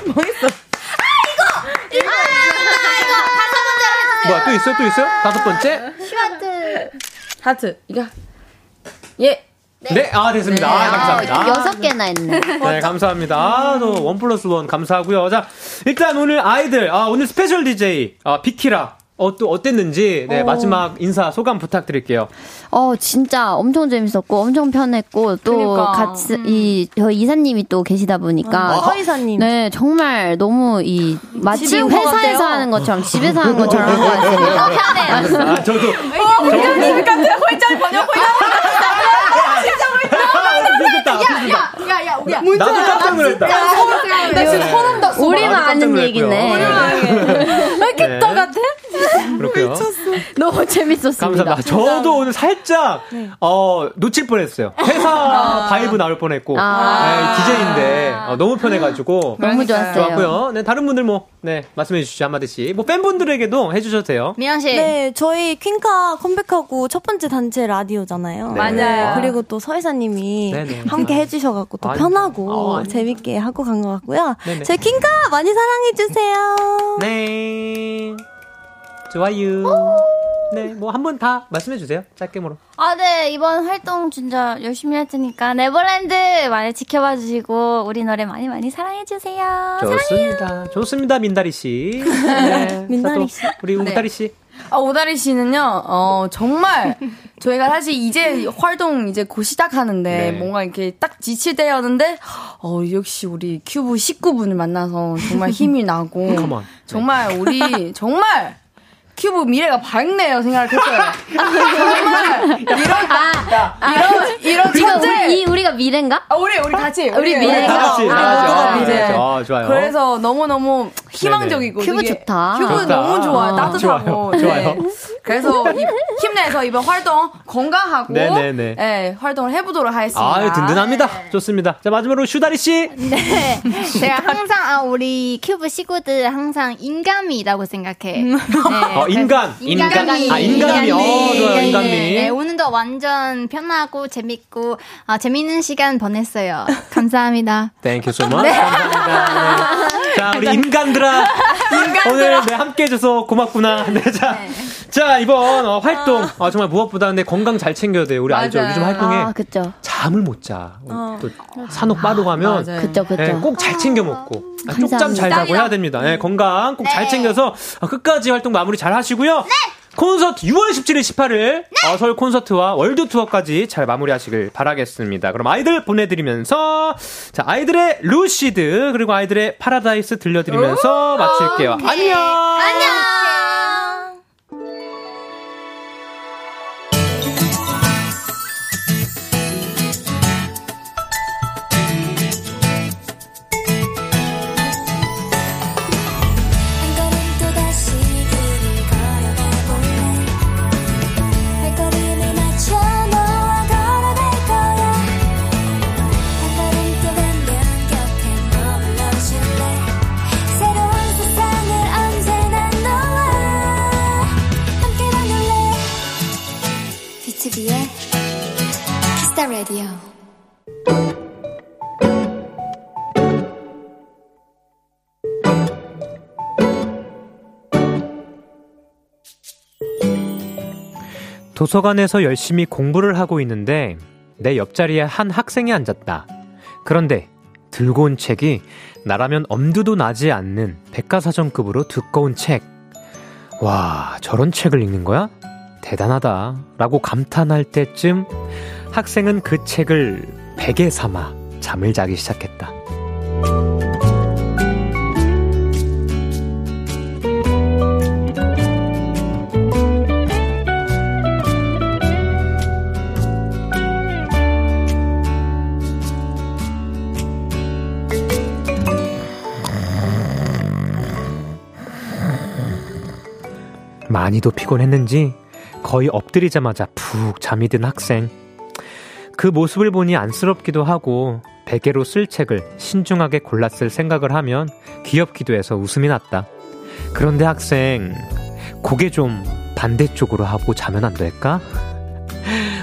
[SPEAKER 2] 아, 뭐야 또 있어요 또 있어요 다섯 번째
[SPEAKER 6] 하트. 이거. 예.
[SPEAKER 2] 네아 됐습니다 아, 감사합니다
[SPEAKER 9] 여섯 개나 했네.
[SPEAKER 2] 네 감사합니다 또원 플러스 원 감사하고요 자 일단 오늘 아이들 아 오늘 스페셜 DJ 아 비키라 어 또 어땠는지 네 마지막 인사 소감 부탁드릴게요
[SPEAKER 9] 어, 진짜 엄청 재밌었고, 엄청 편했고, 또
[SPEAKER 6] 그러니까.
[SPEAKER 9] 같이, 이, 저희 이사님이 또 계시다 보니까.
[SPEAKER 5] 서이사님.
[SPEAKER 9] 네, 정말 너무 이, 마치
[SPEAKER 5] 음. 집에 온것
[SPEAKER 9] 회사에서
[SPEAKER 5] 같아요.
[SPEAKER 9] 하는 것처럼, 집에서 하는 것처럼 한 것 같습니다.
[SPEAKER 2] 아 저도
[SPEAKER 6] 홀짝 번역, 홀짝 번역.
[SPEAKER 2] 아, 비슷했다 비슷했다
[SPEAKER 6] 야, 야, 야, 야.
[SPEAKER 2] 나도 깜짝 놀랐다.
[SPEAKER 6] 나 지금 소름 돋았어.
[SPEAKER 9] 우리는 아는 얘기네.
[SPEAKER 6] 왜 이렇게
[SPEAKER 2] 네.
[SPEAKER 6] 똑같아?
[SPEAKER 2] 그렇고요.
[SPEAKER 9] 너무 재밌었습니다.
[SPEAKER 2] 감사합니다. 저도 오늘 살짝 어 놓칠 뻔했어요. 회사 바이브 나올 뻔했고
[SPEAKER 9] 아. 음.
[SPEAKER 2] 네, DJ인데 너무 편해가지고
[SPEAKER 9] 너무 좋았어요.
[SPEAKER 2] 좋았고요. 네 다른 분들 뭐 네 말씀해 주시죠 한마디씩. 뭐 팬분들에게도 해주셔도 돼요.
[SPEAKER 8] 미연 씨.
[SPEAKER 5] 네, 저희 퀸카 컴백하고 첫 번째 단체 라디오잖아요.
[SPEAKER 2] 네. 맞아요.
[SPEAKER 5] 그리고 또 서희사님이
[SPEAKER 2] 네네.
[SPEAKER 5] 함께 해주셔가지고 또
[SPEAKER 2] 아유.
[SPEAKER 5] 편하고
[SPEAKER 2] 아유.
[SPEAKER 5] 재밌게 하고 간 것 같고요.
[SPEAKER 2] 네네.
[SPEAKER 5] 저희 퀸카 많이 사랑해주세요.
[SPEAKER 2] 네 좋아요. 네뭐 한 번 다 말씀해 주세요. 짧게으로.
[SPEAKER 7] 아, 네. 이번 활동 진짜 열심히 할 테니까 네버랜드 많이 지켜봐 주시고 우리 노래 많이 많이 아, 사랑해 주세요.
[SPEAKER 2] 좋습니다. 좋습니다 민다리 씨. 네.
[SPEAKER 5] 민다리
[SPEAKER 2] 자, 또
[SPEAKER 5] 씨.
[SPEAKER 2] 우리 우다리 씨.
[SPEAKER 6] 아, 오다리 씨는요, 어, 정말, 저희가 사실 이제 활동 이제 곧 시작하는데,
[SPEAKER 2] 네.
[SPEAKER 6] 뭔가 이렇게 딱 지칠 때였는데, 어, 역시 우리 큐브 19분을 만나서 정말 힘이 나고,
[SPEAKER 2] Come on. 네.
[SPEAKER 6] 정말 우리, 정말, 큐브 미래가 밝네요 생각을 했어요. 정말, 이런, 이런, 이런
[SPEAKER 9] 아, 우리가
[SPEAKER 6] 천재.
[SPEAKER 9] 우리, 이 우리가 미래인가?
[SPEAKER 6] 아, 우리, 우리 같이.
[SPEAKER 9] 우리
[SPEAKER 6] 네,
[SPEAKER 9] 미래가.
[SPEAKER 2] 다 같이 다
[SPEAKER 9] 아,
[SPEAKER 2] 같이.
[SPEAKER 9] 아,
[SPEAKER 2] 아,
[SPEAKER 9] 네.
[SPEAKER 2] 네. 아, 좋아요.
[SPEAKER 6] 그래서 너무너무 희망적이고
[SPEAKER 9] 네네. 큐브
[SPEAKER 6] 되게
[SPEAKER 9] 좋다.
[SPEAKER 6] 큐브
[SPEAKER 2] 좋다.
[SPEAKER 6] 너무 좋아요.
[SPEAKER 2] 아,
[SPEAKER 6] 따뜻하고. 네.
[SPEAKER 2] 좋아요. 좋아요.
[SPEAKER 6] 그래서 이- 힘내서 이번 활동 건강하고
[SPEAKER 2] 네네네.
[SPEAKER 6] 예, 활동을 해보도록 하겠습니다.
[SPEAKER 2] 아유 든든합니다. 좋습니다. 자 마지막으로 슈다리 씨.
[SPEAKER 8] 네. 제가 항상 아, 우리 큐브 식구들 항상 인간미라고 생각해.
[SPEAKER 7] 음.
[SPEAKER 8] 네,
[SPEAKER 2] 어, 인간.
[SPEAKER 8] 인간미.
[SPEAKER 2] 아, 인간미. 어, 좋아요,
[SPEAKER 8] 네,
[SPEAKER 2] 인간미.
[SPEAKER 8] 네, 오늘도 완전 편하고 재밌고 아, 재밌는 시간 보냈어요. 감사합니다.
[SPEAKER 2] Thank you so much. 감사합니다. 네. 자, 우리 인간들아. 오늘 내 함께 해줘서 고맙구나. 네, 자. 자, 이번 어, 활동. 어, 정말 무엇보다 근데 건강 잘 챙겨야 돼요. 우리 알죠?
[SPEAKER 6] 맞아요.
[SPEAKER 2] 요즘 활동에
[SPEAKER 9] 아, 그쵸.
[SPEAKER 2] 잠을 못 자. 또 산옥 빠르가면
[SPEAKER 6] 맞아요.
[SPEAKER 9] 그쵸, 그쵸.
[SPEAKER 2] 예, 꼭 잘 챙겨 먹고 아,
[SPEAKER 9] 감사합니다.
[SPEAKER 2] 쪽잠 잘 자고 해야 됩니다. 네, 네. 건강 꼭 잘 챙겨서 아, 끝까지 활동 마무리 잘 하시고요. 콘서트 6월 17일, 18일 어, 서울 콘서트와 월드 투어까지 잘 마무리하시길 바라겠습니다. 그럼 아이들 보내드리면서 자 아이들의 루시드 그리고 아이들의 파라다이스 들려드리면서 마칠게요. 안녕.
[SPEAKER 11] 한 걸음 또다시 길을 걸어가볼래 발걸음에 맞춰 너와 걸어갈 거야 한 걸음 또 가면 곁에 머물러줄래 새로운 세상을 언제나 너와 함께 만들래 B2B의 키스타 라디오
[SPEAKER 2] 도서관에서 열심히 공부를 하고 있는데 내 옆자리에 한 학생이 앉았다. 그런데 들고 온 책이 나라면 엄두도 나지 않는 백과사전급으로 두꺼운 책. 와, 저런 책을 읽는 거야? 대단하다. 라고 감탄할 때쯤 학생은 그 책을 베개 삼아 잠을 자기 시작했다. 많이도 피곤했는지 거의 엎드리자마자 푹 잠이 든 학생. 그 모습을 보니 안쓰럽기도 하고 베개로 쓸 책을 신중하게 골랐을 생각을 하면 귀엽기도 해서 웃음이 났다. 그런데 학생, 고개 좀 반대쪽으로 하고 자면 안 될까?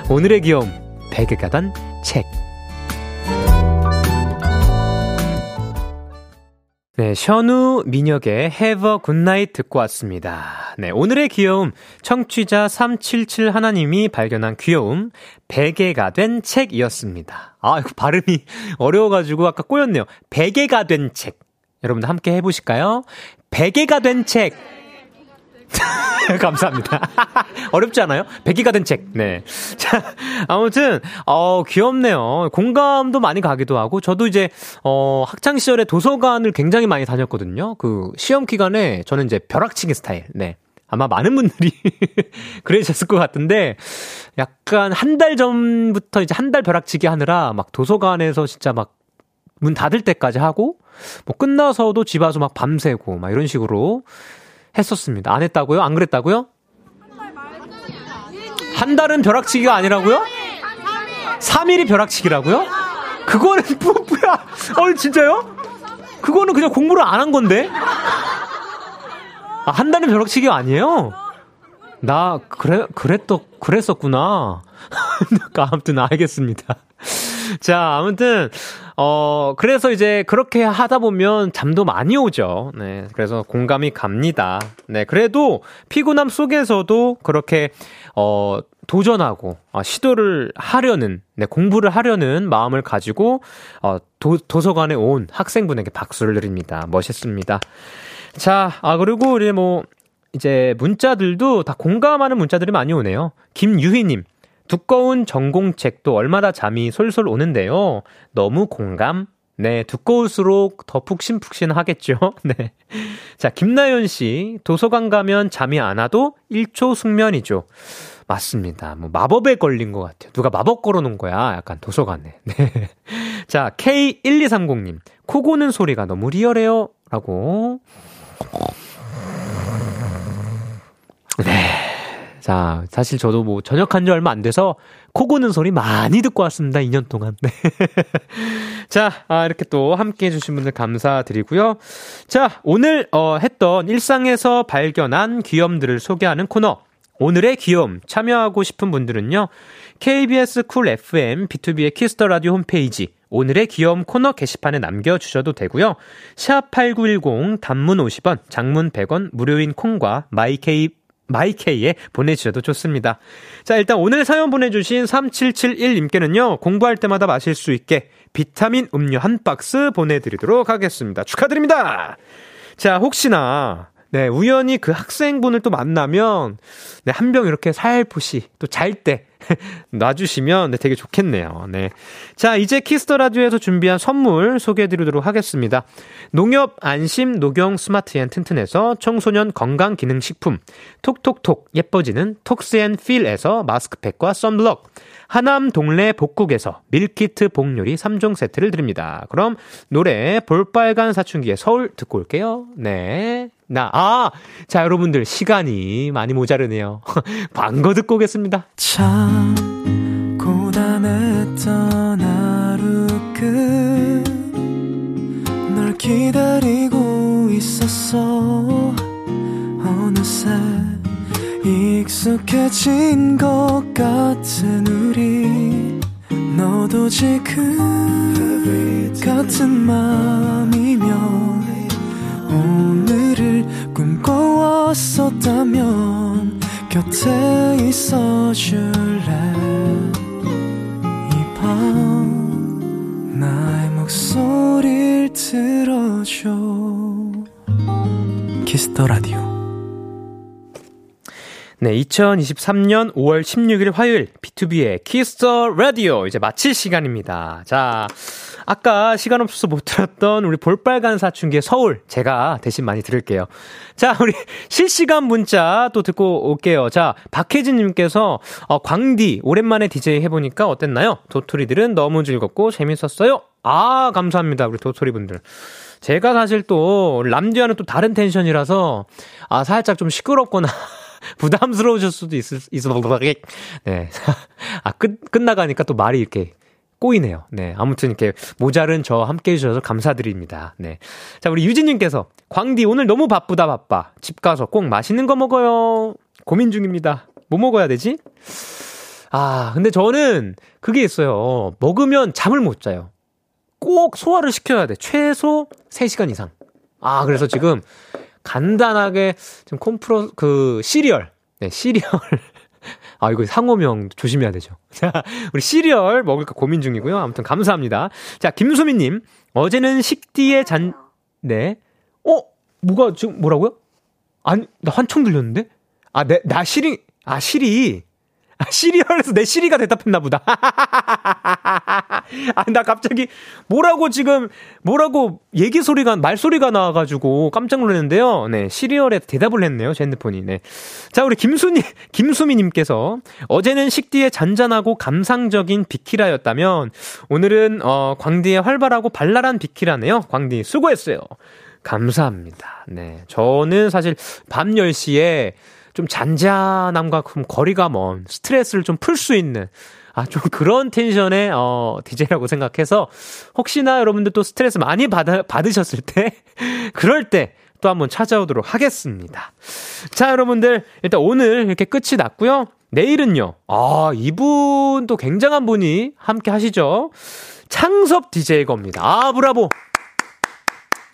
[SPEAKER 2] 오늘의 귀여움, 베개가 단 책. 네, 션우 민혁의 Have a Good Night 듣고 왔습니다. 네, 오늘의 귀여움, 청취자 377 하나님이 발견한 귀여움, 베개가 된 책이었습니다. 아, 이거 발음이 어려워가지고 아까 꼬였네요. 베개가 된 책. 여러분들 함께 해보실까요? 베개가 된 책. 감사합니다. 어렵지 않아요? 백기가 된 책. 네. 자, 아무튼, 어, 귀엽네요. 공감도 많이 가기도 하고, 저도 이제, 어, 학창시절에 도서관을 굉장히 많이 다녔거든요. 그, 시험 기간에 저는 이제 벼락치기 스타일. 네. 아마 많은 분들이 그러셨을 것 같은데, 약간 한 달 전부터 이제 한 달 벼락치기 하느라 막 도서관에서 진짜 막 문 닫을 때까지 하고 뭐 끝나서도 집 와서 막 밤새고 막 이런 식으로 했었습니다. 안 했다고요? 안 그랬다고요? 한 달은 벼락치기가 아니라고요? 3일이 벼락치기라고요? 그거는 뿌뿌야. 어 진짜요? 그거는 그냥 공부를 안 한 건데. 아, 한 달은 벼락치기 아니에요? 나 그래 그랬더 그랬었구나. 아무튼 알겠습니다. 자, 아무튼 어 그래서 이제 그렇게 하다 보면 잠도 많이 오죠. 네. 그래서 공감이 갑니다. 네. 그래도 피곤함 속에서도 그렇게 어 도전하고 어, 시도를 하려는 네, 공부를 하려는 마음을 가지고 어 도, 도서관에 온 학생분에게 박수를 드립니다. 멋있습니다. 자, 아 그리고 우리 뭐 이제 문자들도 다 공감하는 문자들이 많이 오네요. 김유희님, 두꺼운 전공책도 얼마나 잠이 솔솔 오는데요. 너무 공감. 네, 두꺼울수록 더 푹신푹신 하겠죠. 네. 자, 김나연 씨, 도서관 가면 잠이 안 와도 1초 숙면이죠. 맞습니다. 뭐 마법에 걸린 것 같아요. 누가 마법 걸어놓은 거야. 약간 도서관에. 네. 자, K1230님, 코 고는 소리가 너무 리얼해요. 라고. 네. 자, 사실 저도 뭐 전역한 지 얼마 안 돼서 코 고는 소리 많이 듣고 왔습니다. 2년 동안. 네. 자, 아, 이렇게 또 함께 해주신 분들 감사드리고요. 자, 오늘, 어, 했던 일상에서 발견한 귀염들을 소개하는 코너. 오늘의 귀염 참여하고 싶은 분들은요. KBS 쿨 FM B2B의 키스터 라디오 홈페이지 오늘의 귀여움 코너 게시판에 남겨주셔도 되고요. 샵8910 단문 50원, 장문 100원, 무료인 콩과 마이케이 마이케이에 보내주셔도 좋습니다. 자, 일단 오늘 사연 보내주신 3771님께는요, 공부할 때마다 마실 수 있게 비타민 음료 한 박스 보내드리도록 하겠습니다. 축하드립니다! 자, 혹시나, 네, 우연히 그 학생분을 또 만나면, 네, 한 병 이렇게 살포시, 또 잘 때, 놔주시면 네, 되게 좋겠네요. 네. 자, 이제 키스터 라디오에서 준비한 선물 소개해 드리도록 하겠습니다. 농협 안심 녹용 스마트 앤 튼튼에서 청소년 건강 기능 식품, 톡톡톡 예뻐지는 톡스 앤 필에서 마스크팩과 썬블럭, 하남 동래 복국에서 밀키트 복요리 3종 세트를 드립니다. 그럼 노래 볼빨간 사춘기의 서울 듣고 올게요. 네. 나, 아! 자, 여러분들, 시간이 많이 모자르네요. 광고 듣고 오겠습니다.
[SPEAKER 12] 참 고단했던 하루 끝 널 기다리고 있었어 어느새 익숙해진 것 같은 우리 너도 지금 같은 마음이면 오늘을 꿈꿔왔었다면 곁에 있어 줄래 이 밤 나의 목소리를 들어줘 키스터 라디오
[SPEAKER 2] 네, 2023년 5월 16일 화요일 B2B의 키스터 라디오 이제 마칠 시간입니다. 자, 아까 시간 없어서 못 들었던 우리 볼빨간 사춘기의 서울 제가 대신 많이 들을게요. 자, 우리 실시간 문자 또 듣고 올게요. 자, 박혜진 님께서 어, 광디 오랜만에 DJ 해 보니까 어땠나요? 도토리들은 너무 즐겁고 재밌었어요. 아, 감사합니다. 우리 도토리 분들. 제가 사실 또 람디와는 또 다른 텐션이라서 아, 살짝 좀 시끄럽거나 부담스러우실 수도 있을 있어 네. 아, 끝 끝나가니까 또 말이 이렇게 꼬이네요. 네. 아무튼 이렇게 모자른 저 함께 해주셔서 감사드립니다. 네. 자, 우리 유진님께서, 광디 오늘 너무 바쁘다, 바빠. 집 가서 꼭 맛있는 거 먹어요. 고민 중입니다. 뭐 먹어야 되지? 아, 근데 저는 그게 있어요. 먹으면 잠을 못 자요. 꼭 소화를 시켜야 돼. 최소 3시간 이상. 아, 그래서 지금 간단하게 좀 콤프로, 그, 시리얼. 네, 시리얼. 아, 이거 상호명 조심해야 되죠. 자, 우리 시리얼 먹을까 고민 중이고요. 아무튼 감사합니다. 자, 김수민님. 어제는 식디의 잔, 네. 어? 뭐가 지금 뭐라고요? 아니, 나 환청 들렸는데? 아, 내, 나 시리, 아, 시리. 시리얼에서 내 시리가 대답했나 보다. 아, 나 갑자기 뭐라고 지금 뭐라고 얘기 소리가 말소리가 나와가지고 깜짝 놀랐는데요. 네, 시리얼에 대답을 했네요. 제 핸드폰이. 네. 자, 우리 김순이 김수미님께서 어제는 식디의 잔잔하고 감상적인 비키라였다면 오늘은 어, 광디의 활발하고 발랄한 비키라네요. 광디 수고했어요. 감사합니다. 네. 저는 사실 밤 10시에 좀 잔잔함과 좀 거리가 먼 스트레스를 좀 풀 수 있는 아, 좀 그런 텐션의, 어, DJ라고 생각해서, 혹시나 여러분들 또 스트레스 많이 받아, 받으셨을 때, 그럴 때, 또 한번 찾아오도록 하겠습니다. 자, 여러분들, 일단 오늘 이렇게 끝이 났고요. 내일은요, 아, 이분 또 굉장한 분이 함께 하시죠. 창섭 DJ 겁니다. 아, 브라보!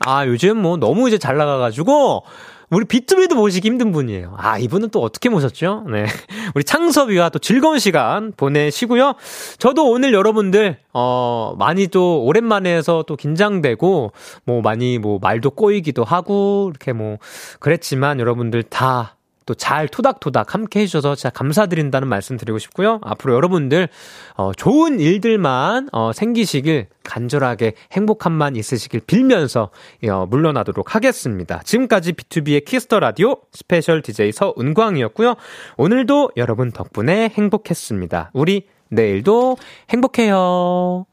[SPEAKER 2] 아, 요즘 뭐 너무 이제 잘 나가가지고, 우리 비투비도 모시기 힘든 분이에요. 아, 이분은 또 어떻게 모셨죠? 네. 우리 창섭이와 또 즐거운 시간 보내시고요. 저도 오늘 여러분들, 어, 많이 또 오랜만에 해서 또 긴장되고, 뭐 많이 뭐 말도 꼬이기도 하고, 이렇게 뭐, 그랬지만 여러분들 다, 또 잘 토닥토닥 함께 해주셔서 진짜 감사드린다는 말씀 드리고 싶고요. 앞으로 여러분들, 어, 좋은 일들만, 어, 생기시길 간절하게 행복함만 있으시길 빌면서 어, 물러나도록 하겠습니다. 지금까지 B2B의 키스터 라디오 스페셜 DJ 서은광이었고요. 오늘도 여러분 덕분에 행복했습니다. 우리 내일도 행복해요.